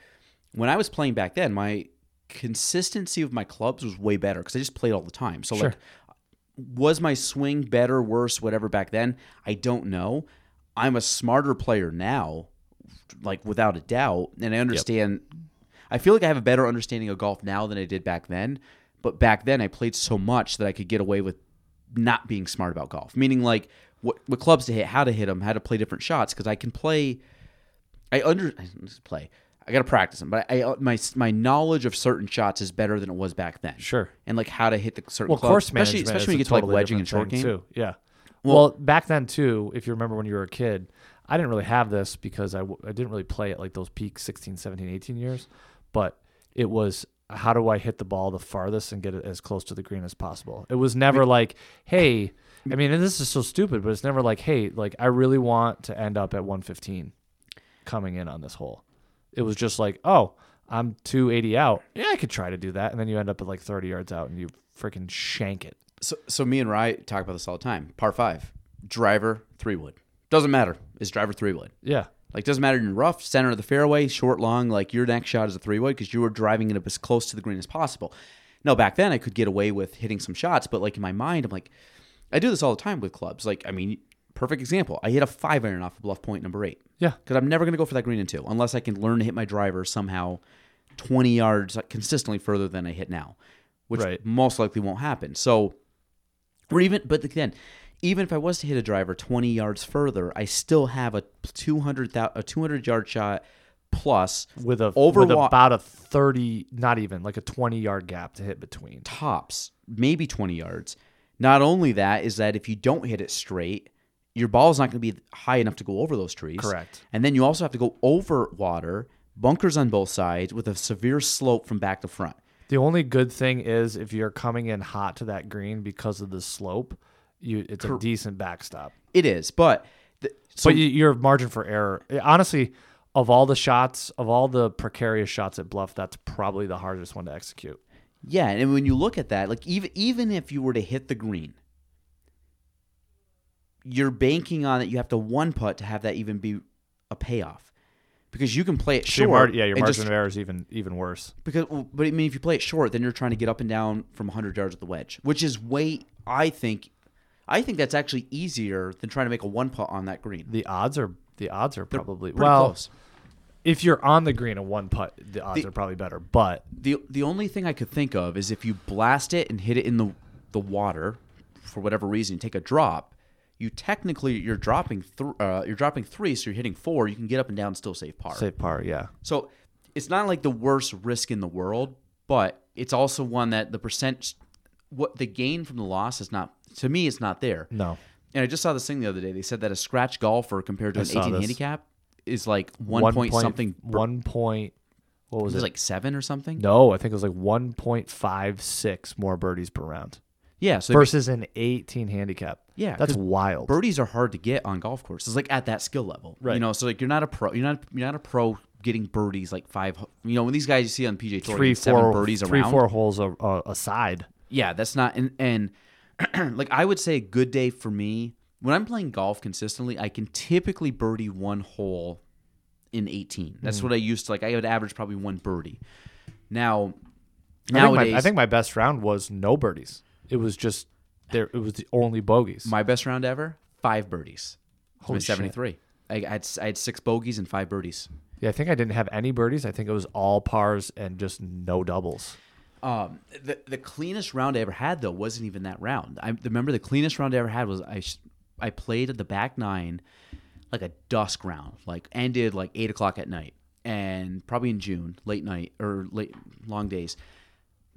Speaker 1: when I was playing back then, my consistency of my clubs was way better because I just played all the time. So like, was my swing better, worse, whatever back then? I don't know. I'm a smarter player now, like without a doubt, and I understand. I feel like I have a better understanding of golf now than I did back then. But back then, I played so much that I could get away with not being smart about golf, meaning like what what clubs to hit, how to hit them, how to play different shots, because I can play. I under I don't just play. I gotta practice them, but I, I my my knowledge of certain shots is better than it was back then.
Speaker 5: Sure.
Speaker 1: and like how to hit the certain
Speaker 5: Well,
Speaker 1: clubs,
Speaker 5: course
Speaker 1: especially
Speaker 5: management,
Speaker 1: especially
Speaker 5: is
Speaker 1: when
Speaker 5: a
Speaker 1: you get to
Speaker 5: totally
Speaker 1: like wedging and
Speaker 5: different
Speaker 1: short game.
Speaker 5: thing, too. Yeah. Well, back then too, if you remember when you were a kid, I didn't really have this because I, w- I didn't really play at like those peak 16, 17, 18 years, but it was how do I hit the ball the farthest and get it as close to the green as possible. It was never like, hey, I mean, and this is so stupid, but it's never like, hey, like I really want to end up at 115 coming in on this hole. It was just like, oh, I'm 280 out. Yeah, I could try to do that. And then you end up at like 30 yards out and you freaking shank it.
Speaker 1: So, so me and Rye talk about this all the time. Par five, driver three wood doesn't matter. It's driver three wood.
Speaker 5: Yeah.
Speaker 1: Like doesn't matter in rough, center of the fairway, short, long. Like your next shot is a three wood because you were driving it up as close to the green as possible. No, back then I could get away with hitting some shots, but like in my mind, I'm like, I do this all the time with clubs. Like, I mean, perfect example. I hit a five iron off of bluff point number eight.
Speaker 5: Yeah.
Speaker 1: because I'm never gonna go for that green in two unless I can learn to hit my driver somehow, twenty yards like, consistently further than I hit now, which
Speaker 5: Right.
Speaker 1: most likely won't happen. So, or even but again, even if I was to hit a driver twenty yards further, I still have a two hundred a two hundred yard shot plus
Speaker 5: with a
Speaker 1: Over
Speaker 5: with
Speaker 1: wa-
Speaker 5: about a 30 not even like a 20 yard gap to hit between
Speaker 1: tops, maybe 20 yards. Not only that is that if you don't hit it straight, your ball's not going to be high enough to go over those trees.
Speaker 5: Correct.
Speaker 1: And then you also have to go over water, bunkers on both sides with a severe slope from back to front.
Speaker 5: the only good thing is if you're coming in hot to that green because of the slope you it's a decent backstop
Speaker 1: It is, but the, so
Speaker 5: but you, your margin for error Eh, honestly of all the shots of all the precarious shots at bluff that's probably the hardest one to execute
Speaker 1: yeah, and when you look at that, like even even if you were to hit the green, you're banking on that you have to one putt to have that even be a payoff. Because you can play it
Speaker 5: So your
Speaker 1: short.
Speaker 5: mar- yeah your
Speaker 1: and
Speaker 5: margin
Speaker 1: just
Speaker 5: of error is even even worse
Speaker 1: Because, well, but I mean, if you play it short, then you're trying to get up and down from 100 yards at the wedge, which is way, I think, I think that's actually easier than trying to make a one putt on that green.
Speaker 5: the odds are the odds are probably
Speaker 1: Pretty
Speaker 5: well
Speaker 1: close.
Speaker 5: if you're on the green a one putt the odds
Speaker 1: The-
Speaker 5: are probably better but
Speaker 1: The the only thing I could think of is if you blast it and hit it in the the water, for whatever reason, you take a drop. You technically you're dropping th- uh, you're dropping three, so you're hitting four. You can get up and down, and still save par.
Speaker 5: safe par yeah
Speaker 1: So it's not like the worst risk in the world, but it's also one that the percent, what the gain from the loss is not. To me, it's not there.
Speaker 5: no
Speaker 1: And I just saw this thing the other day. They said that a scratch golfer compared to
Speaker 5: I
Speaker 1: an
Speaker 5: saw
Speaker 1: 18
Speaker 5: this.
Speaker 1: handicap is like one, point, something.
Speaker 5: One point. What
Speaker 1: was
Speaker 5: was
Speaker 1: it
Speaker 5: it?
Speaker 1: like seven or something?
Speaker 5: no, I think it was like one point five six more birdies per round
Speaker 1: Yeah. So
Speaker 5: versus an eighteen handicap.
Speaker 1: Yeah,
Speaker 5: that's
Speaker 1: 'cause
Speaker 5: wild.
Speaker 1: birdies are hard to get on golf courses, like at that skill level. You
Speaker 5: Right.
Speaker 1: know, so like you're not a pro. You're not. You're not a pro getting birdies like five. You know, when these guys you see on PJ Tour,
Speaker 5: three,
Speaker 1: get seven
Speaker 5: four
Speaker 1: birdies
Speaker 5: three,
Speaker 1: around.
Speaker 5: four holes a, a, a side.
Speaker 1: Yeah, that's not and and like I would say a good day for me when I'm playing golf consistently, I can typically birdie one hole in 18.
Speaker 5: Hmm.
Speaker 1: That's what I used to like. I would average probably one birdie. Now,
Speaker 5: I think,
Speaker 1: nowadays,
Speaker 5: my, I think my best round was no birdies. It was just there. It was the only bogeys.
Speaker 1: my best round ever five birdies. It
Speaker 5: Holy
Speaker 1: was
Speaker 5: shit.
Speaker 1: 73. I, I had I had six bogeys and five birdies.
Speaker 5: yeah, I think I didn't have any birdies. I think it was all pars and just no doubles.
Speaker 1: Um, the the cleanest round I ever had though wasn't even that round. I remember the cleanest round I ever had was I sh- I played at the back nine, like a dusk round, like ended like eight o'clock at night, and probably in June, late night or late long days.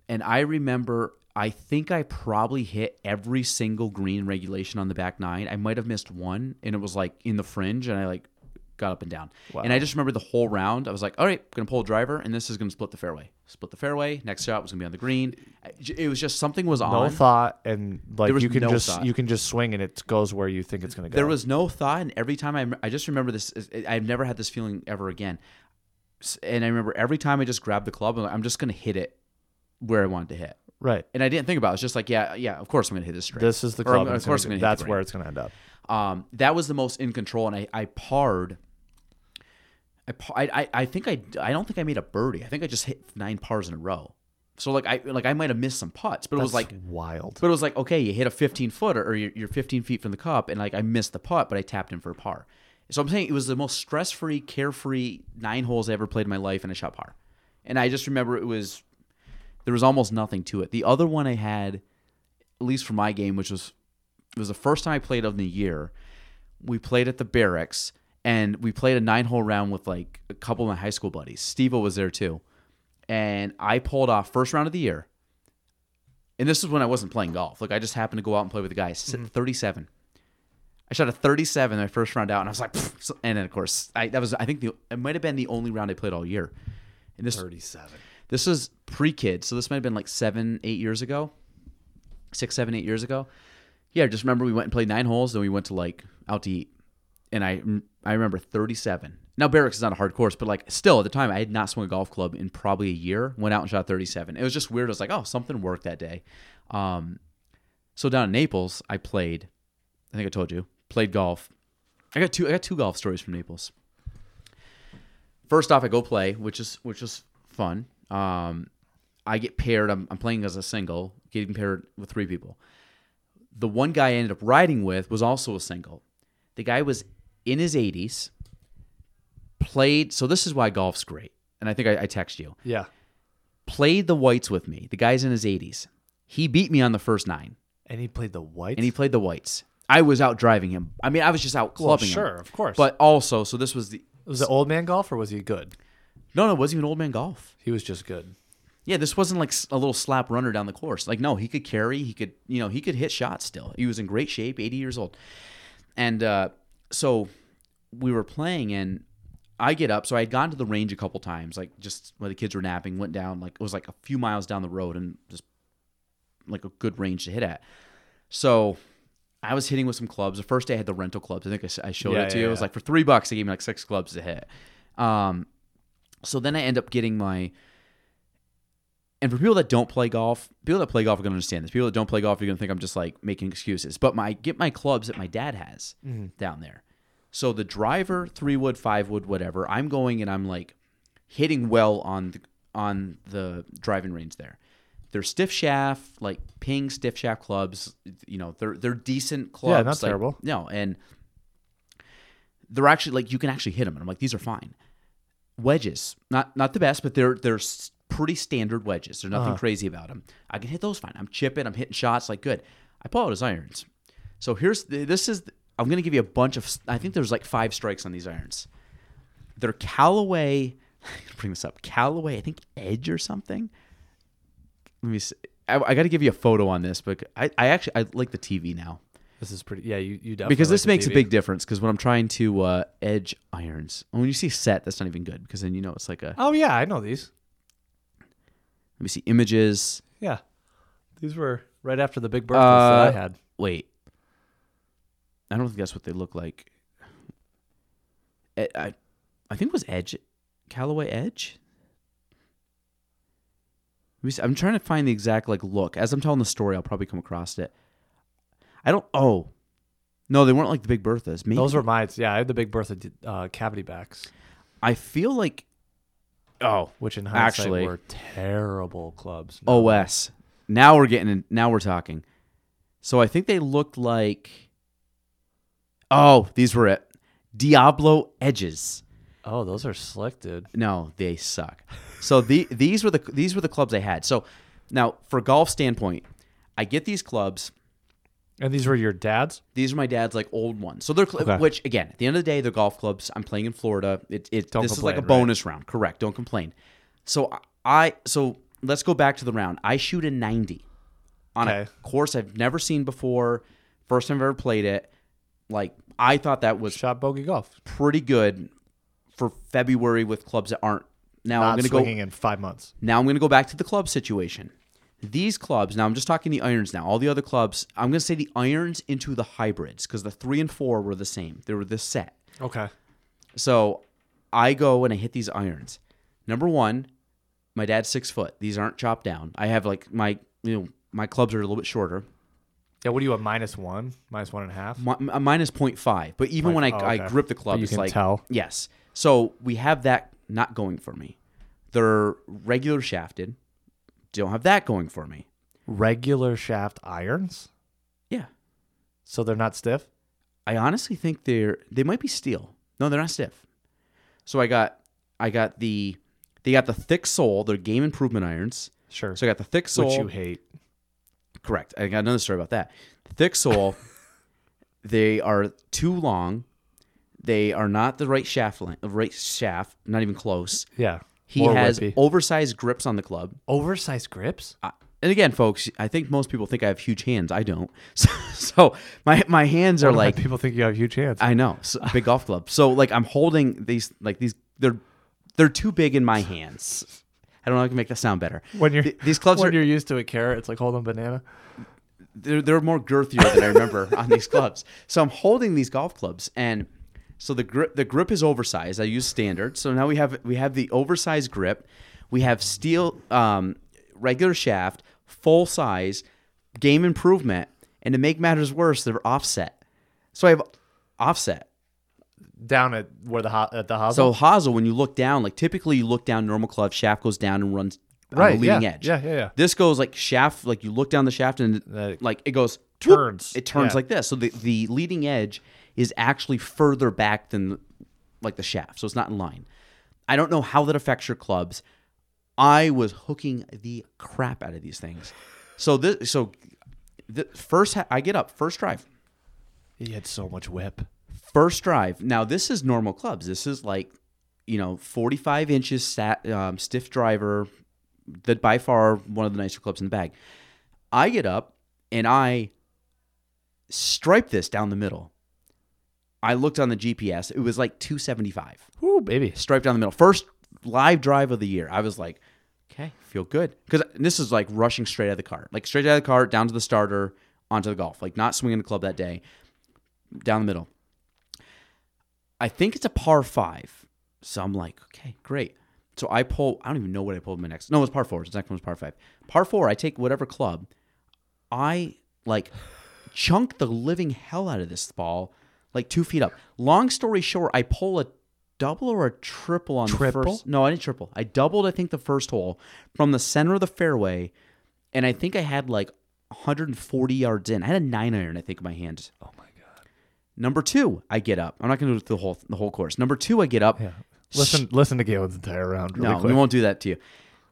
Speaker 1: And I remember I think I probably hit every single green regulation on the back nine. I might have missed one, and it was like in the fringe, and I like got up and down. And I just remember the whole round. I was like, all right, gonna pull a driver, and this is gonna split the fairway. Split the fairway. Next shot was gonna be on the green. I- j- It was just something was
Speaker 5: No
Speaker 1: on.
Speaker 5: thought, and like
Speaker 1: There was
Speaker 5: you can
Speaker 1: no
Speaker 5: just
Speaker 1: thought.
Speaker 5: you can just swing, and it goes where you think it's gonna go.
Speaker 1: There was no thought, and every time I, I just remember this. is- I've never had this feeling ever again. S- And I remember every time I just grabbed the club, and I'm just gonna hit it where I wanted to hit.
Speaker 5: right.
Speaker 1: And I didn't think about it. I was just like, yeah, yeah, of course I'm gonna hit this straight.
Speaker 5: This is the
Speaker 1: Or,
Speaker 5: club. and
Speaker 1: Of
Speaker 5: it's gonna
Speaker 1: course I'm gonna.
Speaker 5: go-
Speaker 1: hit the
Speaker 5: That's
Speaker 1: green.
Speaker 5: where it's gonna end up.
Speaker 1: um, that was the most in control, and I I parred. I, par- I I- I think I I don't think I made a birdie. I think I just hit nine pars in a row. So like I like I might have missed some putts, but it was
Speaker 5: That's
Speaker 1: like
Speaker 5: wild.
Speaker 1: but it was like okay, you hit a 15 footer or you're, you're 15 feet from the cup, and like I missed the putt, but I tapped in for a par. So I'm saying it was the most stress free, carefree nine holes I ever played in my life, and I shot par. And I just remember it was there was almost nothing to it. The other one I had, at least for my game, which was it was the first time I played of the year. We played at the barracks and we played a nine hole round with like a couple of my high school buddies. Steve was there too. And I pulled off first round of the year. And this is when I wasn't playing golf. Like I just happened to go out and play with the guys. S- 37. I shot a 37 my first round out, and I was like, "Pfft." and then of course I that was I think the it might have been the only round I played all year. And this
Speaker 5: 37.
Speaker 1: this was pre kid, so this might have been like seven, eight years ago, six, seven, eight years ago. Yeah, I just remember we went and played nine holes, then we went to like out to eat, and I I remember thirty seven. Now barracks is not a hard course, but like still at the time I had not swung a golf club in probably a year. Went out and shot thirty seven. It was just weird. I was like, oh, something worked that day. Um, so down in Naples, I played. I think I told you played golf. I got two. I got two golf stories from Naples first off, I go play, which is which is fun. Um, I get paired. I'm, I'm playing as a single, getting paired with three people. The one guy I ended up riding with was also a single. The guy was in his 80s, played. So this is why golf's great. And I think I, I text you.
Speaker 5: Yeah.
Speaker 1: Played the whites with me. The guy's in his 80s. He beat me on the first nine,
Speaker 5: And he played the white.
Speaker 1: and he played the whites. I was out driving him. I mean, I was just out clubbing him.
Speaker 5: sure, of course.
Speaker 1: But also, so this was the
Speaker 5: was the old man golf, or was he good?
Speaker 1: no, no, it wasn't even old man golf.
Speaker 5: He was just good.
Speaker 1: Yeah, this wasn't like s- a little slap runner down the course. Like, no, he could carry. He could, you know, he could hit shots still. He was in great shape, 80 years old. And uh, so we were playing, and I get up. So I had gone to the range a couple times, like just when the kids were napping, went down, like it was like a few miles down the road and just like a good range to hit at. So I was hitting with some clubs. The first day I had the rental clubs. I think I, s- I showed
Speaker 5: Yeah,
Speaker 1: it to
Speaker 5: yeah,
Speaker 1: you. It was
Speaker 5: yeah.
Speaker 1: like for three bucks, they gave me like six clubs to hit. Um, so then I end up getting my and for people that don't play golf, people that play golf are going to understand this. People that don't play golf are going to think I'm just like making excuses. But my get my clubs that my dad has
Speaker 5: Mm-hmm.
Speaker 1: down there. So the driver, three wood, five wood, whatever. I'm going and I'm like hitting well on the, on the driving range there. They're stiff shaft, like ping stiff shaft clubs. You know, they're they're decent clubs.
Speaker 5: not
Speaker 1: like-
Speaker 5: terrible.
Speaker 1: No, and they're actually like you can actually hit them. And I'm like, these are fine wedges. Not not the best, but they're they're s- pretty standard wedges. There's
Speaker 5: Uh-huh.
Speaker 1: nothing crazy about them. I can hit those fine. I'm chipping. I'm hitting shots. Like good. I pull out his irons. So here's the, this is I'm gonna give you a bunch of. s- I think there's like five strikes on these irons. They're Callaway. Bring this up. Callaway. I think Edge or something. Let me. See. I, I got to give you a photo on this, but I, I actually I like the TV now
Speaker 5: This is pretty. Yeah, you you definitely
Speaker 1: because
Speaker 5: like
Speaker 1: this
Speaker 5: the
Speaker 1: makes
Speaker 5: TV.
Speaker 1: a big difference. Because when I'm trying to uh, edge irons, when you see set, that's not even good because then you know it's like a
Speaker 5: Oh yeah, I know these.
Speaker 1: Let me see images.
Speaker 5: Yeah, these were right after the big bird
Speaker 1: Uh,
Speaker 5: that I had.
Speaker 1: Wait, I don't think that's what they look like. I, I, I think it was Edge, Callaway Edge. Let me see- I'm trying to find the exact like look. As I'm telling the story, I'll probably come across it. I don't. Oh, no, they weren't like the Big Berthas. Maybe
Speaker 5: Those were mine. Yeah, I had the big Bertha uh, cavity backs,
Speaker 1: I feel like. Oh,
Speaker 5: which in hindsight
Speaker 1: Actually- Oh,
Speaker 5: were terrible clubs.
Speaker 1: OS. Now we're getting in, now we're talking. So I think they looked like Oh, these were it. Diablo edges.
Speaker 5: Oh, those are slick, dude.
Speaker 1: No, they suck. So the these were the these were the clubs I had. So Now, for golf standpoint, I get these clubs.
Speaker 5: And these were your dad's?
Speaker 1: These are my dad's like old ones. So they're cl-
Speaker 5: Okay.
Speaker 1: which again, at the end of the day, they're golf clubs. I'm playing in Florida. It, it
Speaker 5: Don't
Speaker 1: this is like a
Speaker 5: complain, right?
Speaker 1: bonus round. Correct. Don't complain. So I so let's go back to the round. I shoot a 90 on
Speaker 5: Okay.
Speaker 1: a course I've never seen before. First time I've ever played it. Like I thought that was
Speaker 5: Shot bogey golf.
Speaker 1: pretty good for February with clubs that aren't. Now I'm
Speaker 5: Not
Speaker 1: going to go
Speaker 5: swinging in five months.
Speaker 1: now I'm going to go back to the club situation. These clubs, now I'm just talking the irons now. All the other clubs, I'm going to say the irons into the hybrids because the three and four were the same. They were the set.
Speaker 5: Okay.
Speaker 1: So I go and I hit these irons. Number one, my dad's six foot. These aren't chopped down. I have like my, you know, my clubs are a little bit shorter.
Speaker 5: Yeah, what do you, a minus one? Minus one and a half?
Speaker 1: Mi- mi- uh, mine is 0.5. But even when I,
Speaker 5: Point- oh,
Speaker 1: I
Speaker 5: okay.
Speaker 1: grip the club,
Speaker 5: But you
Speaker 1: it's
Speaker 5: can
Speaker 1: like
Speaker 5: tell.
Speaker 1: yes. So we have that not going for me. They're regular shafted. Don't have that going for me.
Speaker 5: Regular shaft irons?
Speaker 1: Yeah.
Speaker 5: So they're not stiff?
Speaker 1: I honestly think they're they might be steel. No, they're not stiff. So I got I got the they got the thick sole. They're game improvement irons.
Speaker 5: Sure.
Speaker 1: So I got the thick sole.
Speaker 5: Which you hate.
Speaker 1: Correct. I got another story about that. Thick sole. they are too long. They are not the right shaft length, right shaft, not even close.
Speaker 5: Yeah.
Speaker 1: He
Speaker 5: More
Speaker 1: has
Speaker 5: whippy.
Speaker 1: oversized grips on the club.
Speaker 5: oversized grips?
Speaker 1: I- and again, folks, I think most people think I have huge hands. I don't. So, so my my hands are
Speaker 5: Wonder why
Speaker 1: like
Speaker 5: people think you have huge hands.
Speaker 1: I know, so, big golf club. So like I'm holding these like these they're they're too big in my hands. I don't know how I can make that sound better.
Speaker 5: when you're
Speaker 1: Th- these clubs
Speaker 5: when
Speaker 1: are
Speaker 5: you're used to a carrot, it's like holding a banana.
Speaker 1: they're, they're more girthier than I remember on these clubs. So I'm holding these golf clubs, and so the grip the grip is oversized. I use standard. So now we have we have the oversized grip, we have steel um, regular shaft, full size, game improvement, and to make matters worse, they're offset. So I have offset.
Speaker 5: Down at where the ho- at the
Speaker 1: So
Speaker 5: hospital.
Speaker 1: hosel, when you look down, like typically you look down normal club, shaft goes down and runs on
Speaker 5: Right,
Speaker 1: the leading
Speaker 5: yeah,
Speaker 1: edge.
Speaker 5: yeah, yeah, yeah.
Speaker 1: This goes like shaft, like you look down the shaft and
Speaker 5: That
Speaker 1: like it goes whoop,
Speaker 5: turns,
Speaker 1: It turns
Speaker 5: yeah.
Speaker 1: like this. So the, the leading edge is actually further back than like the shaft. So it's not in line. I don't know how that affects your clubs. I was hooking the crap out of these things. So this so the first ha- I get up, first drive
Speaker 5: he had so much whip.
Speaker 1: first drive. Now this is normal clubs. This is like, you know, 45 inches sat, um, stiff driver. That by far one of the nicer clubs in the bag. I get up and I stripe this down the middle. I looked on the GPS. It was like 275
Speaker 5: Ooh, baby.
Speaker 1: striped down the middle. First live drive of the year. I was like, okay, feel good. Because this is like rushing straight out of the cart, like straight out of the cart, down to the starter, onto the golf, like not swinging the club that day, down the middle. I think it's a par five. So I'm like, okay, great. So I pull, I don't even know what I pulled my next. No, it was par four. It's next one was par five. Par four, I take whatever club. I like chunk the living hell out of this ball, like two feet up. Long story short, I pull a double or a triple on
Speaker 5: Triple?
Speaker 1: the first. No, I didn't triple. I doubled, I think, the first hole from the center of the fairway, and I think I had like 140 yards in. I had a nine iron, I think, in my hand. Oh my god. Number two, I get up. I'm not going to do the whole the whole course. Number two, I get up.
Speaker 5: Listen, listen to Galen's entire round. Really
Speaker 1: no,
Speaker 5: quick.
Speaker 1: we won't do that to you.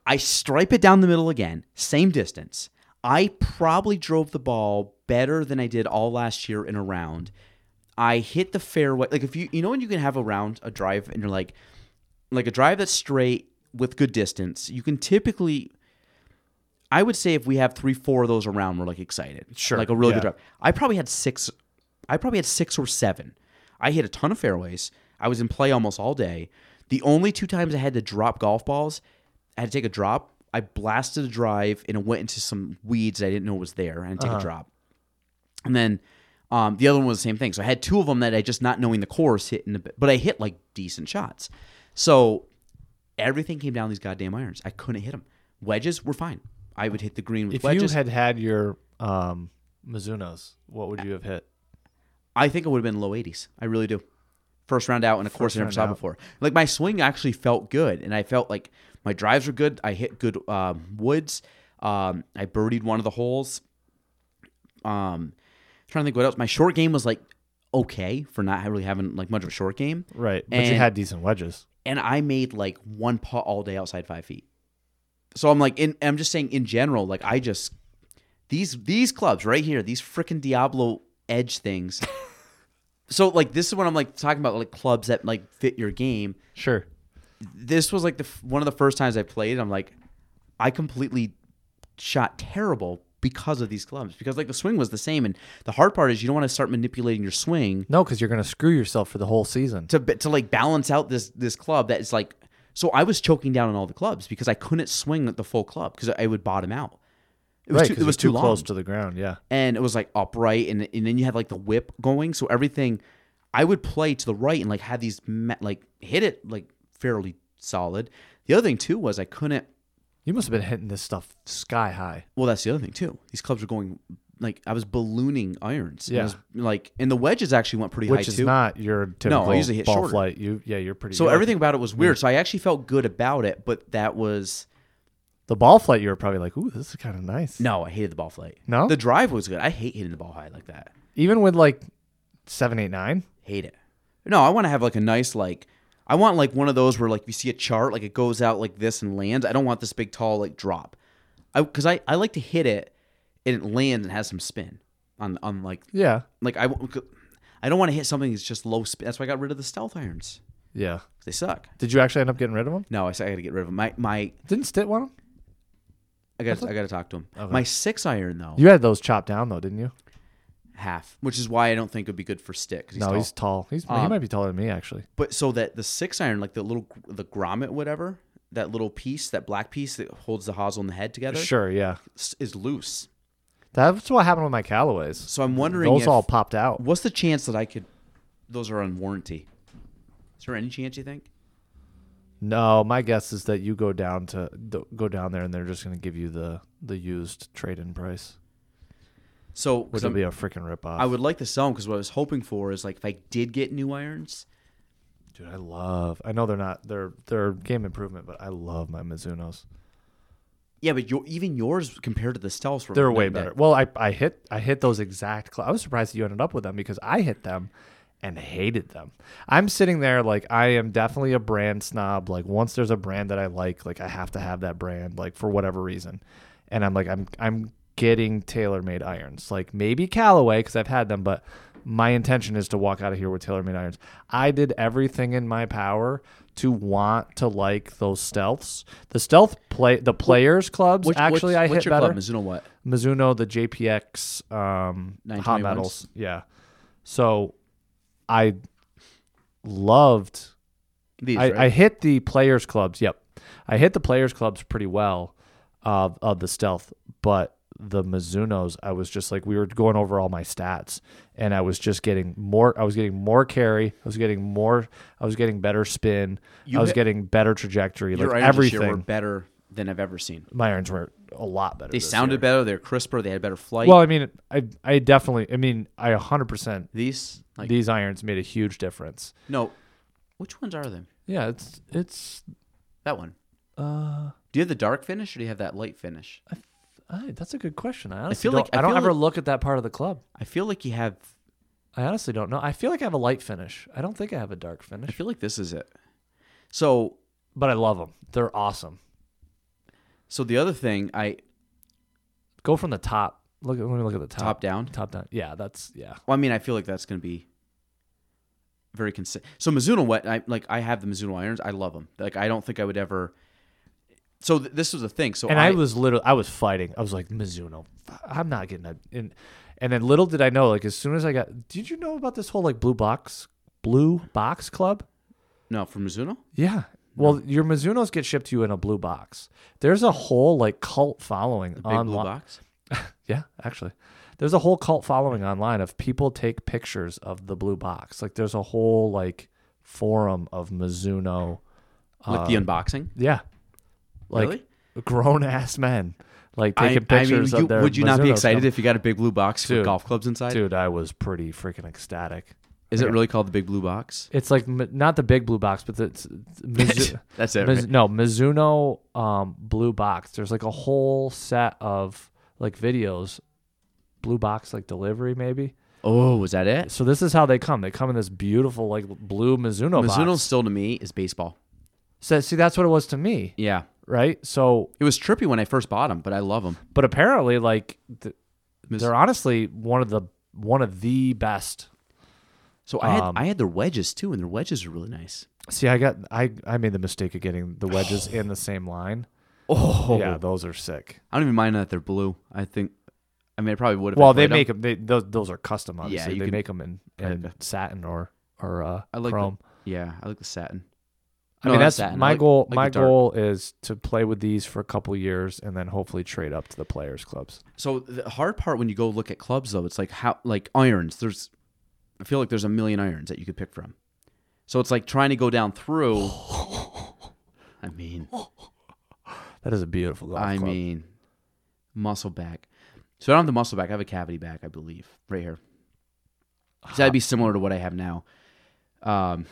Speaker 1: I stripe it down the middle again, same distance. I probably drove the ball better than I did all last year in a round. I hit the fairway. Like if you you know when you can have a round, a drive, and you're like like a drive that's straight with good distance, you can typically I would say if we have three, four of those around, we're like excited.
Speaker 5: Sure,
Speaker 1: Like a really
Speaker 5: yeah.
Speaker 1: good drive. I probably had six I probably had six or seven. I hit a ton of fairways. I was in play almost all day. The only two times I had to drop golf balls, I had to take a drop. I blasted a drive and it went into some weeds that I didn't know was there. And I
Speaker 5: Uh-huh.
Speaker 1: take a drop. And then um, the other one was the same thing. So I had two of them that I just not knowing the course hit in the, but I hit like decent shots. So everything came down these goddamn irons. I couldn't hit them. Wedges were fine. I would hit the green with
Speaker 5: if
Speaker 1: wedges.
Speaker 5: you had had your um, Mizunos, what would you have hit?
Speaker 1: I think it would have been low 80s. I really do. First round out, and of course I never
Speaker 5: round
Speaker 1: saw
Speaker 5: out.
Speaker 1: before. Like my swing actually felt good, and I felt like my drives were good. I hit good um, woods. Um, I birdied one of the holes. Um, trying to think what else. My short game was like okay for not really having like much of a short game.
Speaker 5: Right, but
Speaker 1: And-
Speaker 5: you had decent wedges.
Speaker 1: and I made like one putt all day outside five feet. so I'm like, in, I'm just saying in general, like I just these these clubs right here, these freaking Diablo Edge things. so like this is when I'm like talking about like clubs that like fit your game.
Speaker 5: Sure.
Speaker 1: This was like the f- one of the first times I played. I'm like, I completely shot terrible because of these clubs because like the swing was the same and the hard part is you don't want to start manipulating your swing
Speaker 5: No, because you're gonna screw yourself for the whole season.
Speaker 1: to to like balance out this this club that is like so I was choking down on all the clubs because I couldn't swing the full club because I would bottom out. It was
Speaker 5: right,
Speaker 1: too,
Speaker 5: 'cause
Speaker 1: it was
Speaker 5: you're
Speaker 1: too, long,
Speaker 5: close to the ground. Yeah.
Speaker 1: and it was like upright, and and then you had like the whip going, so everything. I would play to the right and like had these ma- like hit it like fairly solid. The other thing too was I couldn't.
Speaker 5: You must have been hitting this stuff sky high.
Speaker 1: Well, that's the other thing too. These clubs were going like I was ballooning irons. and I
Speaker 5: Yeah.
Speaker 1: was, like and the wedges actually went pretty
Speaker 5: Which
Speaker 1: high
Speaker 5: is
Speaker 1: too.
Speaker 5: not your typical
Speaker 1: usually hit
Speaker 5: ball
Speaker 1: shorter.
Speaker 5: flight. You yeah, you're pretty
Speaker 1: so
Speaker 5: you're-
Speaker 1: everything about it was weird. So I actually felt good about it, but that was
Speaker 5: the ball flight you were probably like, ooh, this is kind of nice.
Speaker 1: No, I hated the ball flight.
Speaker 5: No?
Speaker 1: the drive was good. I hate hitting the ball high like that.
Speaker 5: Even with like seven, eight, nine.
Speaker 1: Hate it. No, I want to have like a nice like. I want like one of those where like you see a chart like it goes out like this and lands. I don't want this big tall like drop. I because I I like to hit it and it lands and has some spin on on like
Speaker 5: Yeah.
Speaker 1: like I w- I don't want to hit something that's just low spin. That's why I got rid of the stealth irons.
Speaker 5: Yeah.
Speaker 1: They suck.
Speaker 5: Did you actually end up getting rid of them?
Speaker 1: No, I said I got to get rid of them. My my
Speaker 5: Didn't Stitt want them?
Speaker 1: I got I got to talk to him. My six iron though
Speaker 5: You had those chopped down though, didn't you?
Speaker 1: half, which is why I don't think it'd be good for stick. 'cause
Speaker 5: no,
Speaker 1: tall. Uh,
Speaker 5: he's tall. He's he might be taller than me actually.
Speaker 1: But so that the six iron, like the little the grommet, whatever, that little piece, that black piece that holds the hosel and the head together,
Speaker 5: Sure, yeah.
Speaker 1: s- is loose.
Speaker 5: That's what happened with my Callaways.
Speaker 1: So I'm wondering,
Speaker 5: Those
Speaker 1: if-
Speaker 5: all popped out.
Speaker 1: what's the chance that I could? Those are on warranty. Is there any chance you think?
Speaker 5: No, my guess is that you go down to th- go down there and they're just going to give you the the used trade in price,
Speaker 1: So 'cause
Speaker 5: which
Speaker 1: I'm-
Speaker 5: would be a freaking rip off.
Speaker 1: I would like to sell them because what I was hoping for is like if I did get new irons,
Speaker 5: dude. I love. I know they're not they're they're game improvement, but I love my Mizunos.
Speaker 1: yeah. But your even yours compared to the stealths were
Speaker 5: They're
Speaker 1: night
Speaker 5: way
Speaker 1: and day.
Speaker 5: better. Well, I I hit I hit those exact. Cl- I was surprised that you ended up with them because I hit them and hated them. I'm sitting there like I am definitely a brand snob. Like once there's a brand that I like, like I have to have that brand like for whatever reason. And I'm like I'm I'm getting TaylorMade irons. Like maybe Callaway cuz I've had them, but my intention is to walk out of here with TaylorMade irons. I did everything in my power to want to like those stealths. The stealth play the players clubs
Speaker 1: Which-
Speaker 5: actually
Speaker 1: what's,
Speaker 5: I hit
Speaker 1: what's your
Speaker 5: better.
Speaker 1: club? Mizuno what?
Speaker 5: Mizuno, the JPX um, hot
Speaker 1: 921s?
Speaker 5: metals. Yeah. So I loved,
Speaker 1: These,
Speaker 5: I,
Speaker 1: right?
Speaker 5: I hit the players clubs. Yep. I hit the players clubs pretty well of, of the stealth, but the Mizunos, I was just like, we were going over all my stats and I was just getting more, I was getting more carry. I was getting more, I was getting better spin.
Speaker 1: You
Speaker 5: I was
Speaker 1: hit-
Speaker 5: getting better trajectory,
Speaker 1: your
Speaker 5: like
Speaker 1: irons this year were
Speaker 5: everything.
Speaker 1: better than I've ever seen.
Speaker 5: my irons were a lot better.
Speaker 1: They
Speaker 5: this
Speaker 1: sounded
Speaker 5: year.
Speaker 1: better. They're crisper. They had better flight.
Speaker 5: Well, I mean, I I definitely, I mean, I 100%
Speaker 1: these like
Speaker 5: these irons made a huge difference.
Speaker 1: No. Which ones are them?
Speaker 5: Yeah, it's it's
Speaker 1: That one.
Speaker 5: uh
Speaker 1: Do you have the dark finish or do you have that light finish?
Speaker 5: I, that's a good question. I honestly
Speaker 1: feel
Speaker 5: don't,
Speaker 1: like- I
Speaker 5: I don't
Speaker 1: feel
Speaker 5: ever
Speaker 1: like-
Speaker 5: look at that part of the club.
Speaker 1: I feel like you have.
Speaker 5: I honestly don't know. I feel like I have a light finish. I don't think I have a dark
Speaker 1: I
Speaker 5: finish,
Speaker 1: feel like this is it. So,
Speaker 5: but I love them. They're awesome.
Speaker 1: so the other thing I
Speaker 5: Go from the top. Look, at- let me look at the top.
Speaker 1: top down.
Speaker 5: Top down. Yeah, that's yeah.
Speaker 1: Well, I mean, I feel like that's going to be very consistent. So Mizuno, what I like, I have the Mizuno irons. I love them. Like, I don't think I would ever. So th- this was the thing. So
Speaker 5: and I, was literally I was fighting. I was like Mizuno, f- I'm not getting that. And and then little did I know, like as soon as I got, did you know about this whole like blue box, blue box club?
Speaker 1: no from Mizuno.
Speaker 5: Yeah. Well, your Mizunos get shipped to you in a blue box. There's a whole like cult following
Speaker 1: Big blue
Speaker 5: onli-
Speaker 1: box.
Speaker 5: Yeah, actually. There's a whole cult following online of people take pictures of the blue box. Like there's a whole like forum of Mizuno.
Speaker 1: Like the unboxing.
Speaker 5: Yeah. Like
Speaker 1: Really?
Speaker 5: grown ass men like
Speaker 1: I,
Speaker 5: taking
Speaker 1: I mean,
Speaker 5: pictures
Speaker 1: you-
Speaker 5: of their
Speaker 1: would you not be
Speaker 5: Mizuno
Speaker 1: excited
Speaker 5: stuff.
Speaker 1: if you got a big blue box with
Speaker 5: Dude.
Speaker 1: golf clubs inside?
Speaker 5: Dude, I was pretty freaking ecstatic.
Speaker 1: Is it really called the big blue box?
Speaker 5: It's like mi- not the big blue box, but it's Mizu-
Speaker 1: That's it,
Speaker 5: Miz-
Speaker 1: right?
Speaker 5: No, Mizuno um, blue box. There's like a whole set of like videos, blue box like delivery maybe.
Speaker 1: Oh, was that it?
Speaker 5: So this is how they come. They come in this beautiful like blue Mizuno,
Speaker 1: Mizuno
Speaker 5: box.
Speaker 1: still to me is baseball.
Speaker 5: So see, that's what it was to me.
Speaker 1: Yeah.
Speaker 5: right? So,
Speaker 1: It was trippy when I first bought them, but I love them.
Speaker 5: but apparently, like th-
Speaker 1: Miss-
Speaker 5: they're honestly one of the one of the best.
Speaker 1: So I had
Speaker 5: Um,
Speaker 1: I had their wedges too, and their wedges are really nice.
Speaker 5: See, I got I I made the mistake of getting the wedges in the same line.
Speaker 1: Oh,
Speaker 5: Yeah, those are sick.
Speaker 1: I don't even mind that they're blue. I think, I mean, I probably would have.
Speaker 5: Well, they make them. They, those those are custom,
Speaker 1: Yeah,
Speaker 5: obviously.
Speaker 1: you
Speaker 5: they
Speaker 1: can-
Speaker 5: make 'em make them in, in satin or or uh,
Speaker 1: I like the-
Speaker 5: chrome.
Speaker 1: Yeah, I like the satin.
Speaker 5: I
Speaker 1: No,
Speaker 5: mean,
Speaker 1: not
Speaker 5: that's
Speaker 1: satin. I
Speaker 5: my
Speaker 1: like-
Speaker 5: goal.
Speaker 1: like
Speaker 5: my
Speaker 1: the dark.
Speaker 5: goal is to play with these for a couple years and then hopefully trade up to the players clubs.
Speaker 1: So the hard part when you go look at clubs though, it's like how like irons. There's, I feel like there's a million irons that you could pick from. So it's like trying to go down through. I mean,
Speaker 5: That is a beautiful. Golf
Speaker 1: I
Speaker 5: club.
Speaker 1: mean, muscle back. So I don't have the muscle back. I have a cavity back, I believe, right here. So that'd be similar to what I have now. Um,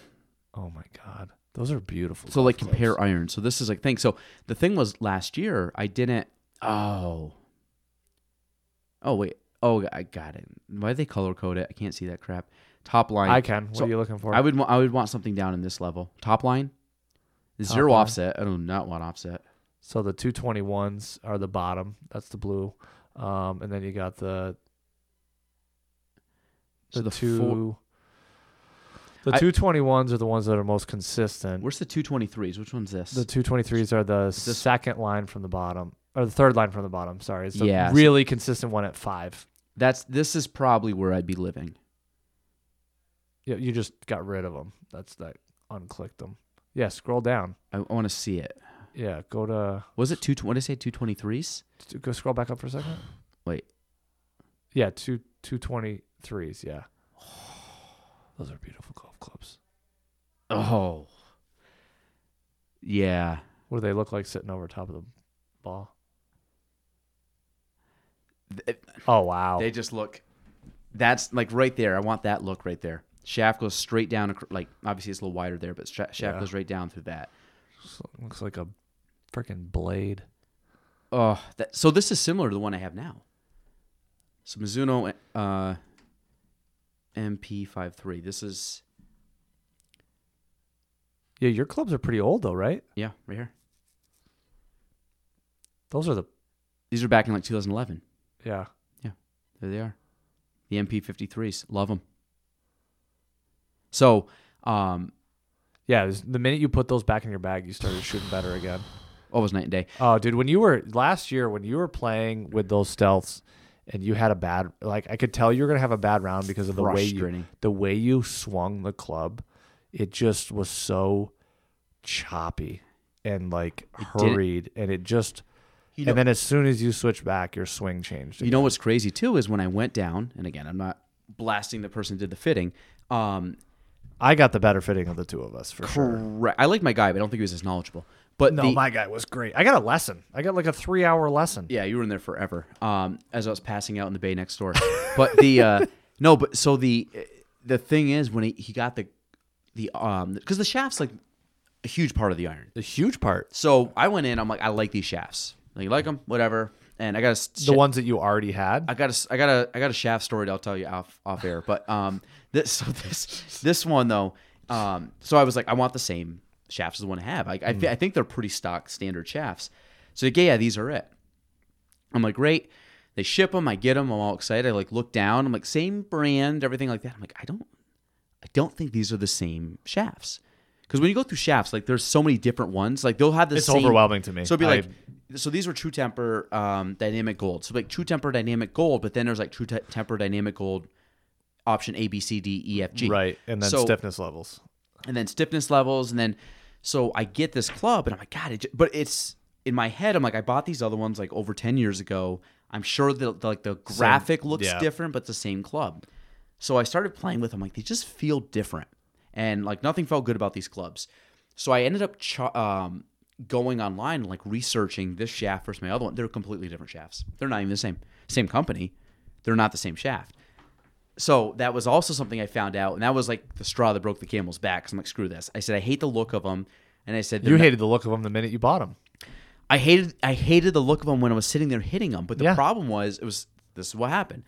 Speaker 5: oh my god, those are beautiful.
Speaker 1: so
Speaker 5: golf
Speaker 1: like
Speaker 5: clubs.
Speaker 1: compare irons. So this is like thing. So the thing was last year I didn't. Oh. Oh wait. Oh, I got it. Why do they color code it? I can't see that crap. Top line.
Speaker 5: I can. What
Speaker 1: So
Speaker 5: are you looking for?
Speaker 1: I would. wa- I would want something down in this level. Top line. Zero
Speaker 5: line.
Speaker 1: offset. I do not want offset.
Speaker 5: So the two twenty ones are the bottom. That's the blue, um, and then you got the
Speaker 1: So the
Speaker 5: the, two.
Speaker 1: four-
Speaker 5: the
Speaker 1: I-
Speaker 5: two twenty ones are the ones that are most consistent.
Speaker 1: Where's the two twenty threes? Which one's this?
Speaker 5: The two twenty threes are the
Speaker 1: this-
Speaker 5: second line from the bottom, or the third line from the bottom. Sorry, it's the
Speaker 1: Yeah.
Speaker 5: really consistent one at five.
Speaker 1: That's. This is probably where I'd be living.
Speaker 5: You, you just got rid of them. That's that unclicked them. Yeah, scroll down.
Speaker 1: I, want to see it.
Speaker 5: Yeah, go to
Speaker 1: Was it two? What did I say? Two twenty threes?
Speaker 5: t- go scroll back up for a second.
Speaker 1: Wait.
Speaker 5: Yeah, two two twenty threes. Yeah, those are beautiful golf clubs.
Speaker 1: Oh. Yeah.
Speaker 5: What do they look like sitting over top of the ball? Oh wow!
Speaker 1: They just look. That's like right there. I want that look right there. Shaft goes straight down. ac- Like obviously it's a little wider there, but sha- shaft
Speaker 5: Yeah.
Speaker 1: goes right down through that.
Speaker 5: Just lo- looks like a freaking blade.
Speaker 1: Oh, that, so this is similar to the one I have now. So Mizuno uh, MP53. This is
Speaker 5: Yeah, your clubs are pretty old though, right?
Speaker 1: yeah, right here.
Speaker 5: Those are the
Speaker 1: These are back in like 2011.
Speaker 5: yeah.
Speaker 1: There they are. The MP53s. Love them. So, um,
Speaker 5: Yeah, it was- the minute you put those back in your bag, you started shooting better again.
Speaker 1: oh, it was night and day.
Speaker 5: Oh, dude, when you were last year, when you were playing with those stealths, and you had a bad like, I could tell you were gonna have a bad round because of the way you
Speaker 1: Frustrating.
Speaker 5: the way you swung the club. It just was so choppy and like
Speaker 1: didn't-
Speaker 5: hurried, and it just.
Speaker 1: know-
Speaker 5: and then as soon as you switch back, your swing changed.
Speaker 1: You know what's crazy too is when I went down, and again, I'm not blasting the person who did the fitting. Um,
Speaker 5: I got the better fitting of the two of us for sure.
Speaker 1: correct. I like my guy, but I don't think he was as knowledgeable. But
Speaker 5: No,
Speaker 1: the,
Speaker 5: my guy was great. I got a lesson. I got like a three-hour lesson.
Speaker 1: Yeah, you were in there forever. Um, as I was passing out in the bay next door. But the uh, no, but so the the thing is when he, he got the the um because the shaft's like a huge part of the iron.
Speaker 5: The huge part,
Speaker 1: So I went in. I'm like, I like these shafts. Like you like them, whatever. And I got a
Speaker 5: the ones that you already had.
Speaker 1: I got a, I got a, I got a shaft story that I'll tell you off off air. But um, this so this this one though, um, so I was like, I want the same shafts as the one I have. I I, thi- I think they're pretty stock standard shafts. So like, yeah, yeah, these are it. I'm like, great. They ship them. I get them. I'm all excited. I like look down. I'm like, same brand, everything like that. I'm like, I don't, I don't think these are the same shafts. Because when you go through shafts, like there's so many different ones. Like they'll have the
Speaker 5: It's
Speaker 1: same-
Speaker 5: overwhelming to me.
Speaker 1: So it'd be
Speaker 5: I-
Speaker 1: like, so these were True Temper um, Dynamic Gold. So like True Temper Dynamic Gold, but then there's like True Te- Temper Dynamic Gold option A B C D E F G.
Speaker 5: Right, and then
Speaker 1: So-
Speaker 5: stiffness levels.
Speaker 1: and then stiffness levels, and then so I get this club, and I'm like, God, it j-, but it's in my head. I'm like, I bought these other ones like over ten years ago. I'm sure that like the graphic looks
Speaker 5: yeah.
Speaker 1: different, but it's the same club. So I started playing with them. Like they just feel different, and like nothing felt good about these clubs. So I ended up ch- um, going online, like researching this shaft versus my other one. They're completely different shafts. They're not even the same. Same company. They're not the same shaft. So that was also something I found out, and that was like the straw that broke the camel's back. Cause I'm like, screw this. I said I hate the look of them, and I said
Speaker 5: You
Speaker 1: they're not-
Speaker 5: hated the look of them the minute you bought them.
Speaker 1: I hated I hated the look of them when I was sitting there hitting them. But the
Speaker 5: Yeah.
Speaker 1: problem was it was this is what happened.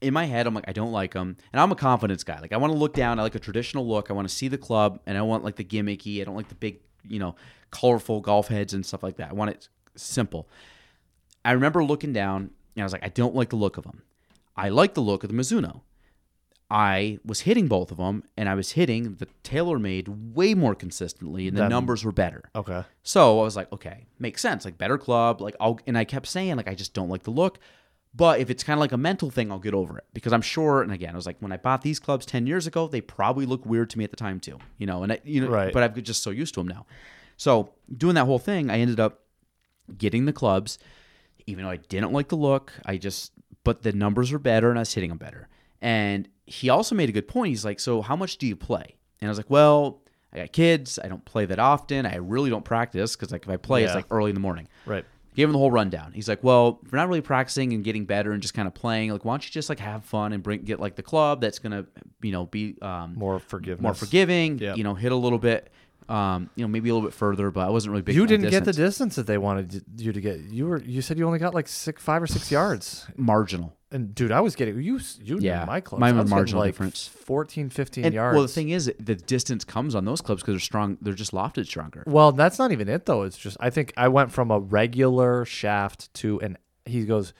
Speaker 1: In my head, I'm like, I don't like them, and I'm a confidence guy. Like I want to look down. I like a traditional look. I want to see the club, and I want like the gimmicky. I don't like the big you know, colorful golf heads and stuff like that. I want it simple. I remember looking down and I was like, I don't like the look of them. I like the look of the Mizuno. I was hitting both of them and I was hitting the TaylorMade way more consistently and the
Speaker 5: Than-
Speaker 1: numbers were better.
Speaker 5: Okay.
Speaker 1: So I was like, okay, makes sense. Like better club. Like I'll and I kept saying like I just don't like the look. But if it's kind of like a mental thing, I'll get over it because I'm sure. And again, I was like, when I bought these clubs ten years ago, they probably looked weird to me at the time too, you know. And I, you know,
Speaker 5: Right.
Speaker 1: but I'm just so used to them now. So doing that whole thing, I ended up getting the clubs, even though I didn't like the look. I just, but the numbers were better and I was hitting them better. And he also made a good point. He's like, So how much do you play? And I was like, Well, I got kids. I don't play that often. I really don't practice because, like, if I play, it's
Speaker 5: Yeah.
Speaker 1: like early in the morning.
Speaker 5: Right.
Speaker 1: Gave him the whole rundown. He's like, "Well, if we're not really practicing and getting better and just kind of playing. Like, why don't you just like have fun and bring get like the club that's gonna, you know, be um,
Speaker 5: More forgiveness.
Speaker 1: more forgiving.
Speaker 5: Yep.
Speaker 1: You know, hit a little bit, um, you know, maybe a little bit further. But I wasn't really big.
Speaker 5: You
Speaker 1: on
Speaker 5: didn't get the
Speaker 1: distance.
Speaker 5: distance that they wanted you to get. You were you said you only got like six, five or six yards.
Speaker 1: marginal.
Speaker 5: And dude, I was getting you. You knew
Speaker 1: Yeah.
Speaker 5: my clubs.
Speaker 1: Mine
Speaker 5: I
Speaker 1: were
Speaker 5: was getting,
Speaker 1: marginal
Speaker 5: like
Speaker 1: difference.
Speaker 5: 14, 15
Speaker 1: And,
Speaker 5: yards.
Speaker 1: Well, the thing is, the distance comes on those clubs because they're strong. They're just lofted stronger.
Speaker 5: Well, that's not even it though. It's just I think I went from a regular shaft to an. He goes,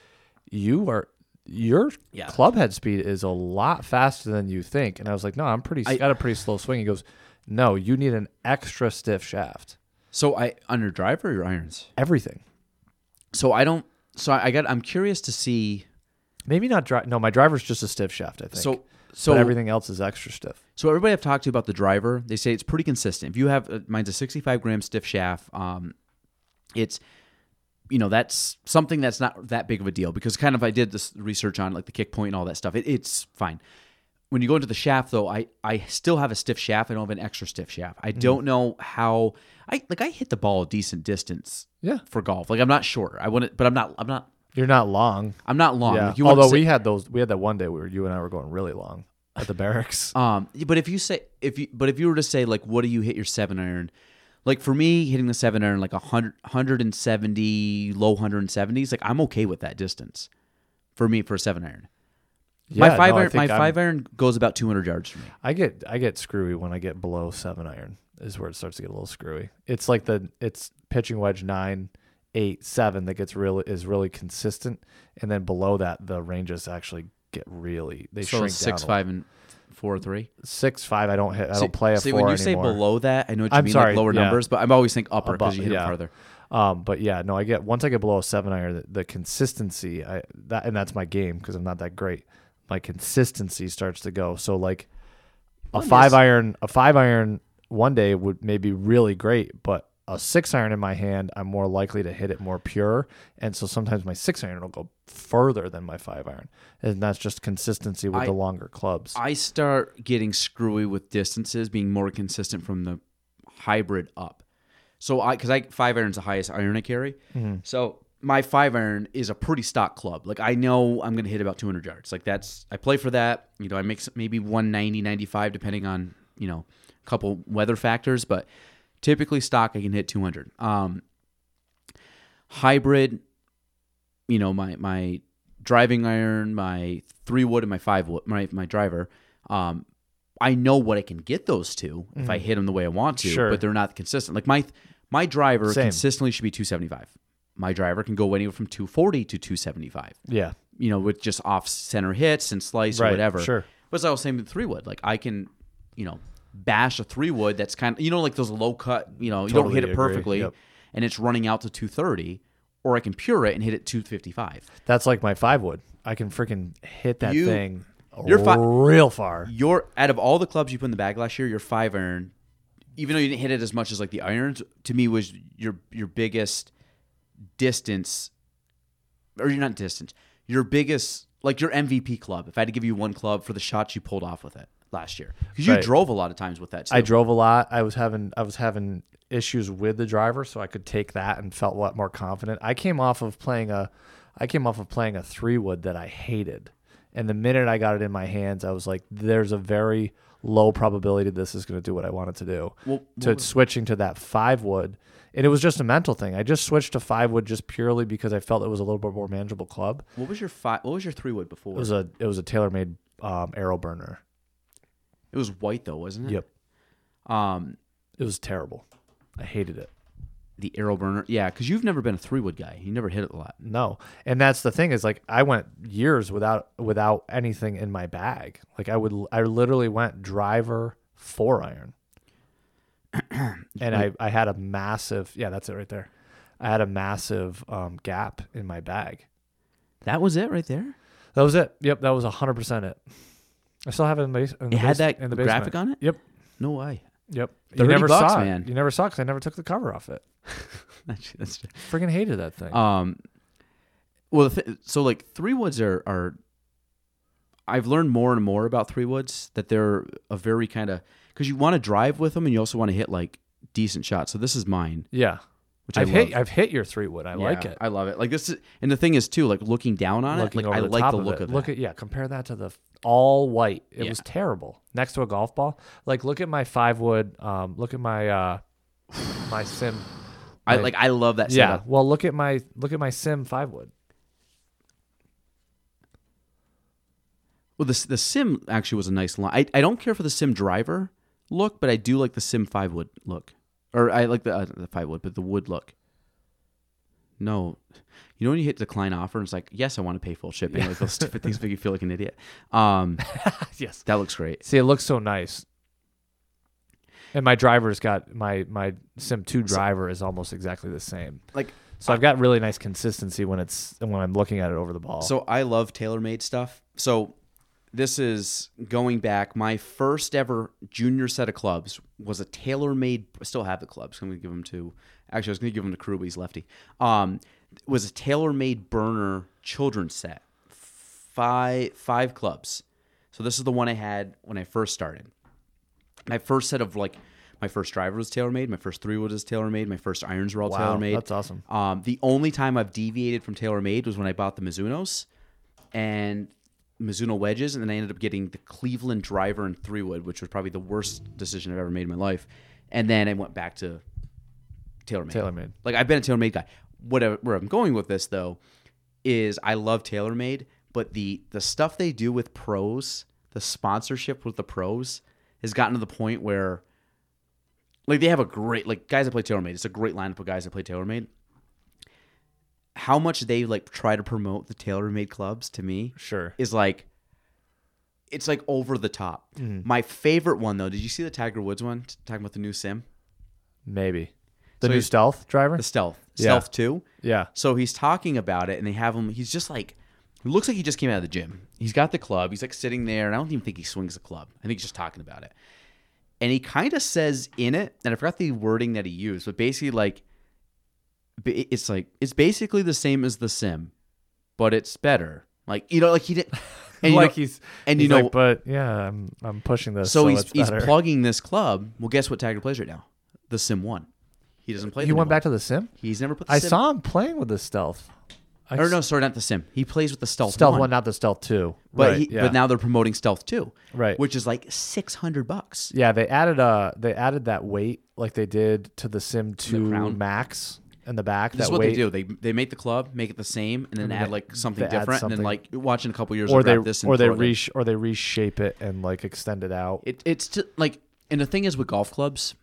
Speaker 5: you are your
Speaker 1: Yeah.
Speaker 5: club head speed is a lot faster than you think. And I was like, no, I'm pretty. I got a pretty slow swing. He goes, no, you need an extra stiff shaft.
Speaker 1: So I under driver or your irons.
Speaker 5: Everything.
Speaker 1: So I don't. So I, I got. I'm curious to see.
Speaker 5: Maybe not drive. No, my driver's just a stiff shaft. I think.
Speaker 1: So so
Speaker 5: so everything else is extra stiff.
Speaker 1: So everybody I've talked to about the driver, they say it's pretty consistent. If you have uh, mine's a 65 gram stiff shaft, um, it's you know that's something that's not that big of a deal because kind of I did this research on like the kick point and all that stuff. It, it's fine. When you go into the shaft though, I I still have a stiff shaft. I don't have an extra stiff shaft. I don't know how I like I hit the ball a decent distance.
Speaker 5: Yeah.
Speaker 1: For golf, like I'm not short. I wouldn't, but I'm not. I'm not.
Speaker 5: You're not long.
Speaker 1: I'm not long.
Speaker 5: Yeah.
Speaker 1: Like, you wouldn't
Speaker 5: Although
Speaker 1: say-
Speaker 5: we had those, we had that one day where you and I were going really long at the barracks.
Speaker 1: Um, but if you say if you but if you were to say like, what do you hit your seven iron? Like for me, hitting the seven iron like a hundred, hundred and seventy, low hundred and seventies, like I'm okay with that distance. For me, for a seven iron, my
Speaker 5: Yeah,
Speaker 1: five
Speaker 5: no, I
Speaker 1: iron, my
Speaker 5: think I'm-
Speaker 1: 5 iron goes about two hundred yards for me.
Speaker 5: I get I get screwy when I get below seven iron is where it starts to get a little screwy. It's like the it's pitching wedge nine, eight, seven that gets really is really consistent, and then below that the ranges actually get really they
Speaker 1: So
Speaker 5: shrink
Speaker 1: six,
Speaker 5: down. a-
Speaker 1: five, and four, three.
Speaker 5: six five. I don't hit. I don't play a
Speaker 1: See,
Speaker 5: four
Speaker 1: when you
Speaker 5: anymore.
Speaker 1: say below that, I know what you
Speaker 5: I'm
Speaker 1: mean,
Speaker 5: sorry,
Speaker 1: like lower
Speaker 5: yeah.
Speaker 1: numbers, but I'm always think upper
Speaker 5: Above,
Speaker 1: because you hit
Speaker 5: yeah.
Speaker 1: it farther.
Speaker 5: Um, but yeah, no, I get once I get below a seven iron, the, the consistency, I that and that's my game because I'm not that great. My consistency starts to go. So like a five iron, a five iron one day would maybe really great, but a six iron in my hand, I'm more likely to hit it more pure, and so sometimes my six iron will go further than my five iron, and that's just consistency with
Speaker 1: I-
Speaker 5: the longer clubs.
Speaker 1: I start getting screwy with distances being more consistent from the hybrid up. So I because I five iron's the highest iron I carry. So my five iron is a pretty stock club. Like I know I'm gonna hit about 200 yards. Like that's I play for that. You know I make s- maybe 190, 95 depending on you know a couple weather factors, but typically stock I can hit 200. Um, hybrid, you know my my driving iron, my three wood, and my five wood, my my driver. Um, I know what I can get those to if I hit them the way I want to,
Speaker 5: Mm-hmm. Sure.
Speaker 1: but they're not consistent. Like my my driver
Speaker 5: Same.
Speaker 1: consistently should be 275. My driver can go anywhere from 240 to 275.
Speaker 5: yeah,
Speaker 1: You know, with just off center hits and slice or
Speaker 5: Right,
Speaker 1: whatever.
Speaker 5: sure.
Speaker 1: But it's all the same with three wood. Like I can, you know, bash a three wood that's kind of you know like those low cut. You know, you don't
Speaker 5: Totally
Speaker 1: hit it
Speaker 5: agree.
Speaker 1: perfectly,
Speaker 5: Yep.
Speaker 1: and it's running out to 230, or I can pure it and hit it 255.
Speaker 5: that's like my five wood. I can freaking hit that
Speaker 1: You-
Speaker 5: thing.
Speaker 1: your fi-
Speaker 5: real far.
Speaker 1: your out of all the clubs you put in the bag last year, your five iron, even though you didn't hit it as much as like the irons, to me was your your biggest distance, or you're not distance, your biggest like your MVP club. If I had to give you one club for the shots you pulled off with it last year, because you
Speaker 5: Right.
Speaker 1: drove a lot of times with that. Too.
Speaker 5: I drove a lot. I was having I was having issues with the driver, so I could take that and felt a lot more confident. I came off of playing a I came off of playing a three wood that I hated. And the minute I got it in my hands, I was like, there's a very low probability this is gonna do what I want it to do.
Speaker 1: Well, what
Speaker 5: to switching to that five wood. And it was just a mental thing. I just switched to five wood just purely because I felt it was a little bit more manageable club.
Speaker 1: What was your five? What was your three wood before?
Speaker 5: It was a it was a tailor made um, arrow burner.
Speaker 1: Mm-hmm. it was white though, wasn't it?
Speaker 5: Yep.
Speaker 1: Um,
Speaker 5: It was terrible. I hated it.
Speaker 1: The arrow burner. Yeah, because you've never been a three wood guy. You never hit it a lot.
Speaker 5: No. And that's the thing is like I went years without without anything in my bag. Like I would I literally went driver four iron. and I, I had a massive yeah, that's it right there. I had a massive um, gap in my bag.
Speaker 1: That was it right there.
Speaker 5: That was it. Yep, that was hundred percent it. I still have it in the base. In the
Speaker 1: It had
Speaker 5: base-
Speaker 1: that
Speaker 5: in the basement.
Speaker 1: graphic on it?
Speaker 5: Yep,
Speaker 1: No way.
Speaker 5: yep.
Speaker 1: 30 bucks,
Speaker 5: saw
Speaker 1: man.
Speaker 5: it. You never saw because I never took the cover off it.
Speaker 1: That's- that's-
Speaker 5: Freaking hated that thing.
Speaker 1: um, well, the th- so like three woods are are. I've learned more and more about three woods that they're a very kind of because you want to drive with them and you also want to hit like decent shots. So this is mine,
Speaker 5: yeah,
Speaker 1: which
Speaker 5: I've
Speaker 1: I
Speaker 5: hit.
Speaker 1: love.
Speaker 5: I've hit your three wood. I like
Speaker 1: Yeah,
Speaker 5: it.
Speaker 1: I love it. Like this, is, and the thing is too, like looking down on
Speaker 5: Looking
Speaker 1: it, like
Speaker 5: over
Speaker 1: I like
Speaker 5: top
Speaker 1: the look
Speaker 5: it.
Speaker 1: of,
Speaker 5: look
Speaker 1: it.
Speaker 5: at yeah. Compare that to the f- all white. It
Speaker 1: Yeah.
Speaker 5: was terrible next to a golf ball. Like look at my five wood. Um, look at my uh, my sim.
Speaker 1: I like I love that
Speaker 5: Yeah.
Speaker 1: setup.
Speaker 5: Well, look at my look at my sim five wood.
Speaker 1: Well, the the sim actually was a nice line. I, I don't care for the sim driver look, but I do like the sim five wood look, or I like the uh, the five wood, but the wood look. No, you know when you hit decline offer, and it's like, yes, I want to pay full shipping. Like those stupid things make you feel like an idiot. Um,
Speaker 5: yes.
Speaker 1: that looks great.
Speaker 5: See, it looks so nice. And my driver's got my my Sim Two driver is almost exactly the same.
Speaker 1: Like
Speaker 5: So I've got really nice consistency when it's when I'm looking at it over the ball.
Speaker 1: So I love tailor-made stuff. So this is going back. My first ever junior set of clubs was a tailor-made. I still have the clubs. I'm going to give them to. Actually, I was going to give them to Crew. but He's lefty. Um, was a tailor-made burner children's set. Five five clubs. So this is the one I had when I first started. My first set of like. My first driver was tailor made. My first three wood was tailor made. My first irons were all
Speaker 5: Wow,
Speaker 1: tailor made.
Speaker 5: that's awesome.
Speaker 1: Um, the only time I've deviated from tailor made was when I bought the Mizunos and Mizuno wedges, and then I ended up getting the Cleveland driver and three wood, which was probably the worst decision I've ever made in my life. And then I went back to TaylorMade.
Speaker 5: TaylorMade.
Speaker 1: Like I've been a TaylorMade guy. Whatever where I'm going with this though is I love TaylorMade, but the the stuff they do with pros, the sponsorship with the pros, has gotten to the point where like they have a great like guys that play TaylorMade. It's a great lineup of guys that play TaylorMade. How much they like try to promote the TaylorMade clubs to me
Speaker 5: sure.
Speaker 1: is like it's like over the top. My favorite one though, did you see the Tiger Woods one T- talking about the new sim,
Speaker 5: Maybe. The
Speaker 1: So
Speaker 5: new
Speaker 1: he's-
Speaker 5: stealth driver?
Speaker 1: the Stealth,
Speaker 5: Yeah.
Speaker 1: Stealth Two?
Speaker 5: yeah.
Speaker 1: So he's talking about it, and they have him. He's just like, he looks like he just came out of the gym. He's got the club. He's like sitting there, and I don't even think he swings the club. I think he's just talking about it. And he kind of says in it, and I forgot the wording that he used, but basically like, ba- it's like it's basically the same as the sim, but it's better. Like you know, like he didn't. And
Speaker 5: like
Speaker 1: you know,
Speaker 5: he's
Speaker 1: and
Speaker 5: he's
Speaker 1: you know-
Speaker 5: like, but yeah, I'm I'm pushing this.
Speaker 1: so,
Speaker 5: So,
Speaker 1: he's
Speaker 5: it's
Speaker 1: he's
Speaker 5: better."
Speaker 1: plugging this club. Well, guess what Tiger plays right now? The Sim One. He doesn't play.
Speaker 5: Uh, He
Speaker 1: the new
Speaker 5: went
Speaker 1: one.
Speaker 5: back to the sim?
Speaker 1: He's never put. The
Speaker 5: I
Speaker 1: Sim.
Speaker 5: saw him playing with the stealth. I
Speaker 1: Or
Speaker 5: s-
Speaker 1: no, sorry, not the Sim. He plays with the Stealth.
Speaker 5: stealth one.
Speaker 1: one
Speaker 5: not the stealth two.
Speaker 1: But
Speaker 5: Right,
Speaker 1: he,
Speaker 5: yeah.
Speaker 1: but now they're promoting Stealth too,
Speaker 5: Right.
Speaker 1: Which is like six hundred bucks.
Speaker 5: Yeah, they added uh they added that weight like they did to the Sim 2
Speaker 1: crown.
Speaker 5: Max in the back.
Speaker 1: This
Speaker 5: that
Speaker 1: is what
Speaker 5: weight,
Speaker 1: they do. They they make the club, make it the same, and then add like something
Speaker 5: they add
Speaker 1: different. And
Speaker 5: something.
Speaker 1: then like watch in a couple years,
Speaker 5: Or
Speaker 1: we'll
Speaker 5: they
Speaker 1: grab this and
Speaker 5: or they
Speaker 1: throw it in.
Speaker 5: resh or they reshape it and like extend it out.
Speaker 1: It, it's t- like, and the thing is with golf clubs,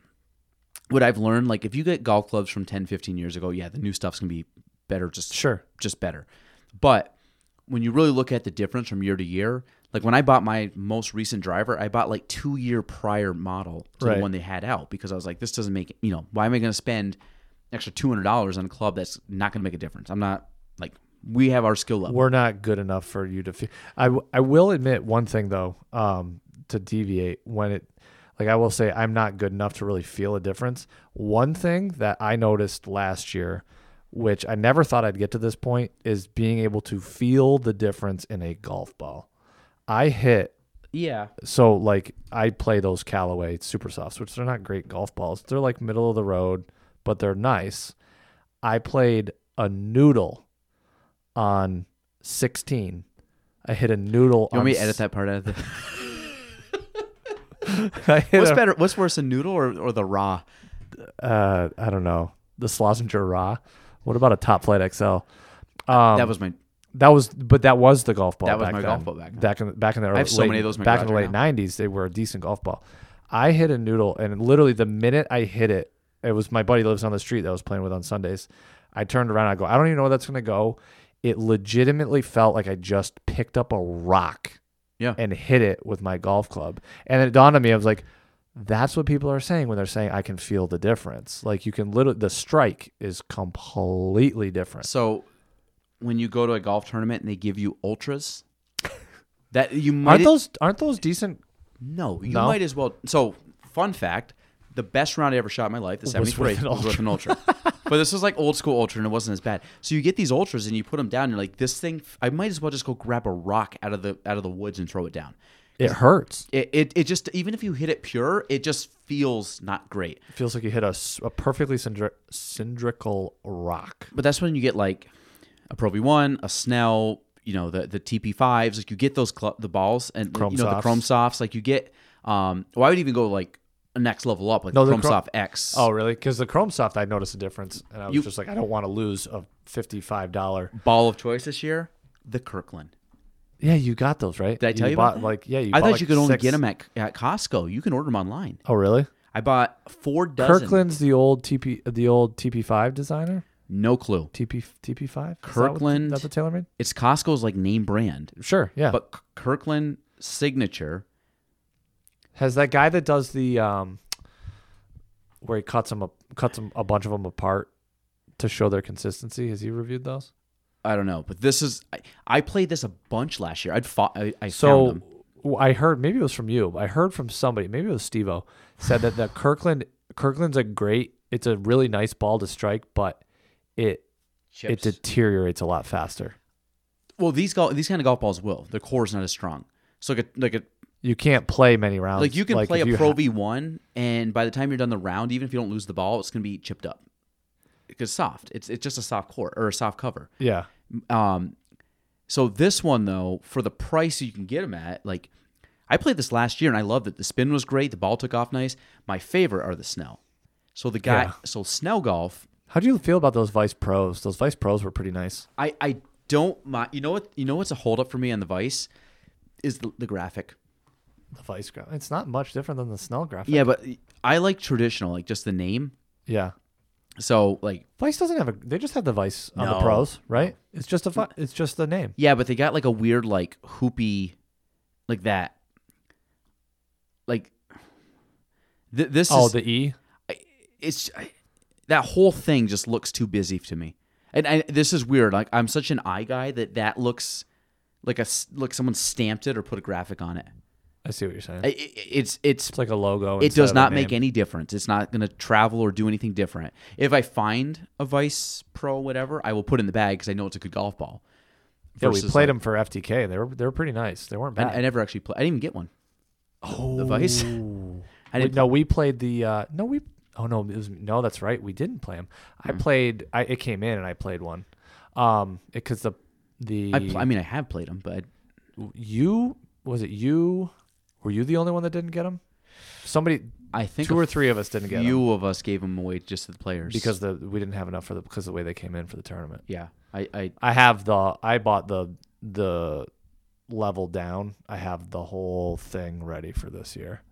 Speaker 1: what I've learned, like if you get golf clubs from 10, 15 years ago, yeah, the new stuff's gonna be better, just
Speaker 5: Sure.
Speaker 1: just better. But when you really look at the difference from year to year, like when I bought my most recent driver, I bought like two year prior model to
Speaker 5: Right.
Speaker 1: the one they had out because I was like, this doesn't make you know, why am I gonna spend an extra two hundred dollars on a club that's not gonna make a difference? I'm not like we have our skill level.
Speaker 5: We're not good enough for you to feel. I, w- I will admit one thing though, um, to deviate when it, like I will say, I'm not good enough to really feel a difference. One thing that I noticed last year, which I never thought I'd get to this point, is being able to feel the difference in a golf ball. I hit
Speaker 1: Yeah.
Speaker 5: so like I play those Callaway super softs, which they're not great golf balls. They're like middle of the road, but they're nice. I played a noodle on 16. I hit a noodle.
Speaker 1: You want
Speaker 5: on
Speaker 1: me to edit
Speaker 5: s-
Speaker 1: that part out of the
Speaker 5: I hit
Speaker 1: What's
Speaker 5: a-
Speaker 1: better? What's worse, a noodle or, or the raw?
Speaker 5: Uh, I don't know the Slozenger raw. What about a Top Flight XL?
Speaker 1: that was my.
Speaker 5: That was, but that was the golf ball.
Speaker 1: That was
Speaker 5: back
Speaker 1: my
Speaker 5: then.
Speaker 1: golf ball back then.
Speaker 5: Back in back in the early,
Speaker 1: have so
Speaker 5: late-
Speaker 1: many of those in my
Speaker 5: back in
Speaker 1: garage
Speaker 5: the
Speaker 1: right
Speaker 5: late
Speaker 1: now.
Speaker 5: '90s, they were a decent golf ball. I hit a noodle, and literally the minute I hit it, it was my buddy lives on the street that I was playing with on Sundays. I turned around. I go, I don't even know where that's gonna go. It legitimately felt like I just picked up a rock
Speaker 1: Yeah.
Speaker 5: and hit it with my golf club. And it dawned on me, I was like, that's what people are saying when they're saying I can feel the difference. Like you can literally, the strike is completely different.
Speaker 1: So when you go to a golf tournament and they give you ultras, that you might e-,
Speaker 5: Aren't those aren't those decent?
Speaker 1: no, you
Speaker 5: No?
Speaker 1: might as well. So fun fact: the best round I ever shot in my life, the seventy three,
Speaker 5: with an
Speaker 1: was with an ultra. but this was like old school ultra, and it wasn't as bad. So you get these ultras and you put them down. And you're like, this thing, I might as well just go grab a rock out of the out of the woods and throw it down.
Speaker 5: It hurts.
Speaker 1: It, it, it just even if you hit it pure, it just feels not great.
Speaker 5: It feels like you hit a, s- a perfectly cyndri- cylindrical rock.
Speaker 1: But that's when you get like a Pro V one, a Snell, you know the the TP fives. Like you get those cl- the balls and
Speaker 5: Chrome
Speaker 1: you know the
Speaker 5: softs.
Speaker 1: Chrome softs. Like you get. Um, well, I would even go like a next level up, like
Speaker 5: No, the
Speaker 1: Chrome
Speaker 5: Chro-
Speaker 1: Soft X.
Speaker 5: Oh, really? Because the Chrome Soft, I noticed a difference, and I was
Speaker 1: You-
Speaker 5: just like, I don't want to lose a fifty-five dollar.
Speaker 1: ball of choice this year, the Kirkland.
Speaker 5: Yeah, you got those right.
Speaker 1: Did I tell you about
Speaker 5: bought
Speaker 1: that?
Speaker 5: like yeah.
Speaker 1: I
Speaker 5: You bought,
Speaker 1: thought
Speaker 5: like,
Speaker 1: you could only
Speaker 5: six-
Speaker 1: get them at, at Costco. You can order them online.
Speaker 5: Oh, really?
Speaker 1: I bought four dozen.
Speaker 5: Kirkland's the old TP, the old TP5 designer.
Speaker 1: No clue.
Speaker 5: TP TP5.
Speaker 1: Kirkland.
Speaker 5: That's a TaylorMade.
Speaker 1: It's Costco's like name brand,
Speaker 5: Sure. Yeah.
Speaker 1: but K- Kirkland signature.
Speaker 5: Has that guy that does the um, where he cuts them up, cuts 'em- a bunch of them apart to show their consistency? Has he reviewed those?
Speaker 1: I don't know, but this is. I, I played this a bunch last year. I'd fought. I, I found
Speaker 5: So
Speaker 1: them.
Speaker 5: w- I heard maybe it was from you. I heard from somebody, maybe it was Stevo, said that the Kirkland Kirkland's a great. It's a really nice ball to strike, but it
Speaker 1: Chips.
Speaker 5: it deteriorates a lot faster.
Speaker 1: well, these golf, these kind of golf balls will. The core's not as strong. So like a, like a
Speaker 5: You can't play many rounds.
Speaker 1: like you can play
Speaker 5: if
Speaker 1: a
Speaker 5: you
Speaker 1: Pro
Speaker 5: ha-
Speaker 1: V one, and by the time you're done the round, even if you don't lose the ball, it's gonna be chipped up. Because soft, it's it's just a soft core or a soft cover.
Speaker 5: Yeah.
Speaker 1: Um, so this one though, for the price you can get them at, like I played this last year and I loved it. The spin was great, the ball took off nice. My favorite are the Snell. So the guy,
Speaker 5: Yeah.
Speaker 1: so Snell golf,
Speaker 5: How do you feel about those Vice Pros? Those Vice Pros were pretty nice.
Speaker 1: I I don't mind. You know what? You know what's a holdup for me on the Vice is the, the graphic.
Speaker 5: The Vice graph. It's not much different than the Snell graphic.
Speaker 1: Yeah, but I like traditional, like just the name.
Speaker 5: Yeah.
Speaker 1: So like
Speaker 5: Vice doesn't have a. They just have the Vice on
Speaker 1: No.
Speaker 5: the Pros, right? It's just a. Fi- it's just the name.
Speaker 1: yeah, but they got like a weird like hoopy, like that. Like th- this
Speaker 5: Oh,
Speaker 1: is
Speaker 5: the E.
Speaker 1: it's I, that whole thing just looks too busy to me. And I, this is weird. Like I'm such an eye guy that that looks like a s- like someone stamped it or put a graphic on it.
Speaker 5: I see what you're saying.
Speaker 1: I- i- it's it's
Speaker 5: it's like a logo.
Speaker 1: it
Speaker 5: instead
Speaker 1: does
Speaker 5: of a
Speaker 1: not make
Speaker 5: name.
Speaker 1: any difference. It's not going to travel or do anything different. If I find a Vice Pro whatever, I will put it in the bag because I know it's a good golf ball.
Speaker 5: Yeah, we
Speaker 1: Versus,
Speaker 5: played
Speaker 1: like-
Speaker 5: them for FTK. They were they were pretty nice. They weren't
Speaker 1: I,
Speaker 5: bad.
Speaker 1: I never actually played. I didn't even get one. Oh, the Vice. I
Speaker 5: We-
Speaker 1: didn't.
Speaker 5: no, we played the uh, no we oh no it was no that's right we didn't play them.
Speaker 1: Hmm.
Speaker 5: I played I it came in and I played one, um because the the
Speaker 1: I, pl- I mean, I have played them, but
Speaker 5: you was it you were you the only one that didn't get them? Somebody
Speaker 1: I think
Speaker 5: two
Speaker 1: a
Speaker 5: or three of us didn't get them
Speaker 1: few of us gave them away just to the players
Speaker 5: because the we didn't have enough for the because of the way they came in for the tournament.
Speaker 1: yeah, I, I
Speaker 5: I have the I bought the the level down. I have the whole thing ready for this year.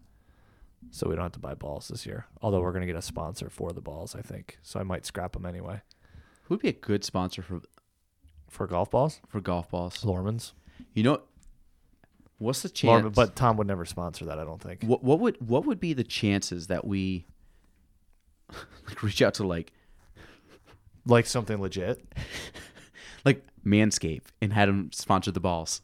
Speaker 5: So we don't have to buy balls this year. Although we're going to get a sponsor for the balls, I think. So I might scrap them anyway
Speaker 1: who would be a good sponsor for
Speaker 5: for golf balls.
Speaker 1: for golf balls.
Speaker 5: Lorman's.
Speaker 1: You know, what's the chance?
Speaker 5: Lorman, but Tom would never sponsor that, I don't think.
Speaker 1: what what would what would be the chances that we like reach out to like
Speaker 5: Like something legit.
Speaker 1: like Manscaped and had them sponsor the balls?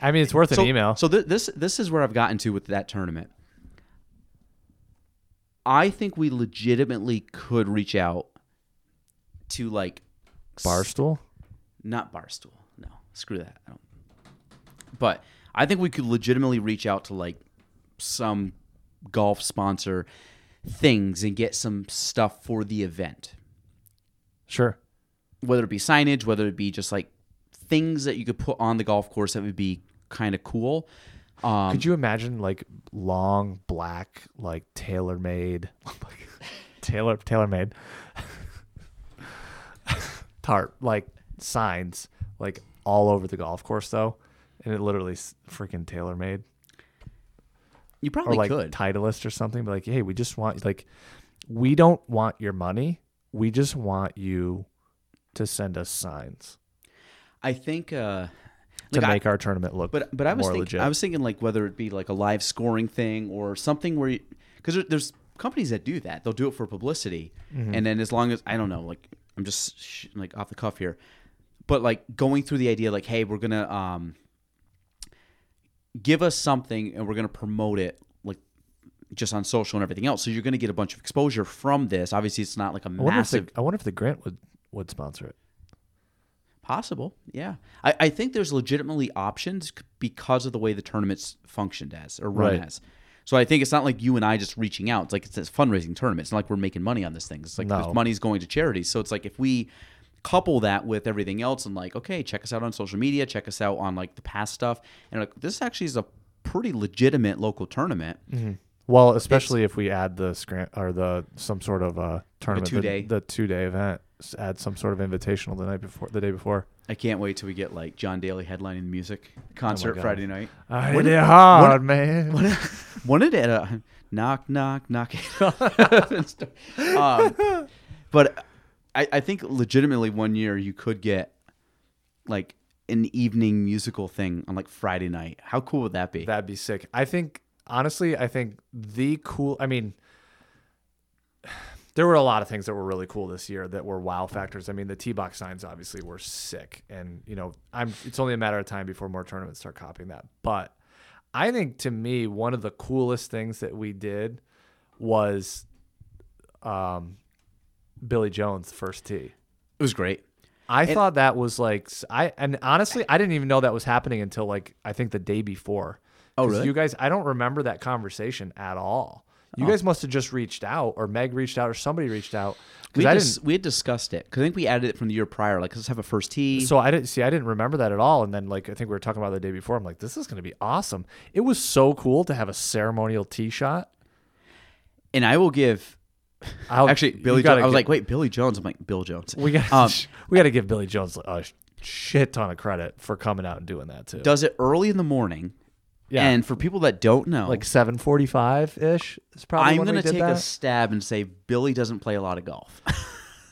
Speaker 5: I mean, it's worth an
Speaker 1: so,
Speaker 5: email.
Speaker 1: So th- this this is where I've gotten to with that tournament. I think we legitimately could reach out to like s-
Speaker 5: Barstool?
Speaker 1: not Barstool. No, screw that. I don't. But I think we could legitimately reach out to like some golf sponsor things and get some stuff for the event,
Speaker 5: Sure.
Speaker 1: whether it be signage, whether it be just like things that you could put on the golf course that would be kind of cool. Um,
Speaker 5: Could you imagine like long black like tailor made tailor tailor made tarp like signs like all over the golf course though, and it literally s- freaking tailor made.
Speaker 1: You
Speaker 5: or
Speaker 1: probably
Speaker 5: like
Speaker 1: could.
Speaker 5: Titleist or something. But like, hey, we just want like we don't want your money. We just want you to send us signs
Speaker 1: I think uh,
Speaker 5: to
Speaker 1: like, I-
Speaker 5: make our tournament look.
Speaker 1: But but I was
Speaker 5: more
Speaker 1: thinking
Speaker 5: legit.
Speaker 1: I was thinking like whether it be like a live scoring thing or something where because there, there's companies that do that they'll do it for publicity
Speaker 5: Mm-hmm.
Speaker 1: and then as long as I don't know like I'm just sh- like off the cuff here, but like going through the idea like hey we're gonna um give us something and we're gonna promote it like just on social and everything else so you're gonna get a bunch of exposure from this obviously it's not like a
Speaker 5: I wonder,
Speaker 1: massive
Speaker 5: if the, I wonder if the grant would would sponsor it.
Speaker 1: Possible, yeah. I, I think there's legitimately options c- because of the way the tournament's functioned as or run
Speaker 5: Right.
Speaker 1: as. So I think it's not like you and I just reaching out. It's like it's a fundraising tournament. It's not like we're making money on this thing. It's like
Speaker 5: No.
Speaker 1: this money's going to charities. So it's like if we couple that with everything else and like, okay, check us out on social media, check us out on like the past stuff, and like this actually is a pretty legitimate local tournament.
Speaker 5: Mm-hmm. Well, especially if we add the scram or the some sort of uh tournament,
Speaker 1: two-day.
Speaker 5: the, two day event, s- add some sort of invitational the night before, the day before.
Speaker 1: I can't wait till we get like John Daly headlining the music concert
Speaker 5: Oh God.
Speaker 1: Friday night.
Speaker 5: I hit it hard, man.
Speaker 1: wanted it uh, knock knock knock it off and stuff. um, but I, I think legitimately one year you could get like an evening musical thing on like friday night how cool would that be
Speaker 5: That'd be sick. I think honestly, I think the cool. I mean, there were a lot of things that were really cool this year that were wow factors. I mean, the T box signs obviously were sick, and you know, I'm. It's only a matter of time before more tournaments start copying that. But I think to me, one of the coolest things that we did was, um, Billy Jones first tee.
Speaker 1: it was great
Speaker 5: I thought that was like s- I and honestly I didn't even know that was happening until like I think the day before.
Speaker 1: Oh,
Speaker 5: 'Cause
Speaker 1: really?
Speaker 5: You guys, I don't remember that conversation at all. You
Speaker 1: Oh.
Speaker 5: guys must have just reached out, or Meg reached out, or somebody reached out.
Speaker 1: we,
Speaker 5: Because I
Speaker 1: dis-
Speaker 5: didn't.
Speaker 1: we had discussed it because i think we added it from the year prior like let's have a first tee
Speaker 5: So I didn't see. I didn't remember that at all. And then like I think we were talking about it the day before. I'm like, this is going to be awesome. It was so cool to have a ceremonial tee shot.
Speaker 1: and i will give
Speaker 5: I'll,
Speaker 1: actually
Speaker 5: Oh, you
Speaker 1: billy
Speaker 5: gotta
Speaker 1: jones i was
Speaker 5: gi-
Speaker 1: like wait billy jones i'm like bill jones
Speaker 5: we got
Speaker 1: um,
Speaker 5: we got to give Billy Jones a sh- shit ton of credit for coming out and doing that too.
Speaker 1: does it early in the morning
Speaker 5: Yeah.
Speaker 1: and for people that don't know
Speaker 5: like 7:45 ish is probably.
Speaker 1: I'm
Speaker 5: when we
Speaker 1: gonna
Speaker 5: did
Speaker 1: take a
Speaker 5: that.
Speaker 1: stab and say Billy doesn't play a lot of golf.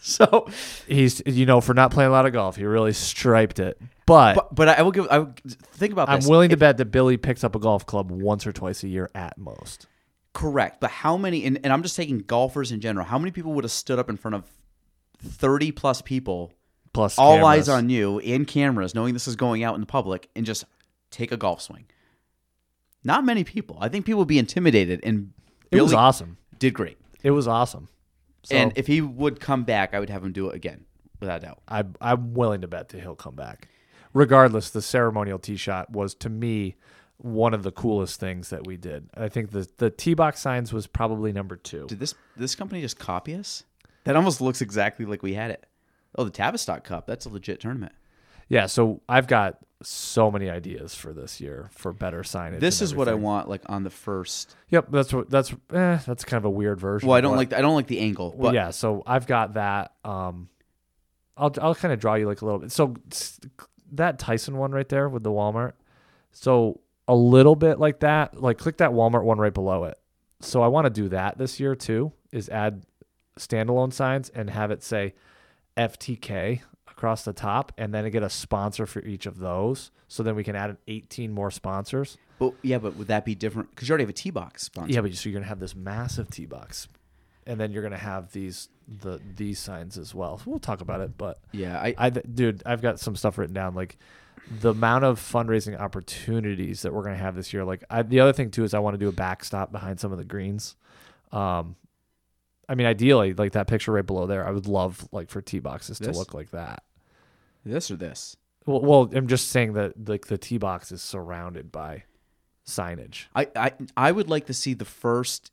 Speaker 1: so,
Speaker 5: he's you know for not playing a lot of golf he really striped it but,
Speaker 1: but, but I will give. I will think about
Speaker 5: i'm
Speaker 1: this.
Speaker 5: willing to bet that billy picks up a golf club once or twice a year at most
Speaker 1: Correct, but how many? And, and I'm just taking golfers in general. How many people would have stood up in front of thirty plus people,
Speaker 5: plus
Speaker 1: all eyes
Speaker 5: cameras.
Speaker 1: on you and cameras, knowing this is going out in the public, and just take a golf swing? Not many people. I think people would be intimidated. And
Speaker 5: it
Speaker 1: Billy
Speaker 5: was awesome
Speaker 1: did great.
Speaker 5: it was awesome so
Speaker 1: And if he would come back, I would have him do it again, without doubt.
Speaker 5: I, i'm willing to bet that he'll come back regardless the ceremonial tee shot was to me one of the coolest things that we did i think the the tee box signs was probably number two
Speaker 1: Did this this company just copy us? That almost looks exactly like we had it. Oh, the Tavistock Cup. That's a legit tournament.
Speaker 5: yeah so i've got so many ideas for this year for better signage
Speaker 1: This
Speaker 5: and
Speaker 1: is what I
Speaker 5: everything.
Speaker 1: want. Like on the first.
Speaker 5: yep that's what that's eh, that's kind of a weird version
Speaker 1: Well, I don't
Speaker 5: but-
Speaker 1: like I don't like the angle. But
Speaker 5: Well, yeah, so I've got that. Um, I'll I'll kind of draw you like a little bit. So s- that Tyson one right there with the Walmart. So a little bit like that. Like click that Walmart one right below it. So I want to do that this year too. Is add standalone signs and have it say FTK across the top, and then get a sponsor for each of those. So then we can add 18 more sponsors.
Speaker 1: but yeah, but would that be different? Because you already have a T box sponsor.
Speaker 5: Yeah, but you- so you're gonna have this massive tee box, and then you're gonna have these the these signs as well. We'll talk about it, but
Speaker 1: Yeah, I,
Speaker 5: I th- dude, I've got some stuff written down like the amount of fundraising opportunities that we're gonna have this year. Like I, the other thing too is I want to do a backstop behind some of the greens. Um, I mean, ideally, like that picture right below there, I would love like for tee boxes
Speaker 1: This?
Speaker 5: to look like that.
Speaker 1: this or this.
Speaker 5: Well, well, I'm just saying that like the tee box is surrounded by signage.
Speaker 1: I, I I would like to see the first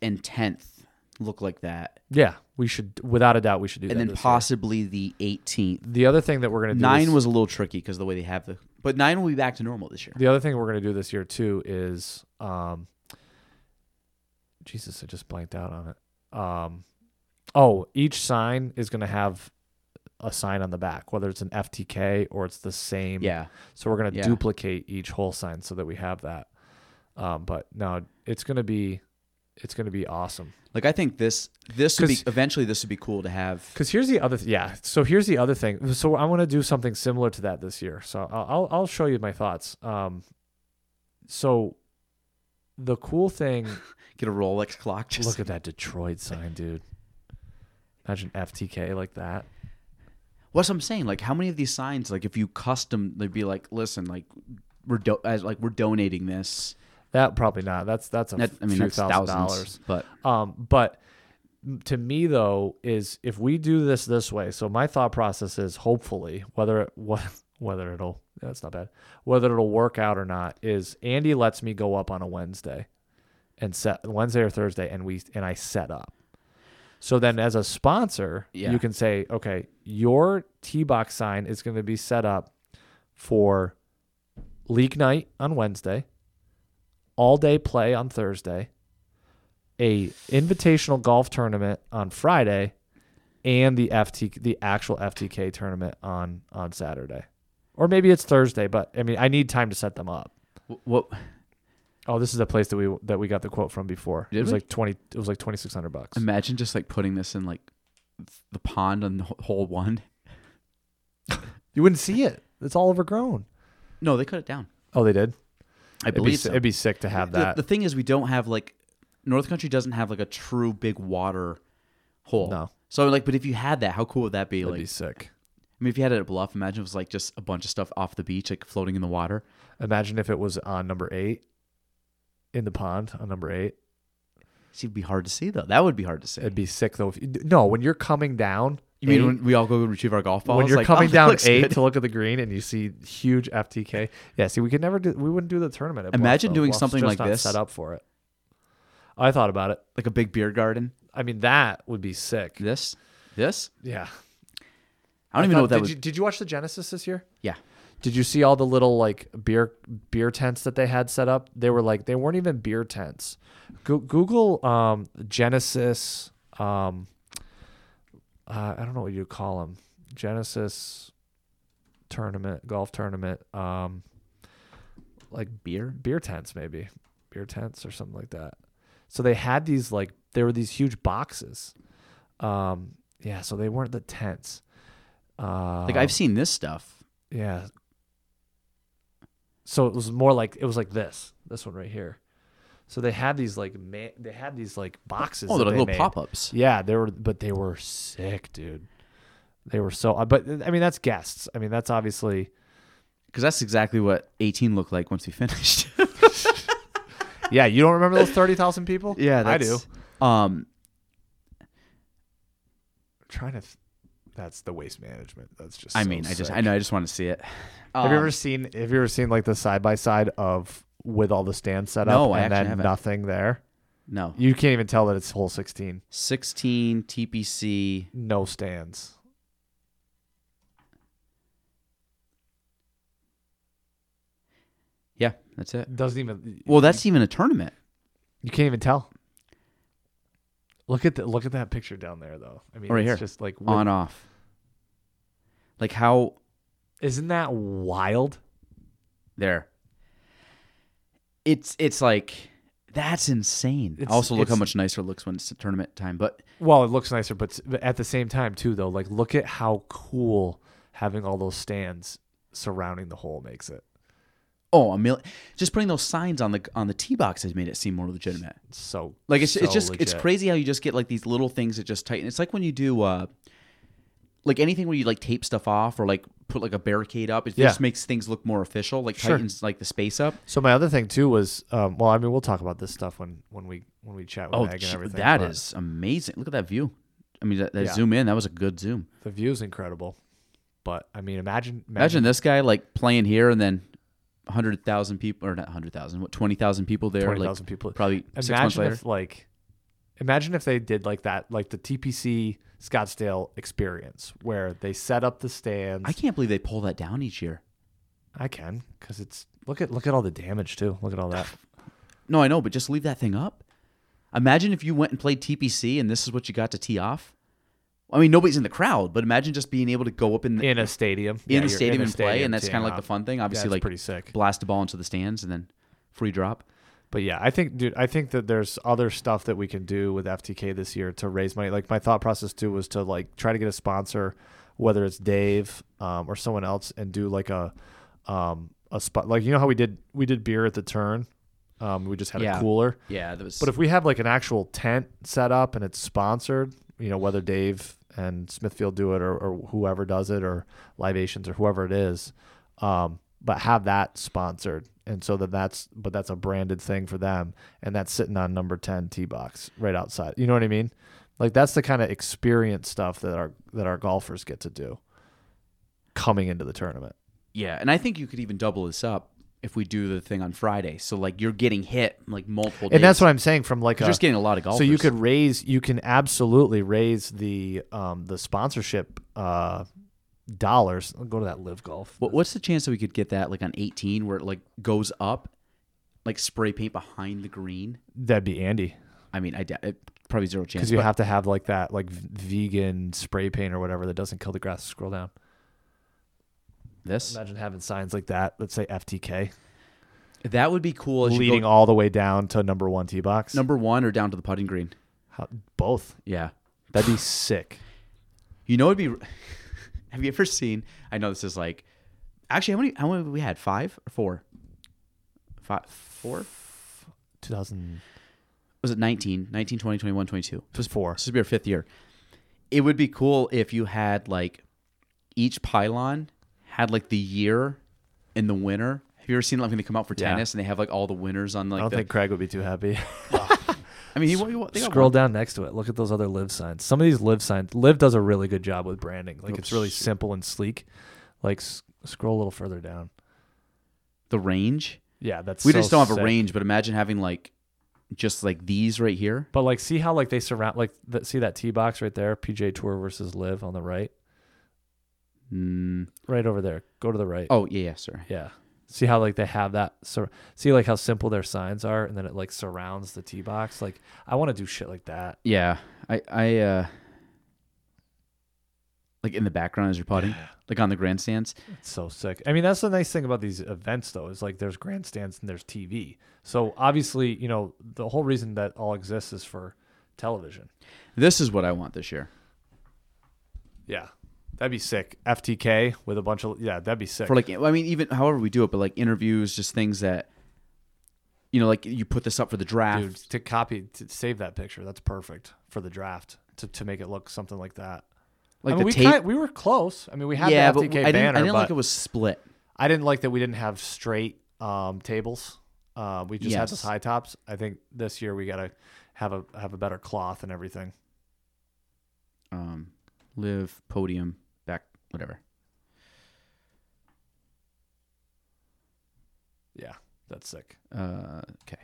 Speaker 1: and tenth look like that,
Speaker 5: Yeah, we should without a doubt we should do that.
Speaker 1: and then
Speaker 5: this year.
Speaker 1: possibly the eighteenth.
Speaker 5: The other thing that we're gonna do
Speaker 1: Nine
Speaker 5: is-
Speaker 1: was a little tricky because the way they have the. But nine will be back to normal this year.
Speaker 5: the other thing we're gonna do this year too is um Jesus, I just blanked out on it. Um oh, each sign is gonna have a sign on the back, whether it's an FTK or it's the same.
Speaker 1: Yeah.
Speaker 5: So we're gonna
Speaker 1: Yeah.
Speaker 5: duplicate each whole sign so that we have that. Um, but no, it's gonna be it's gonna be awesome.
Speaker 1: Like I think this this would be
Speaker 5: 'Cause-
Speaker 1: eventually this would be cool to have.
Speaker 5: Because here's the other th- yeah. So here's the other thing. So I'm gonna do something similar to that this year. So I'll I'll- I'll show you my thoughts. Um, so the cool thing.
Speaker 1: Get a Rolex clock. Just
Speaker 5: Look at that Detroit sign, dude. Imagine FTK like that.
Speaker 1: what's I'm saying. Like how many of these signs? Like if you custom, they'd be like, listen, like we're do- as like we're donating this.
Speaker 5: That probably not. That's that's a
Speaker 1: That, I mean,
Speaker 5: few
Speaker 1: that's
Speaker 5: thousand
Speaker 1: thousands,
Speaker 5: dollars.
Speaker 1: but
Speaker 5: Um, but to me though is if we do this this way. So my thought process is hopefully whether it what whether it'll that's not bad whether it'll work out or not is Andy lets me go up on a Wednesday and set Wednesday or Thursday and we and I set up. So then as a sponsor,
Speaker 1: Yeah.
Speaker 5: you can say, okay, your T box sign is going to be set up for league night on Wednesday, all day play on Thursday, a invitational golf tournament on Friday, and the FT the actual FTK tournament on on Saturday. Or maybe it's Thursday, but I mean I need time to set them up.
Speaker 1: wh- what?
Speaker 5: Oh, this is the place that we that we got the quote from before.
Speaker 1: Did
Speaker 5: it was
Speaker 1: we?
Speaker 5: like twenty. It was like twenty six hundred bucks.
Speaker 1: Imagine just like putting this in like the pond on the h- hole one.
Speaker 5: You wouldn't see it. It's all overgrown.
Speaker 1: No, they cut it down.
Speaker 5: Oh, they did.
Speaker 1: I
Speaker 5: It'd be,
Speaker 1: believe
Speaker 5: si-
Speaker 1: so.
Speaker 5: it'd be sick to have
Speaker 1: the,
Speaker 5: that.
Speaker 1: the thing is, we don't have like North Country doesn't have like a true big water hole.
Speaker 5: No.
Speaker 1: So like, but if you had that, how cool would that be?
Speaker 5: That'd
Speaker 1: like,
Speaker 5: be sick.
Speaker 1: I mean, if you had it at Bluff, imagine it was like just a bunch of stuff off the beach, like floating in the water.
Speaker 5: Imagine if it was on number eight, in the pond on number eight.
Speaker 1: See, it'd be hard to see though. That would be hard to see.
Speaker 5: It'd be sick though. If you, no, when you're coming down,
Speaker 1: you mean
Speaker 5: eight-
Speaker 1: when we all go and retrieve our golf balls?
Speaker 5: when you're
Speaker 1: like, oh,
Speaker 5: coming
Speaker 1: that
Speaker 5: down
Speaker 1: looks
Speaker 5: eight
Speaker 1: good.
Speaker 5: to look at the green and you see huge FTK? Yeah. See, we could never do. We wouldn't do the tournament. At Bluff,
Speaker 1: Imagine
Speaker 5: though.
Speaker 1: doing
Speaker 5: Bluff's
Speaker 1: something
Speaker 5: just
Speaker 1: like
Speaker 5: not
Speaker 1: this.
Speaker 5: Set up for it. I thought about it.
Speaker 1: like a big beer garden.
Speaker 5: I mean, that would be sick.
Speaker 1: This, this.
Speaker 5: Yeah.
Speaker 1: I don't even know what
Speaker 5: thought-
Speaker 1: that
Speaker 5: did
Speaker 1: was.
Speaker 5: You, did you watch the Genesis this year?
Speaker 1: yeah,
Speaker 5: Did you see all the little like beer beer tents that they had set up? They were like they weren't even beer tents. Go- Google um, Genesis. Um, uh, I don't know what you call them. Genesis tournament, golf tournament, um, like
Speaker 1: beer.
Speaker 5: beer tents maybe, beer tents or something like that. So they had these like there were these huge boxes. Um, yeah, so they weren't the tents. Uh,
Speaker 1: Like I've seen this stuff.
Speaker 5: yeah. So it was more like it was like this, this one right here. So they had these like man, they had these like boxes.
Speaker 1: Oh,
Speaker 5: that
Speaker 1: they're like
Speaker 5: they
Speaker 1: little
Speaker 5: made.
Speaker 1: pop ups.
Speaker 5: Yeah, they were, but they were sick, dude. They were so, uh, but I mean, that's guests. I mean, that's obviously,
Speaker 1: Because that's exactly what 18 looked like once we finished.
Speaker 5: yeah. You don't remember those thirty thousand people? I do.
Speaker 1: that's- Um,
Speaker 5: trying to. Th- that's the waste management. That's just.
Speaker 1: I
Speaker 5: so
Speaker 1: mean, I just,
Speaker 5: sick.
Speaker 1: I know, I just want to see it.
Speaker 5: Have you
Speaker 1: Um,
Speaker 5: ever seen? Have you ever seen like the side by side of with all the stands set
Speaker 1: No,
Speaker 5: up
Speaker 1: I
Speaker 5: and
Speaker 1: actually
Speaker 5: then
Speaker 1: haven't.
Speaker 5: nothing there?
Speaker 1: No,
Speaker 5: You can't even tell that it's hole sixteen.
Speaker 1: 16 TPC.
Speaker 5: no stands.
Speaker 1: Yeah, that's it.
Speaker 5: Doesn't even.
Speaker 1: Well, that's even a tournament.
Speaker 5: you can't even tell. Look at the look at that picture down there, though. I mean,
Speaker 1: Right
Speaker 5: it's
Speaker 1: here.
Speaker 5: just like
Speaker 1: on uh, off. Like how
Speaker 5: Isn't that wild?
Speaker 1: there. It's it's like that's insane.
Speaker 5: It's-
Speaker 1: also, look how
Speaker 5: it's-
Speaker 1: much nicer it looks when it's tournament time. But
Speaker 5: Well, it looks nicer, but s- but at the same time, too, though, like look at how cool having all those stands surrounding the hole makes it.
Speaker 1: oh, a million! Just putting those signs on the on the tee box has made it seem more legitimate.
Speaker 5: It's so
Speaker 1: Like it's it's
Speaker 5: so
Speaker 1: just it's
Speaker 5: legit.
Speaker 1: crazy how you just get like these little things that just tighten. It's like when you do uh like anything where you like tape stuff off or like put like a barricade up. It
Speaker 5: Yeah.
Speaker 1: just makes things look more official. Like
Speaker 5: Sure.
Speaker 1: tightens like the space up.
Speaker 5: So my other thing too was, um, well, I mean, we'll talk about this stuff when when we when we chat with
Speaker 1: Oh,
Speaker 5: Meg and
Speaker 1: gee,
Speaker 5: everything.
Speaker 1: that
Speaker 5: but
Speaker 1: is amazing! Look at that view. I mean, that, that
Speaker 5: Yeah.
Speaker 1: zoom in. That was a good zoom.
Speaker 5: the view is incredible. But I mean, imagine
Speaker 1: Imagine this guy like playing here and then 100,000 people, or not 100,000, what, 20,000 people there?
Speaker 5: twenty
Speaker 1: like,
Speaker 5: thousand people.
Speaker 1: Probably
Speaker 5: imagine
Speaker 1: six months later.
Speaker 5: if like imagine if they did like that like the tpc scottsdale experience where they set up the stands
Speaker 1: I can't believe they pull that down each year.
Speaker 5: i can because it's look at look at all the damage too look at all that
Speaker 1: No, I know, but just leave that thing up. Imagine if you went and played TPC and this is what you got to tee off. I mean, nobody's in the crowd, but imagine just being able to go up in the,
Speaker 5: in a stadium
Speaker 1: in
Speaker 5: Yeah,
Speaker 1: the
Speaker 5: you're
Speaker 1: stadium
Speaker 5: a
Speaker 1: and play, and that's
Speaker 5: teeing
Speaker 1: kind of like the
Speaker 5: off.
Speaker 1: fun thing. Obviously,
Speaker 5: it's
Speaker 1: like
Speaker 5: pretty sick.
Speaker 1: blast the ball into the stands and then free drop.
Speaker 5: But yeah, I think, dude, I think that there's other stuff that we can do with FTK this year to raise money. Like my thought process too was to like try to get a sponsor, whether it's Dave um, or someone else, and do like a um, a spot like you know how we did we did beer at the turn. Um, we just had
Speaker 1: Yeah.
Speaker 5: a cooler.
Speaker 1: Yeah, that was.
Speaker 5: But if we have like an actual tent set up and it's sponsored, you know, whether Dave and Smithfield do it or, or whoever does it or Libations or whoever it is, um, but have that sponsored. And so that that's, but that's a branded thing for them. And that's sitting on number 10 tee box right outside. You know what I mean? Like that's the kind of experience stuff that our, that our golfers get to do coming into the tournament.
Speaker 1: yeah, and I think you could even double this up if we do the thing on Friday. So like you're getting hit like multiple.
Speaker 5: And that's
Speaker 1: days.
Speaker 5: what I'm saying from like
Speaker 1: You're
Speaker 5: a,
Speaker 1: just getting a lot of golfers.
Speaker 5: So you could raise, you can absolutely raise the um, the sponsorship uh, dollars. I'll go to that live golf.
Speaker 1: What, what's the chance that we could get that like on 18 where it like goes up, like spray paint behind the green?
Speaker 5: That'd be Andy
Speaker 1: I mean, I doubt- it, probably zero chance.
Speaker 5: because you
Speaker 1: but-
Speaker 5: have to have like that like v- vegan spray paint or whatever that doesn't kill the grass. Scroll down.
Speaker 1: this
Speaker 5: Imagine having signs like that. Let's say FTK
Speaker 1: that would be cool. As you
Speaker 5: leading
Speaker 1: go
Speaker 5: all the way down to number one tee box.
Speaker 1: number one or down to the putting green.
Speaker 5: How, both.
Speaker 1: Yeah,
Speaker 5: That'd be sick.
Speaker 1: you know it'd be. have you ever seen? I know this is like, actually, how many? How many we had? Five or four? Five, four?
Speaker 5: 2000
Speaker 1: was it 19, 19, 20, 21, 22?
Speaker 5: was four.
Speaker 1: This would be our fifth year. It would be cool if you had like each pylon had like the year and the winner. Have you ever seen like when they come out for
Speaker 5: Yeah.
Speaker 1: tennis and they have like all the winners on like
Speaker 5: I don't
Speaker 1: the,
Speaker 5: think Craig would be too happy.
Speaker 1: I mean, he, he, he, they got
Speaker 5: Scroll
Speaker 1: one.
Speaker 5: down next to it. Look at those other Live signs. Some of these Live signs. Live does a really good job with branding.
Speaker 1: Oh,
Speaker 5: Like it's really simple and sleek. Like s- scroll a little further down.
Speaker 1: the range.
Speaker 5: Yeah, that's
Speaker 1: We
Speaker 5: so
Speaker 1: just don't have a
Speaker 5: sick.
Speaker 1: range, but imagine having like just like these right here.
Speaker 5: But like, see how like they surround like th- see that T box right there. PJ Tour versus Live on the right,
Speaker 1: Mm.
Speaker 5: right over there. Go to the right.
Speaker 1: Oh yeah, yeah, sir.
Speaker 5: yeah. See how like they have that. So see like how simple their signs are, and then it like surrounds the T box. Like I want to do shit like that.
Speaker 1: Yeah, I, I, uh, like in the background as you're putting, like on the grandstands.
Speaker 5: So sick. I mean, that's the nice thing about these events, though, is like there's grandstands and there's TV. So obviously, you know, the whole reason that all exists is for television.
Speaker 1: This is what I want this year.
Speaker 5: Yeah, that'd be sick. FTK with a bunch of yeah, that'd be sick.
Speaker 1: for like I mean even however we do it, but like interviews, just things that you know, like you put this up for the draft.
Speaker 5: Dude, to copy to save that picture, that's perfect for the draft to, to make it look something like that.
Speaker 1: like
Speaker 5: I mean,
Speaker 1: the
Speaker 5: we
Speaker 1: tape.
Speaker 5: kinda- we were close. I mean, we had
Speaker 1: yeah,
Speaker 5: the
Speaker 1: but
Speaker 5: FTK
Speaker 1: I didn't,
Speaker 5: banner,
Speaker 1: I didn't
Speaker 5: but
Speaker 1: like it was split.
Speaker 5: I didn't like that we didn't have straight um, tables. Uh, we just had
Speaker 1: Yes.
Speaker 5: those high tops. I think this year we gotta have a have a better cloth and everything.
Speaker 1: Um live podium back whatever.
Speaker 5: Yeah, that's sick.
Speaker 1: Uh okay.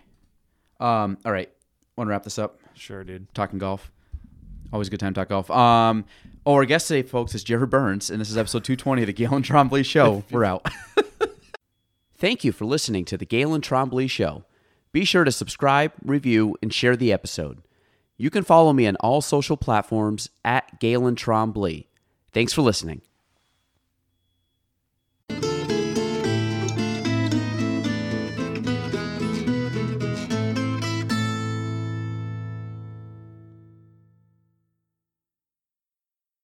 Speaker 1: Um all right. Wanna wrap this up?
Speaker 5: Sure, dude.
Speaker 1: Talking golf. Always a good time to talk golf. Um oh our guest today, folks, is Jared Burns, and this is episode two twenty of the Galen Trombley Show. We're out. Thank you for listening to the Galen Trombley Show. Be sure to subscribe, review, and share the episode. You can follow me on all social platforms at Galen Trombley. Thanks for listening.